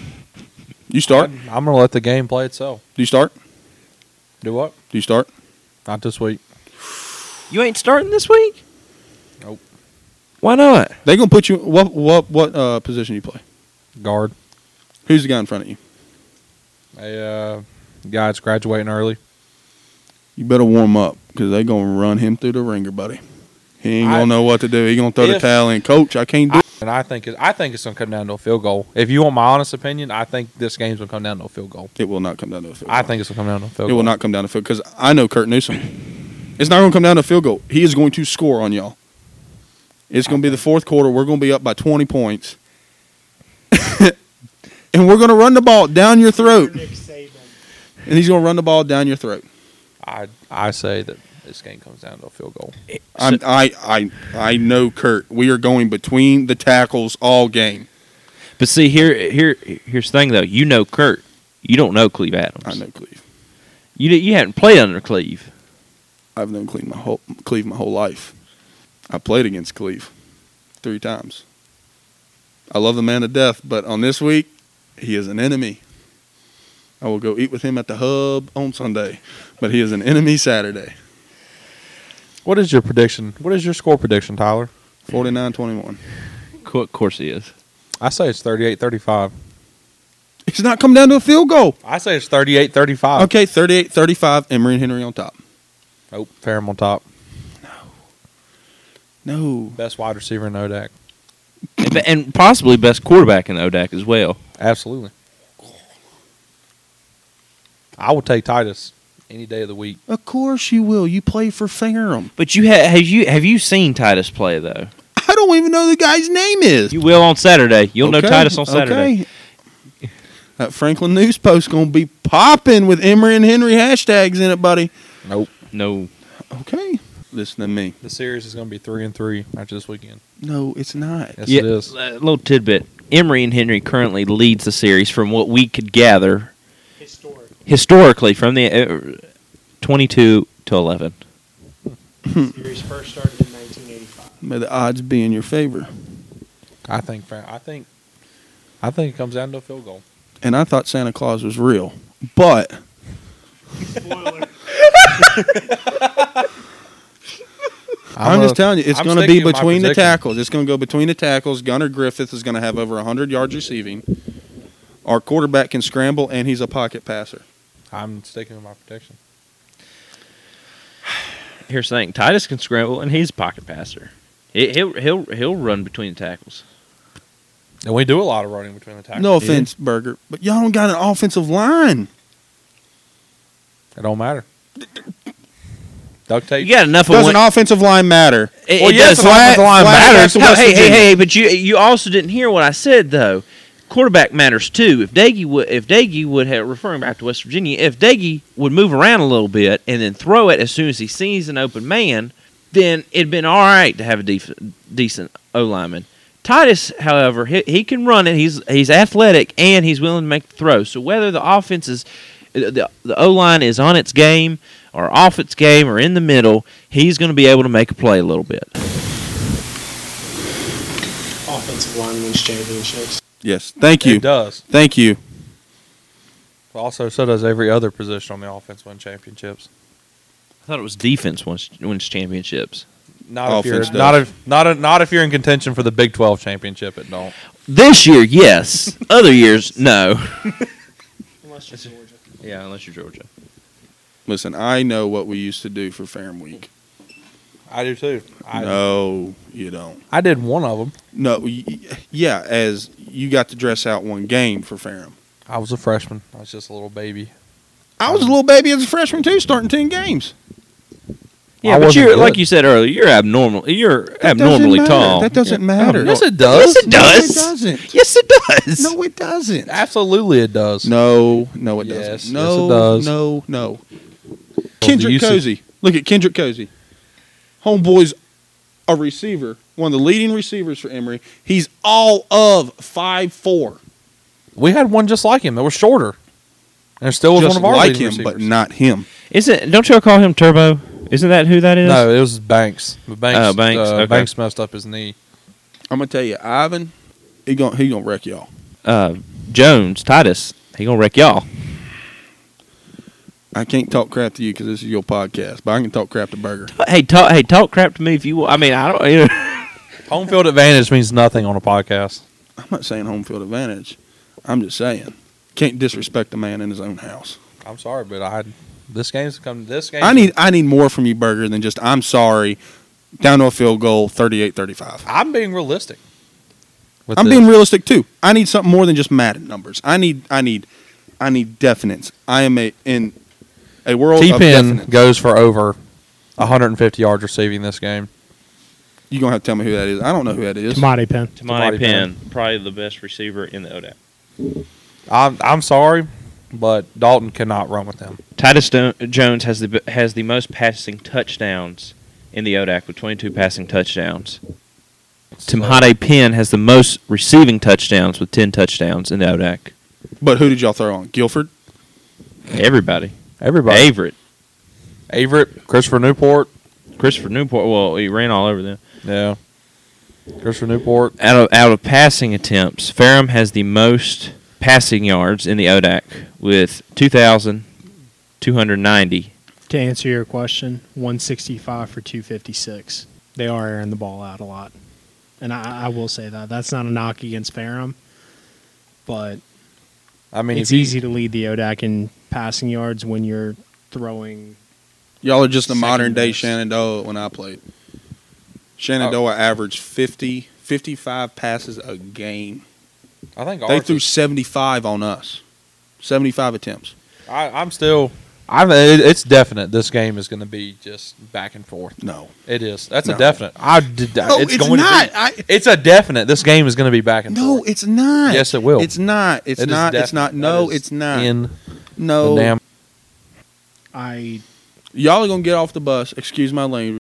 S4: You start?
S2: I'm going to let the game play itself.
S4: Do you start?
S2: Do what?
S4: Do you start?
S2: Not this week.
S1: You ain't starting this week.
S2: Nope.
S1: Why not?
S4: They going to put you what what what uh, position you play?
S2: Guard.
S4: Who's the guy in front of you?
S2: A uh, guy that's graduating early.
S4: You better warm up because they gonna run him through the ringer, buddy. He ain't
S2: I-
S4: gonna know what to do. He gonna throw the
S2: If-
S4: towel in, coach. I can't do.
S2: I-
S4: it.
S2: and I think it, I think it's going to come down to a field goal. If you want my honest opinion, I think this game's going to come down to a field goal.
S4: It will not come down to a field.
S2: I
S4: goal.
S2: think it's going to come down to a field
S4: it
S2: goal.
S4: will not come down to field because I know Kurt Newsom. It's not gonna come down to a field goal. He is going to score on y'all. It's gonna be the fourth quarter. We're gonna be up by twenty points, and we're gonna run the ball down your throat.
S5: Nick Saban.
S4: And he's gonna run the ball down your throat.
S2: I I say that this game comes down to a field goal.
S4: I'm, I I I know Kurt. We are going between the tackles all game.
S1: But see here here here's the thing though. You know Kurt. You don't know Cleve Adams.
S4: I know Cleve.
S1: You you haven't played under Cleve.
S4: I've known Cleve my whole Cleve my whole life. I played against Cleve three times. I love the man to death, but on this week, he is an enemy. I will go eat with him at the hub on Sunday, but he is an enemy Saturday.
S2: What is your prediction? What is your score prediction, Tyler?
S4: 49-21.
S1: Co- Of course he is.
S2: I say it's 38-35.
S4: It's not come down to a field goal.
S2: I say it's 38-35.
S4: Okay, 38-35, Emory and Henry on top.
S2: Oh, Ferrum on top.
S4: No.
S2: Best wide receiver in ODAC.
S1: and, and possibly best quarterback in the ODAC as well.
S2: Absolutely. I will take Titus any day of the week.
S4: Of course you will. You play for Ferrum.
S1: But you ha- have you have you seen Titus play though?
S4: I don't even know the guy's name is.
S1: You will on Saturday. You'll know
S4: Okay,
S1: Titus on Saturday.
S4: okay. That Franklin news post gonna be popping with Emory and Henry hashtags in it, buddy.
S2: Nope.
S1: No,
S4: Okay, listen to me.
S2: The series is going to be three and three after this weekend.
S4: No, it's not.
S2: Yes,
S1: Yeah,
S2: it is.
S1: a little tidbit. Emory and Henry currently leads the series from what we could gather
S5: Historic.
S1: historically from the uh, 22 to 11.
S5: Series first started in 1985.
S4: May the odds be in your favor.
S2: I think. Fer- I think. I think it comes down to a field goal.
S4: And I thought Santa Claus was real, but
S5: Spoiler.
S4: I'm,
S2: gonna-
S4: just telling you, it's
S2: I'm
S4: going to be
S2: sticking with my
S4: between the
S2: prediction.
S4: tackles. It's going to go between the tackles. Gunnar Griffith is going to have over 100 yards receiving. Our quarterback can scramble, and he's a pocket passer.
S2: I'm sticking with my prediction.
S1: Here's the thing: Titus can scramble, and he's a pocket passer. He, he'll he'll he'll run between the tackles.
S2: And we do a lot of running between the tackles.
S4: No offense, Burger, but y'all don't got an offensive line.
S2: it don't matter. Duct tape.
S1: You got enough of
S4: Does
S1: one.
S4: an offensive line matter?
S1: it,
S2: Well,
S1: it
S2: yes,
S1: does-
S2: an offensive line
S1: Flat-
S2: matters to
S1: No,
S2: West
S1: hey, hey,
S2: Virginia.
S1: hey! But you you also didn't hear what I said though. Quarterback matters too. If Daggy would, if Daggy would have referring back to West Virginia, if Daggy would move around a little bit and then throw it as soon as he sees an open man, then it'd been all right to have a def- decent O lineman. Titus, however, he, he can run it. He's he's athletic and he's willing to make the throw. So whether the offense is the, the O line is on its game or off its game or in the middle, he's going to be able to make a play a little bit.
S5: Offensive line wins championships.
S4: Yes. Thank you.
S2: It does.
S4: Thank you.
S2: Also, so does every other position on the offense win championships.
S1: I thought it was defense wins wins championships.
S2: Not if
S4: Offense
S2: you're
S4: does.
S2: not if not if, not if you're in contention for the Big Twelve championship. It don't.
S1: This year, yes. Other years, no.
S5: Unless you're Georgia.
S1: Yeah, unless you're Georgia.
S4: Listen, I know what we used to do for Farm Week.
S2: I do too. I
S4: no, you don't.
S2: I did one of them.
S4: No, y- y- yeah, as you got to dress out one game for Farm.
S2: I was a freshman. I was just a little baby.
S4: I was a little baby as a freshman too, starting ten games.
S1: Yeah,
S2: I
S1: but
S2: wasn't
S1: you're
S2: good.
S1: like you said earlier, you're abnormal. You're abnormally tall.
S4: That doesn't matter.
S2: Yes, it
S1: yes,
S2: does.
S1: it does.
S4: No, it doesn't.
S1: Yes, it does.
S4: No, it doesn't.
S2: Absolutely, it does.
S4: No, no, it
S2: Yes, yes,
S4: doesn't.
S2: it
S4: No,
S2: does.
S4: no, no.
S2: Well, the
S4: Kendrick
S2: usage-
S4: Cozy. Look at Kendrick Cozy. Homeboy's a receiver, one of the leading receivers for Emory. He's all of five four.
S2: We had one just like him that was shorter, and it still was
S4: Just
S2: one of our
S4: like him,
S2: leading
S4: but
S2: receivers.
S4: not him.
S1: Isn't don't y'all call him Turbo? Isn't that who that is?
S2: No, it was Banks. But Banks,
S1: Oh, Banks,
S2: uh,
S1: okay.
S2: Banks messed up his knee.
S4: I'm gonna tell you, Ivan, he gonna he gonna wreck y'all.
S1: Uh, Jones, Titus. He gonna wreck y'all.
S4: I can't talk crap to you because this is your podcast, but I can talk crap to Burger.
S1: Hey, talk. Hey, talk crap to me if you. will. I mean, I don't. You know.
S2: Home field advantage means nothing on a podcast.
S4: I'm not saying home field advantage. I'm just saying can't disrespect a man in his own house.
S2: I'm sorry, but I this game's come. This game.
S4: I need I need more from you, Burger, than just I'm sorry. Down to a field goal, 38-35.
S2: I'm being realistic. with
S4: I'm
S2: this.
S4: being realistic too. I need something more than just Madden numbers. I need I need I need definites. I am a in a world of
S2: T-Pin
S4: definites.
S2: goes for over 150 yards receiving this game.
S4: You're gonna have to tell me who that is. I don't know who that is.
S3: Tamati pen.
S2: Tamani Penn,
S1: probably the best receiver in the ODAP.
S2: I'm I'm sorry, but Dalton cannot run with him.
S1: Titus Sto- Jones has the b- has the most passing touchdowns in the ODAC with 22 passing touchdowns. Timhade Penn has the most receiving touchdowns with 10 touchdowns in the ODAC.
S4: But who did y'all throw on? Guilford?
S1: Everybody,
S2: Everybody.
S1: favorite
S2: Averett, Christopher Newport.
S1: Christopher Newport. Well, he ran all over them.
S2: Yeah. Christopher Newport.
S1: out of out of passing attempts, Ferrum has the most passing yards in the ODAC with 2,290.
S3: To answer your question, 165 for 256. They are airing the ball out a lot. And I, I will say that. That's not a knock against Ferrum, but
S2: I mean,
S3: it's
S2: if you-
S3: easy to lead the ODAC in passing yards when you're throwing.
S4: Y'all are just the
S3: Second
S4: modern day
S3: best.
S4: Shenandoah when I played. Shenandoah averaged 50, 55 passes a game.
S2: I think
S4: They
S2: ours
S4: threw
S2: is-
S4: 75 on us. 75 attempts.
S2: I, I'm still. I'm. It, it's definite. This game is going to be just back and forth.
S4: No.
S2: It is. That's
S4: No.
S2: a definite. I did. that.
S4: No,
S2: it's,
S4: it's
S2: going
S4: not.
S2: To be,
S4: I-
S2: it's a definite. This game is going to be back and
S4: No,
S2: forth.
S4: it's not.
S2: Yes, it will.
S4: It's not. It's
S2: It is
S4: not.
S2: definite.
S4: It's not.
S2: That
S4: No,
S2: is
S4: it's not.
S2: In
S4: no.
S2: the damn.
S3: I
S4: Y'all are gonna get off the bus. Excuse my language.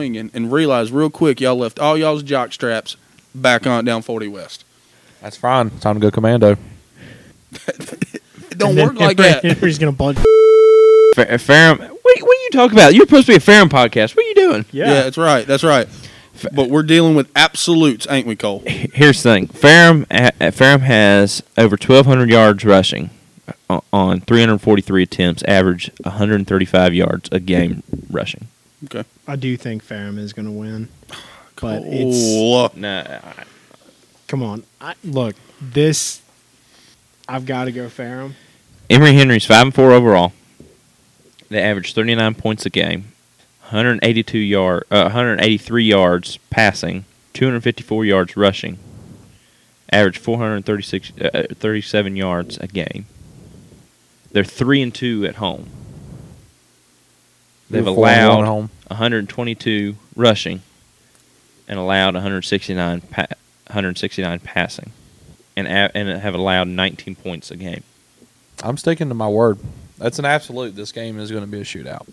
S4: And, and realize real quick, y'all left all y'all's jock straps back on down 40 West.
S2: That's fine. Time to go commando.
S4: It don't work like that.
S3: He's gonna bunch.
S1: Fer- Ferrum, what, what are you talking about? You're supposed to be a Ferrum podcast. What are you doing?
S4: Yeah. that's right. That's right. But we're dealing with absolutes, ain't we, Cole?
S1: H- Here's the thing: Ferrum uh, Ferrum has over 1,200 yards rushing o- on 343 attempts, average 135 yards a game rushing.
S4: Okay.
S3: I do think Ferrum is gonna win, but it's
S4: Cole.
S1: No,
S3: come on. I, look, this I've got to go Ferrum.
S1: Emory Henry's five and four overall. They average thirty nine points a game, one hundred eighty two yard, uh, one hundred eighty three yards passing, two hundred fifty four yards rushing. Average 436, uh, uh, 37 yards a game. They're three and two at home. They've
S2: We're four and one
S1: allowed
S2: at home.
S1: 122 rushing and allowed 169 pa- 169 passing, and a- and have allowed 19 points a game.
S2: I'm sticking to my word. That's an absolute. This game is going to be a shootout.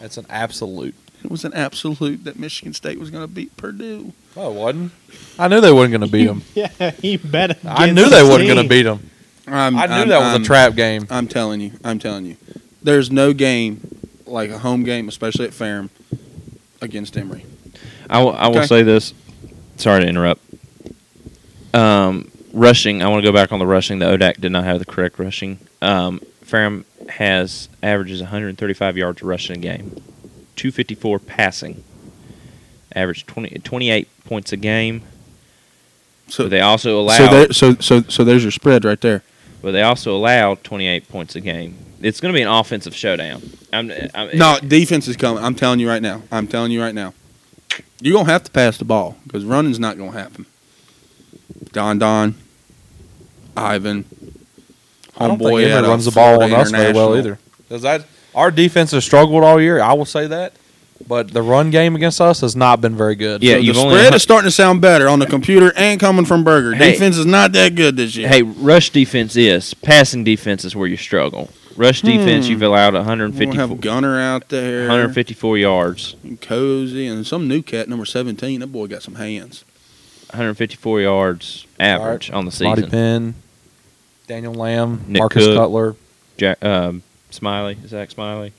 S2: That's an absolute.
S4: It was an absolute that Michigan State was going to beat Purdue.
S2: Oh, it wasn't. I knew they weren't going to beat them.
S3: Yeah, he bet.
S2: I knew they weren't going to beat them.
S4: I'm,
S2: I knew
S4: I'm-
S2: that was
S4: I'm-
S2: a trap game.
S4: I'm telling you. I'm telling you. There's no game like a home game, especially at Ferrum, against Emory.
S1: I will- I will
S4: Okay.
S1: say this. Sorry to interrupt. Um, rushing. I want to go back on the rushing. The ODAC did not have the correct rushing. Um, Ferrum has averages 135 yards rushing a game, 254 passing, average 20, 28 points a game.
S4: So,
S1: But they also allow.
S4: so, there, so, so, so there's your spread right there.
S1: but they also allow 28 points a game. It's going to be an offensive showdown. I'm, I'm,
S4: No, defense is coming. I'm telling you right now. I'm telling you right now. You're gonna have to pass the ball because running's not gonna happen. Don Don, Ivan, homeboy.
S2: I don't think
S4: out
S2: Emory
S4: of
S2: runs the ball on
S4: Florida
S2: us very well
S4: International.
S2: either. Does that our defense has struggled all year? I will say that, but the run game against us has not been very good.
S1: Yeah,
S4: So
S1: you've
S4: the
S1: only
S4: spread
S1: hun-
S4: is starting to sound better on the computer and coming from Burger.
S1: Hey.
S4: Defense is not that good this year.
S1: Hey, rush defense is passing defense is where you struggle. Rush defense,
S4: Hmm.
S1: you've allowed
S4: we
S1: 154,
S4: have Gunner out there,
S1: 154 yards,
S4: and Cozy, and some new cat number 17. That boy got some hands.
S1: 154 yards average on the
S2: Monty
S1: season.
S2: Penn, Daniel Lamb,
S1: Nick
S2: Marcus
S1: Cook.
S2: Cutler.
S1: Jack, um, Smiley, Zach Smiley.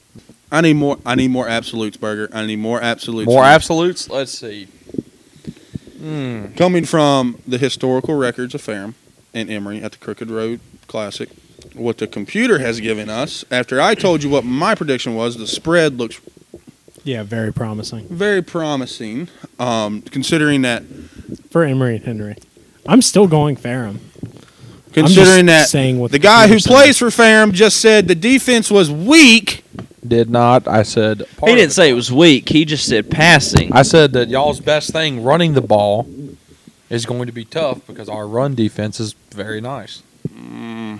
S4: I need more. I need more absolutes, Burger. I need more absolutes.
S2: More
S4: absolutes.
S2: absolutes. Let's see. Hmm.
S4: coming from the historical records of Ferrum and Emory at the Crooked Road Classic, what the computer has given us, after I told you what my prediction was, the spread looks
S3: Yeah, very promising
S4: very promising, um, considering that
S3: for Emory and Henry. I'm still going Ferrum.
S4: considering that
S3: saying what
S4: the
S3: the
S4: guy who
S3: computer said.
S4: plays for Ferrum just said the defense was weak.
S2: Did not. I said. part
S1: he
S2: of
S1: didn't say it was weak. He just said passing.
S2: I said that y'all's best thing running the ball is going to be tough because our run defense is very nice.
S4: Hmm.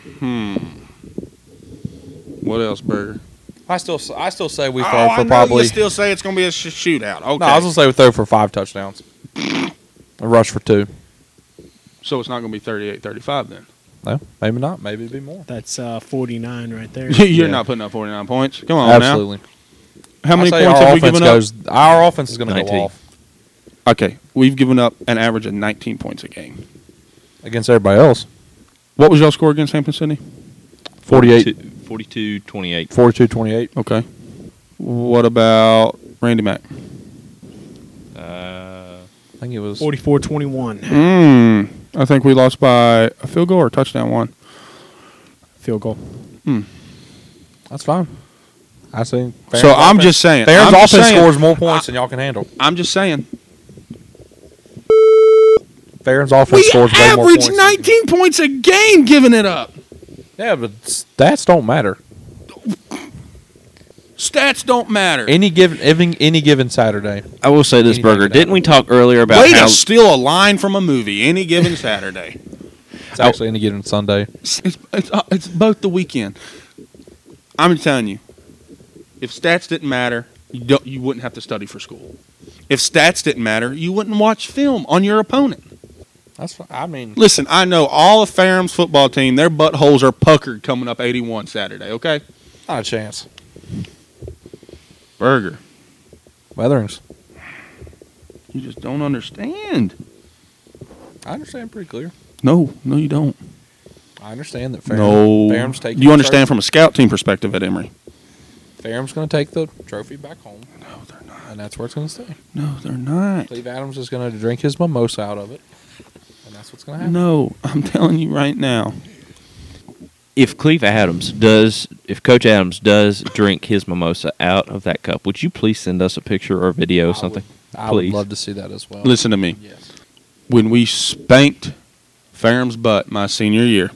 S4: What else, Burger?
S2: I still s- I still say we
S4: oh,
S2: throw
S4: I
S2: for
S4: know
S2: probably
S4: you still say it's going to be a sh- shootout. Okay,
S2: No, I was gonna say we throw for five touchdowns. A rush for two.
S4: so it's not going to be 38-35 then.
S2: No, maybe not. Maybe it'd be more.
S3: That's uh, 49 right there.
S4: You're
S2: Yeah.
S4: not putting up forty nine points. Come on now.
S2: Absolutely.
S4: How many
S2: I say
S4: points
S2: our
S4: have we
S2: offense
S4: given up?
S2: goes, Our offense is gonna
S1: 19.
S2: go off
S4: Okay, we've given up an average of 19 points a game.
S2: against everybody else.
S4: What was y'all score against Hampton City?
S2: 48,
S1: 42 28.
S2: 42, 28.
S4: Okay. What about Randy Mack?
S1: Uh,
S2: I think it was.
S3: 44 21
S4: Mm, I think we lost by a field goal or touchdown one.
S3: field goal.
S2: That's fine. I see.
S4: so I'm just saying.
S2: Farron's
S4: I'm just
S2: offense
S4: saying-
S2: scores more points than y'all can handle.
S4: I'm just saying.
S2: Farron's offense
S4: We
S2: scores way more points.
S4: averaged
S2: than you can-
S4: 19 points a game giving it up.
S2: Yeah, but stats don't matter.
S4: Stats don't matter.
S2: Any given any, any given Saturday.
S1: I will say this,
S2: Anything
S1: Burger.
S2: about
S1: Didn't we talk earlier about
S4: Way
S1: how
S4: to steal a line from a movie any given Saturday.
S2: It's actually any given Sunday.
S4: It's, it's, it's, uh, it's both the weekend. I'm telling you, if stats didn't matter, you, don't, you wouldn't have to study for school. If stats didn't matter, you wouldn't watch film on your opponent.
S2: That's. fi- I mean,
S4: Listen, I know all of Farum's football team, their buttholes are puckered coming up 81 Saturday, okay?
S2: not a chance.
S4: Burger.
S2: Weatherings.
S4: You just don't understand.
S2: I understand pretty clear.
S4: No, no, you don't.
S2: I understand that Farum,
S4: no.
S2: Farum's taking
S4: You
S2: the
S4: understand from a scout team perspective at Emory.
S2: trophy. Farum's going to take the trophy back home,
S4: No, they're not.
S2: and that's where it's going to stay.
S4: No, they're not.
S2: Cleve Adams is going to drink his mimosa out of it, and that's what's going to happen.
S4: No, I'm telling you right now.
S1: if Cleve Adams does, if Coach Adams does drink his mimosa out of that cup, would you please send us a picture or video or
S2: I
S1: something?
S2: would, I
S1: Please.
S2: would love to see that as well.
S4: Listen to me.
S2: Yes.
S4: when we spanked Farum's butt my senior year,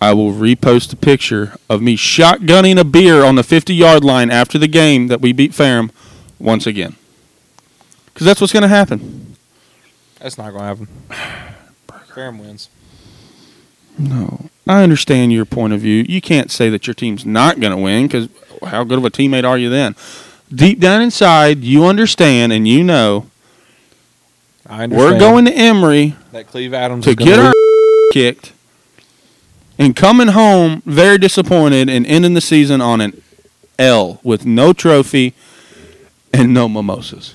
S4: I will repost a picture of me shotgunning a beer on the 50 yard line after the game that we beat Farum once again. Because that's what's going to happen.
S2: That's not going to happen. Farum wins.
S4: No. I understand your point of view. You can't say that your team's not going to win because how good of a teammate are you then? Deep down inside, you understand and you know
S2: I
S4: we're going to Emory
S2: that Cleve Adams
S4: to
S2: is gonna
S4: get our
S2: lose.
S4: kicked and coming home very disappointed and ending the season on an L with no trophy and no mimosas.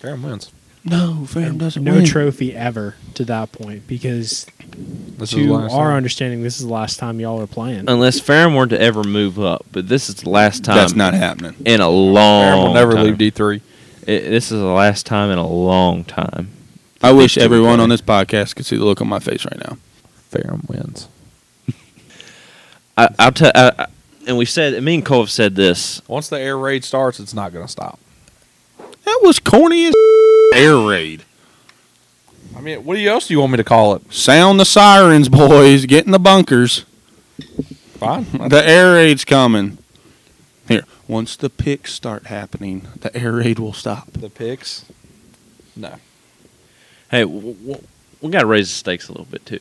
S2: Graham wins.
S4: No, fam doesn't
S3: no
S4: win.
S3: trophy ever to that point because
S2: This is
S3: to
S2: the
S3: our
S2: last time. Um,
S3: understanding, this is the last time y'all are playing.
S1: Unless Farron were to ever move up, but this is the last time
S4: That's not happening.
S1: in a
S4: Oh,
S1: long
S2: Graham will never
S1: time.
S2: leave D three.
S1: I- this is the last time in a long time.
S4: I wish
S1: Fifteen
S4: everyone
S1: player.
S4: on this podcast could see the look on my face right now.
S2: Farum wins.
S1: I, I'll tell. I, I- and we said, me and Cole have said this.
S2: Once the air raid starts, it's not going to stop.
S4: That was corny as air raid.
S2: I mean, what do you- else do you want me to call it?
S4: Sound the sirens, boys. Get in the bunkers.
S2: Fine.
S4: The air raid's coming. Here, once the picks start happening, the air raid will stop.
S2: the picks. No.
S1: Hey, w- w- we got to raise the stakes a little bit too.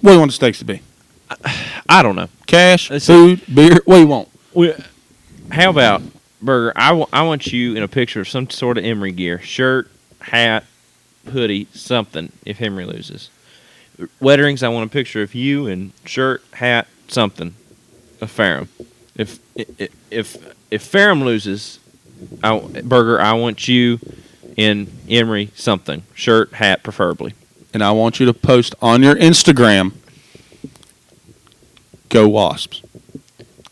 S4: What do you want the stakes to be?
S1: I don't know.
S4: Cash,
S1: Let's
S4: food, beer. What do you want?
S1: We, how about Burger? I wa- I want you in a picture of some sort of Emory gear, shirt, hat, hoodie, something. If Emory loses, Wetterings, I want a picture of you in shirt, hat, something. Of Farum. If i- i- if if Farum loses, I, Burger, I want you in Emory something, shirt, hat, preferably.
S4: And I want you to post on your Instagram. Go Wasps.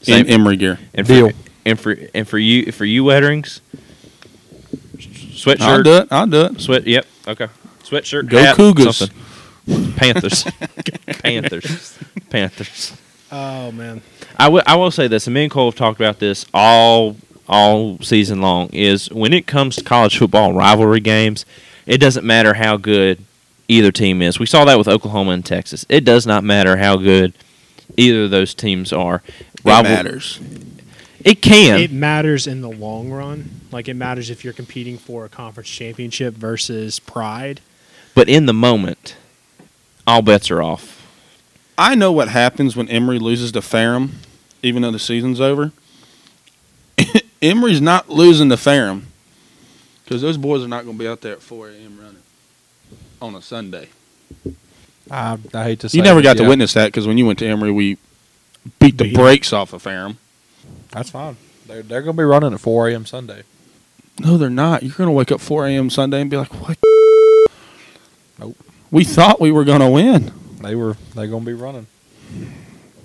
S1: Same.
S4: In Emory gear.
S1: And
S2: Deal.
S1: For, and for and for you for you Wetterings, sweatshirt.
S4: I'll do it. I'll do it.
S1: Sweat. Yep. Okay. Sweatshirt.
S4: Go
S1: hat,
S4: Cougars.
S1: something. Panthers. Panthers. Panthers.
S3: Oh man,
S1: I will. I will say this. And me and Cole have talked about this all all season long. Is when it comes to college football rivalry games, it doesn't matter how good either team is. We saw that with Oklahoma and Texas. It does not matter how good either of those teams are.
S4: It
S1: Rival-
S4: matters.
S1: It can.
S3: it matters in the long run. Like it matters if you're competing for a conference championship versus pride.
S1: But in the moment, all bets are off.
S4: I know what happens when Emory loses to Ferrum, even though the season's over. Emory's not losing to Ferrum because those boys are not going to be out there at 4 a.m. running on a Sunday.
S2: I, I hate to say
S4: You never
S2: it,
S4: got
S2: yeah.
S4: to witness that because when you went to Emory, we beat the
S3: Beat 'em.
S4: brakes off of Ferrum.
S2: That's fine. They're, they're going to be running at 4 a.m. Sunday.
S4: No, they're not. You're going to wake up 4 a.m. Sunday and be like, what?
S2: Nope.
S4: We thought we were going to win.
S2: They were. They're going to be running.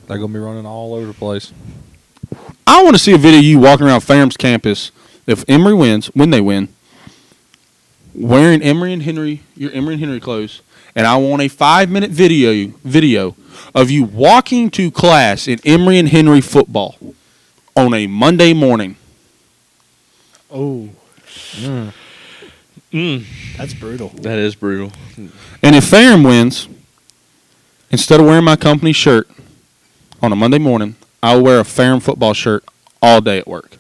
S2: They're going to be running all over the place.
S4: I want to see a video of you walking around Ferrum's campus if Emory wins, when they win, wearing Emory and Henry, your Emory and Henry clothes, and I want a five minute video video of you walking to class in Emory and Henry football on a Monday morning.
S3: Oh,
S2: Hmm.
S1: Mm,
S3: that's brutal.
S1: that is brutal.
S4: And if Ferrum wins, instead of wearing my company shirt on a Monday morning, I'll wear a Ferrum football shirt all day at work.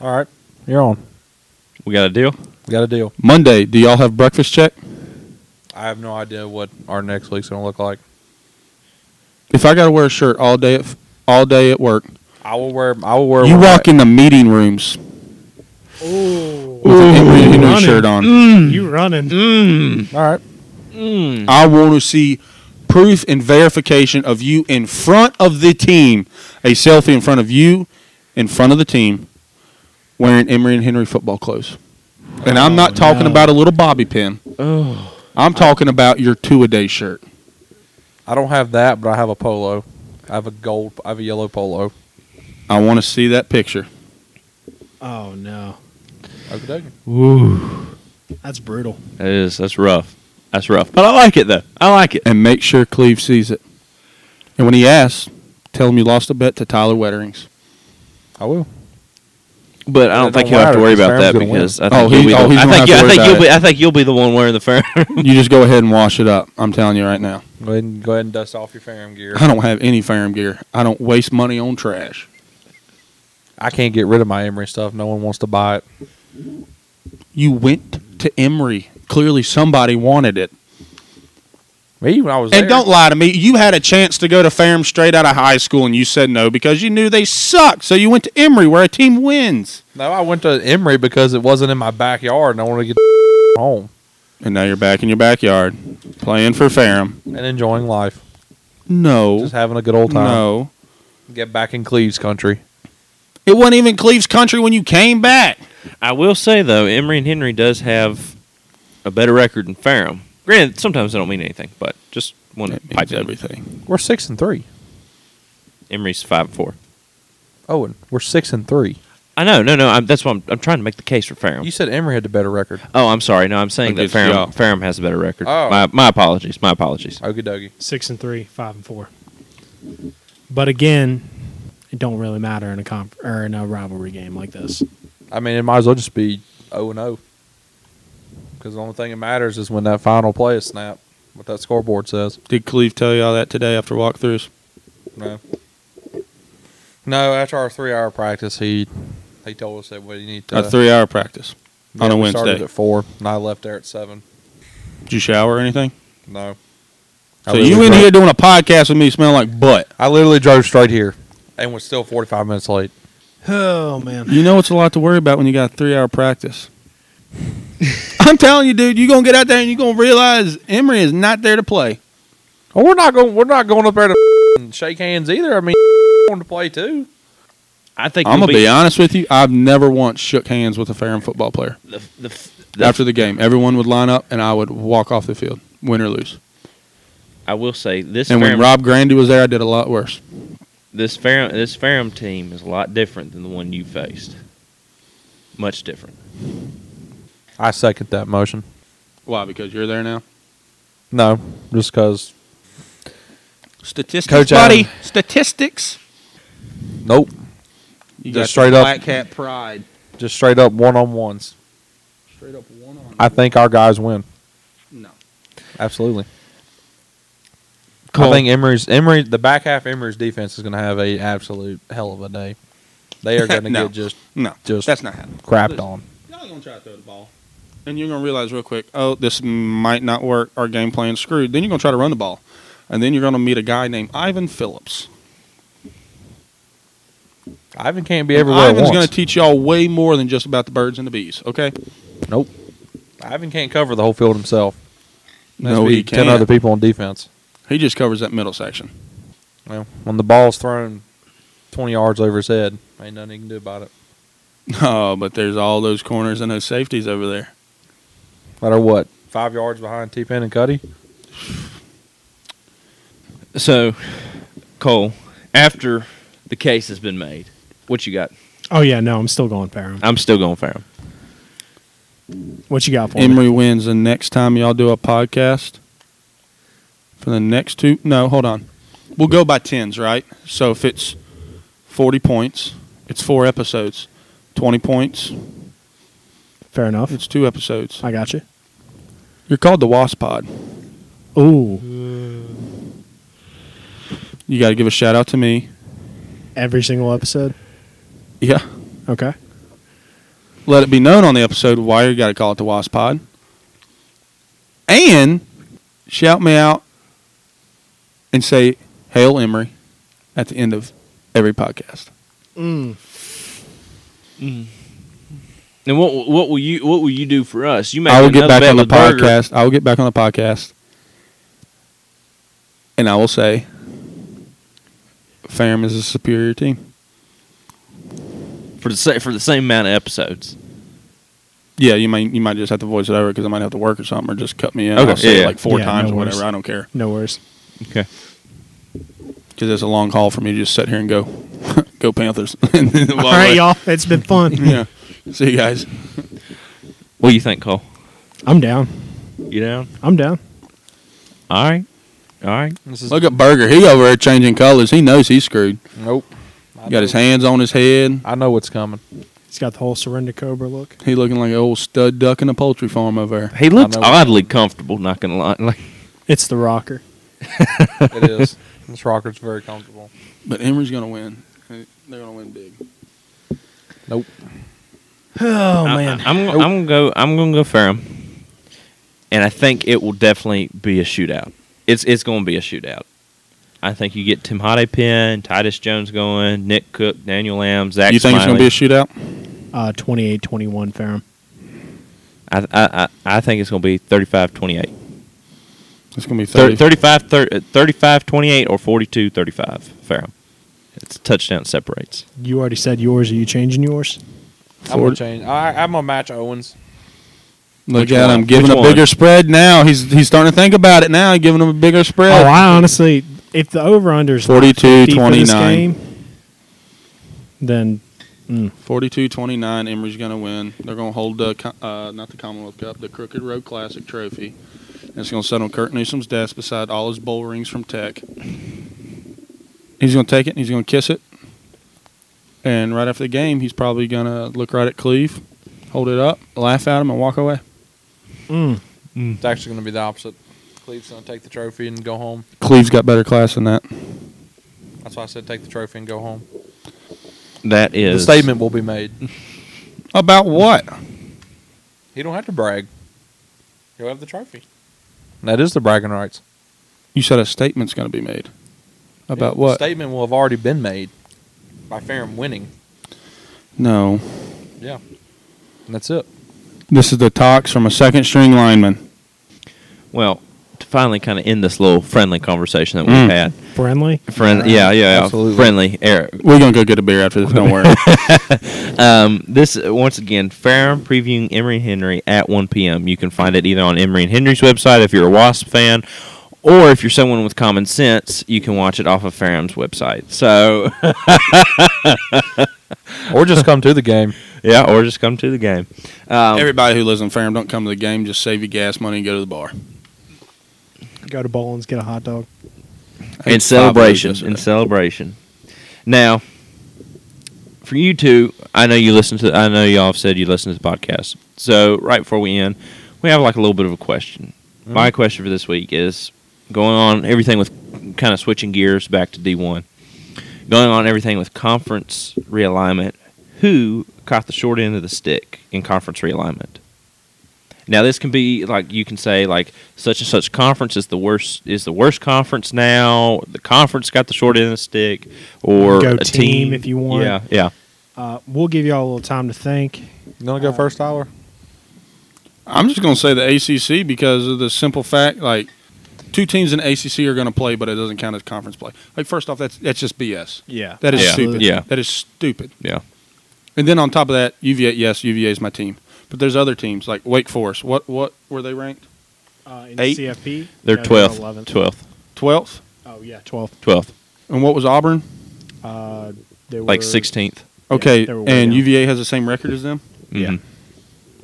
S2: All right. You're on.
S1: We got a deal.
S2: Got a deal.
S4: Monday, do y'all have breakfast check?
S2: I have no idea what our next week's going to look like.
S4: If I got to wear a shirt all day at, all day at work,
S2: I will wear. I will wear.
S4: You
S2: what
S4: walk in the meeting rooms
S3: Oh,
S4: with an Emory and Henry
S3: running.
S4: shirt on.
S3: you running?
S1: Mm.
S2: I- All right.
S1: Mm.
S4: I want to see proof and verification of you in front of the team. A selfie in front of you, in front of the team, wearing Emory and Henry football clothes. And I'm not talking
S3: no.
S4: about a little bobby pin.
S1: Oh.
S4: I'm talking about your two a day shirt.
S2: I don't have that, but I have a polo. I have a gold. I have a yellow polo.
S4: I want to see that picture.
S3: Oh no,
S2: Okay, dokie.
S3: that's brutal.
S1: That is that's rough. That's rough. But I like it though. I like it.
S4: And make sure Cleve sees it. And when he asks, tell him you lost a bet to Tyler Wetterings.
S2: I will.
S1: But I
S2: It
S1: don't think
S2: don't
S1: you'll have to
S2: matter,
S1: worry
S2: because
S1: about that
S2: Farron's gonna
S1: because I
S4: win.
S1: think
S4: Oh,
S1: you'll
S4: he's-
S1: be
S4: oh,
S1: the,
S4: he's
S1: I
S4: gonna
S1: think,
S4: have to
S1: you- I
S4: worry
S1: think
S4: about
S1: you'll
S4: it.
S1: be I think you'll be the one wearing the fur.
S4: You just go ahead and wash it up. I'm telling you right now.
S2: Go ahead and go ahead and dust off your Farum gear.
S4: I don't have any farm gear. I don't waste money on trash.
S2: I can't get rid of my Emory stuff. No one wants to buy it.
S4: You went to Emory. Clearly, somebody wanted it.
S2: Me when I was
S4: And don't lie to me. You had a chance to go to Ferrum straight out of high school, and you said no because you knew they sucked. So you went to Emory, where a team wins.
S2: No, I went to Emory because it wasn't in my backyard, and I wanted to get home
S4: And now you're back in your backyard playing for Ferrum.
S2: and enjoying life,
S4: No,
S2: just having a good old time.
S4: no.
S2: Get back in Cleves country.
S4: It wasn't even Cleve's country when you came back.
S1: I will say though, Emory and Henry does have a better record than Ferrum. Granted, sometimes they don't mean anything, but just one
S4: That means
S1: pipe in.
S4: everything.
S2: We're six and three.
S1: Emory's five and four.
S2: Owen, we're six and three.
S1: I know, no, no. I'm, that's why I'm, I'm trying to make the case for Ferrum.
S2: You said Emory had the better record.
S1: Oh, I'm sorry. No, I'm saying that
S4: Against y'all.
S1: Ferrum, Ferrum has a better record.
S2: Oh.
S1: My, my apologies. My apologies.
S2: Okie dokie.
S3: Six and three, five and four. But again, it don't really matter in a comp or in a rivalry game like this.
S2: I mean, it might as well just be zero and zero. Because the only thing that matters is when that final play is snapped. What that scoreboard says.
S4: Did Cleve tell y'all that today after walkthroughs?
S2: No. No, after our three-hour practice, he he told us that we need to.
S4: A three hour practice.
S2: yeah,
S4: on a
S2: we started
S4: Wednesday.
S2: at four, and I left there at seven.
S4: Did you shower or anything?
S2: No. I
S4: So
S2: literally
S4: you in
S2: drove-
S4: here doing a podcast with me smelling like butt.
S2: I literally drove straight here, and was still forty-five minutes late.
S3: Oh man.
S4: You know it's a lot to worry about when you got a three hour practice. I'm telling you, dude, you're gonna get out there and you're gonna realize Emory is not there to play.
S2: Oh, we're not going. We're not going up there to f***ing shake hands either. I mean, on to play too.
S1: I think
S4: I'm
S1: you'll
S4: gonna be honest with you, I've never once shook hands with a Ferrum football player.
S1: The, the, the,
S4: After the game, everyone would line up and I would walk off the field, win or lose.
S1: I will say this.
S4: And when
S1: Ferrum-
S4: Rob Grandy was there, I did a lot worse.
S1: this Ferrum, this Ferrum team is a lot different than the one you faced. Much different.
S2: I second that motion.
S4: Why? Because you're there now.
S2: No, just because.
S4: Statistics,
S2: Coach buddy. Allen.
S4: Statistics.
S2: Nope.
S4: You
S2: Just straight up.
S4: Cat pride.
S2: Just straight up one on ones.
S4: Straight up one on.
S2: I think our guys win.
S4: no.
S2: Absolutely.
S1: Cool.
S2: I think Emory's Emory the back half of Emory's defense is going to have a absolute hell of a day. They are going to
S4: No.
S2: get just
S4: No,
S2: Just-
S4: that's not happening.
S2: crapped
S4: Listen.
S2: on.
S4: Y'all gonna try to throw the ball, and you're gonna realize real quick, oh, this might not work. Our game plan's screwed. Then you're gonna try to run the ball, and then you're gonna meet a guy named Ivan Phillips.
S2: Ivan can't be everywhere
S4: Ivan's
S2: at
S4: gonna
S2: once.
S4: teach y'all way more than just about the birds and the bees. Okay?
S2: nope. Ivan can't cover the whole field himself. That's
S4: no,
S2: be
S4: he
S2: ten
S4: can't.
S2: other people on defense.
S4: He just covers that middle section.
S2: Well, when the ball's thrown twenty yards over his head, ain't nothing he can do about it.
S4: Oh, but there's all those corners and those safeties over there.
S2: No matter what, five yards behind T Pen and Cuddy.
S1: So, Cole, after the case has been made, what you got?
S3: Oh yeah, no, I'm still going Ferrum.
S1: I'm still going Ferrum.
S3: What you got for me?
S4: Emory wins, and next time y'all do a podcast for the next two. No, hold on. We'll go by tens, right? So if it's 40 points, it's four episodes. 20 points,
S3: Fair enough.
S4: it's two episodes.
S3: I got you.
S4: You're called the Wasp Pod.
S3: Ooh,
S4: You got to give a shout out to me.
S3: every single episode.
S4: Yeah.
S3: Okay.
S4: Let it be known on the episode why you got to call it the Wasp Pod. And shout me out and say, Hail Emory at the end of every podcast.
S3: Mm.
S1: And what what will you what will you do for us? You make
S4: I will
S1: another
S4: get back
S1: bet
S4: on the
S1: with Berger.
S4: podcast. I will get back on the podcast, and I will say, Ferrum is a superior team.
S1: for the sa- for the same amount of episodes.
S4: Yeah, you might you might just have to voice it over because I might have to work or something, or just cut me in.
S1: Okay,
S4: I'll say
S1: yeah,
S4: it
S1: yeah.
S4: like four
S3: Yeah,
S4: times
S3: no
S4: or
S3: worries.
S4: whatever. I don't care
S3: No worries.
S1: Okay.
S4: because it's a long haul for me to just sit here and go, go Panthers. And then
S3: All
S4: walk
S3: right,
S4: away.
S3: y'all. It's been fun.
S4: Yeah. See you guys.
S1: What do you think, Cole?
S3: I'm down.
S1: You down?
S3: I'm down.
S1: All right. All right.
S2: This is
S4: Look at Burger. He over there changing colors. He knows he's screwed.
S2: nope. I
S4: Got his
S2: know-
S4: hands on his head.
S2: I know what's coming.
S3: He's got the whole surrender cobra look.
S4: He looking like an old stud duck in a poultry farm over there.
S1: He looks
S2: know.
S1: oddly comfortable. Not gonna lie. Like,
S3: It's the rocker.
S2: It is. this rocker's very comfortable.
S4: But Emory's gonna win. They're gonna win big.
S2: Nope.
S3: Oh
S1: I-
S3: man.
S1: I, am I'm gonna go. I'm gonna go Ferrum, and I think it will definitely be a shootout. It's it's gonna be a shootout. I think you get Tim Hade Penn, Titus Jones going, Nick Cook, Daniel Lamb, Zach.
S4: you think it's gonna be a shootout?
S3: Uh, 28-21 Ferrum.
S1: gonna be? I I I, I think it's gonna be 35-28.
S4: It's gonna be
S1: 30,
S4: thirty.
S1: 35 thir- uh, 35-28 or 42-35 Ferrum. it's touchdown separates.
S3: You already said yours. Are you changing yours?
S2: I'm gonna
S4: Florida-
S2: change. I, I'm gonna match Owens.
S4: Look
S1: Which
S4: at
S1: one?
S4: him giving
S1: Which
S4: a
S1: one?
S4: bigger spread now. He's he's starting to think about it now, giving him a bigger
S3: Oh,
S4: spread.
S3: I honestly, if the over under is
S4: 42
S3: 50 for this
S4: 29.
S3: game, then mm,
S4: 42-29, Emory's going to win. They're going to hold the co- uh, not the Commonwealth Cup, the Crooked Road Classic trophy. And it's going to sit on Kurt Newsom's desk beside all his bowl rings from Tech. He's going to take it and he's going to kiss it. And right after the game, he's probably going to look right at Cleve, hold it up, laugh at him, and walk away.
S3: mm.
S2: It's actually gonna be the opposite. Cleve's gonna take the trophy and go home.
S4: Cleve's got better class than that.
S2: That's why I said take the trophy and go home.
S1: That
S2: The
S1: is
S2: statement will be made.
S4: About what?
S2: He don't have to brag. He'll have the trophy. That is the bragging rights.
S4: You said a statement's going to be made. About
S2: The
S4: what?
S2: statement will have already been made by Ferrum winning.
S4: no.
S2: Yeah, and that's it.
S4: This is the talks from a second string lineman.
S1: Well, to finally kind of end this little friendly conversation that we
S4: Mm.
S1: had.
S3: friendly.
S1: Friend, yeah, yeah, yeah.
S2: Absolutely.
S1: friendly. Eric,
S4: We're going to go get a beer after this. Don't worry.
S1: Um, this uh, once again, Farum previewing Emory and Henry at 1 p.m. You can find it either on Emory and Henry's website if you're a Wasp fan, or if you're someone with common sense, you can watch it off of Farum's website. So
S2: Or just come to the game.
S1: yeah, or just come to the game. Um,
S4: Everybody who lives in Fairham, don't come to the game. Just save your gas money and go to the bar.
S3: Go to Bowling's, get a hot dog.
S1: in celebration, in celebration. Now, for you two, I know you listen to. I know y'all have said you listen to the podcast. So right before we end, we have like a little bit of a question. My question for this week is going on everything with kind of switching gears back to D one, going on everything with conference realignment. Who caught the short end of the stick in conference realignment? Now this can be like you can say like such and such conference is the worst is the worst conference now. The conference got the short end of the stick, or
S3: Go
S1: a
S3: team if you want.
S1: Yeah, yeah.
S3: Uh, we'll give y'all a little time to think.
S2: You gonna go first, Tyler?
S4: I'm just going to say the ACC because of the simple fact, like two teams in ACC are going to play, but it doesn't count as conference play. Like first off, that's that's just BS.
S3: Yeah,
S4: That is
S1: Yeah.
S4: stupid.
S1: Yeah.
S4: that is stupid.
S1: Yeah.
S4: And then on top of that, UVA. Yes, UVA is my team, but there's other teams like Wake Forest. What what were they ranked?
S3: Uh, in
S1: Eight.
S3: CFP,
S1: They're
S3: no,
S1: twelfth,
S3: 11th.
S1: twelfth,
S4: Twelfth.
S3: Oh yeah, twelfth.
S1: twelfth,
S4: And what was Auburn?
S3: Uh, they were
S1: like sixteenth.
S4: Okay,
S3: they were way
S4: and
S3: down.
S4: UVA has the same record as them.
S3: Yeah.
S1: Mm-hmm.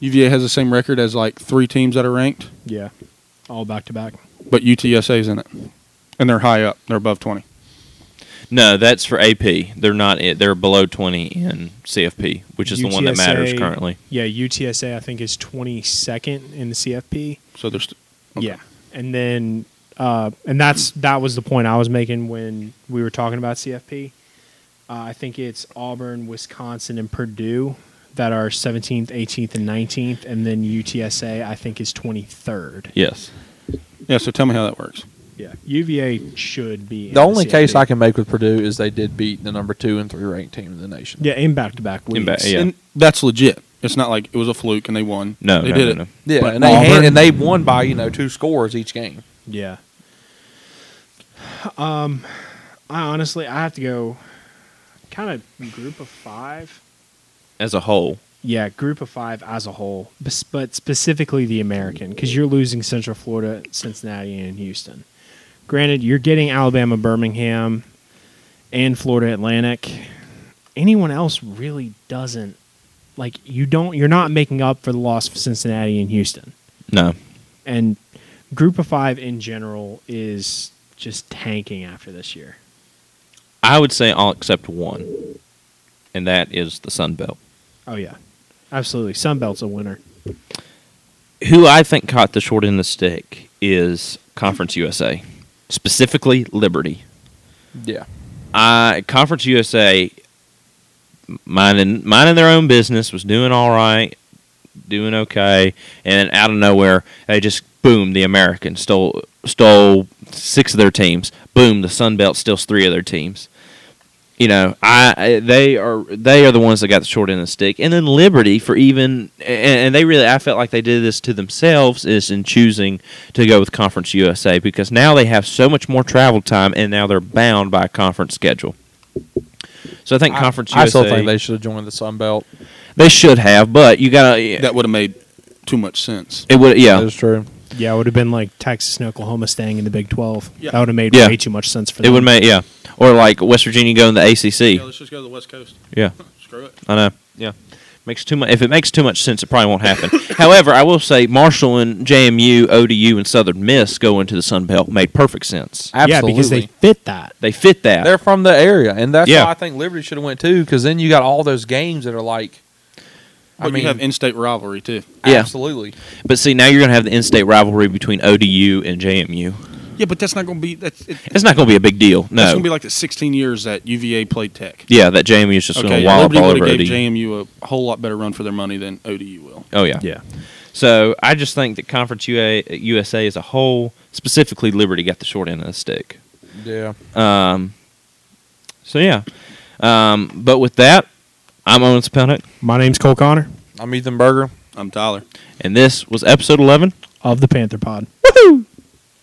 S4: UVA has the same record as like three teams that are ranked.
S3: Yeah, all back to back.
S4: but UTSA's in it, and they're high up. They're above twenty.
S1: No, that's for AP. They're not. it. They're below twenty in CFP, which is the one that matters
S3: UTSA
S1: currently.
S3: Yeah, UTSA I think is twenty second in the CFP.
S4: So there's
S3: Yeah, and then uh, and that's that was the point I was making when we were talking about CFP. Uh, I think it's Auburn, Wisconsin, and Purdue that are 17th, 18th, and 19th, and then UTSA I think is 23rd.
S1: Yes.
S4: yeah. So tell me how that works.
S3: Yeah, UVA should be in
S2: The only case
S3: CFP.
S2: I can make with Purdue is they did beat the number two and three ranked team in the nation.
S3: yeah in back to back weeks.
S1: back- yeah.
S4: And that's legit. It's not like it was a fluke and they won.
S1: No.
S4: they
S1: no,
S4: did
S1: no,
S4: it.
S1: no.
S2: yeah,
S4: But
S2: and they
S4: Auburn-
S2: had, and they won by you know two scores each game.
S3: Yeah. Um, I honestly I have to go, kind of group of five.
S1: As a whole,
S3: Yeah, group of five as a whole, bes- but specifically the American, because you're losing Central Florida, Cincinnati, and Houston. Granted, you're getting Alabama, Birmingham, and Florida Atlantic. Anyone else really doesn't like you don't you're not making up for the loss of Cincinnati and Houston
S1: no.
S3: and group of five in general is just tanking after this year.
S1: I would say all except one, and that is the Sun Belt.
S3: Oh yeah, absolutely. Sunbelt's a winner.
S1: Who I think caught the short end of the stick is Conference USA, specifically Liberty.
S2: Yeah,
S1: I Conference USA, minding minding their own business, was doing all right, doing okay, and then out of nowhere, they just boom, the Americans stole stole six of their teams. Boom, the Sun Belt steals three of their teams. You know, I I- they are they are the ones that got the short end of the stick, and then Liberty for even and, and they really I felt like they did this to themselves is in choosing to go with Conference USA because now they have so much more travel time and now they're bound by a conference schedule. So I think
S2: I-
S1: Conference
S2: I,
S1: USA.
S2: still think they should have joined the Sun Belt.
S1: they should have, but you gotta.
S4: That would have made too much sense.
S1: it would.
S2: That
S1: Yeah,
S2: is true.
S3: Yeah, it would have been like Texas and Oklahoma staying in the Big Twelve.
S4: Yeah.
S3: That would have made
S1: Yeah.
S3: way too much sense for
S1: it
S3: them.
S1: would make. Yeah, or like West Virginia going to the ACC.
S4: let's just go to the West Coast.
S1: Yeah.
S4: Screw it.
S1: I know. Yeah. Makes too much. If it makes too much sense, it probably won't happen. However, I will say Marshall and JMU, ODU, and Southern Miss going to the Sun Belt made perfect sense.
S2: Absolutely.
S3: Yeah, because they fit that.
S1: They fit that.
S2: They're from the area, and that's
S1: Yeah.
S2: why I think Liberty should have went too. Because then you got all those games that are like,
S4: But
S2: I mean,
S4: you have in-state rivalry too.
S1: Yeah.
S2: absolutely.
S1: but see, now you're gonna have the in-state rivalry between ODU and JMU.
S4: Yeah, but that's not going to be that's it,
S1: It's not gonna be a big deal.
S4: that's
S1: No.
S4: going to be like the 16 years that UVA played Tech.
S1: yeah, that JMU is just gonna
S4: Okay, yeah,
S1: wallop
S4: Liberty
S1: all
S4: would
S1: over
S4: have
S1: ODU.
S4: gave JMU a whole lot better run for their money than ODU will.
S1: oh yeah. So I just think that Conference UA, USA as a whole, specifically Liberty, got the short end of the stick.
S2: Yeah.
S1: Um, so yeah. Um, but with that, I'm Owen Spelnick,
S3: My name's Cole Connor
S2: I'm Ethan Berger.
S4: I'm Tyler.
S1: and this was episode 11.
S3: of the Panther Pod.
S1: Woohoo!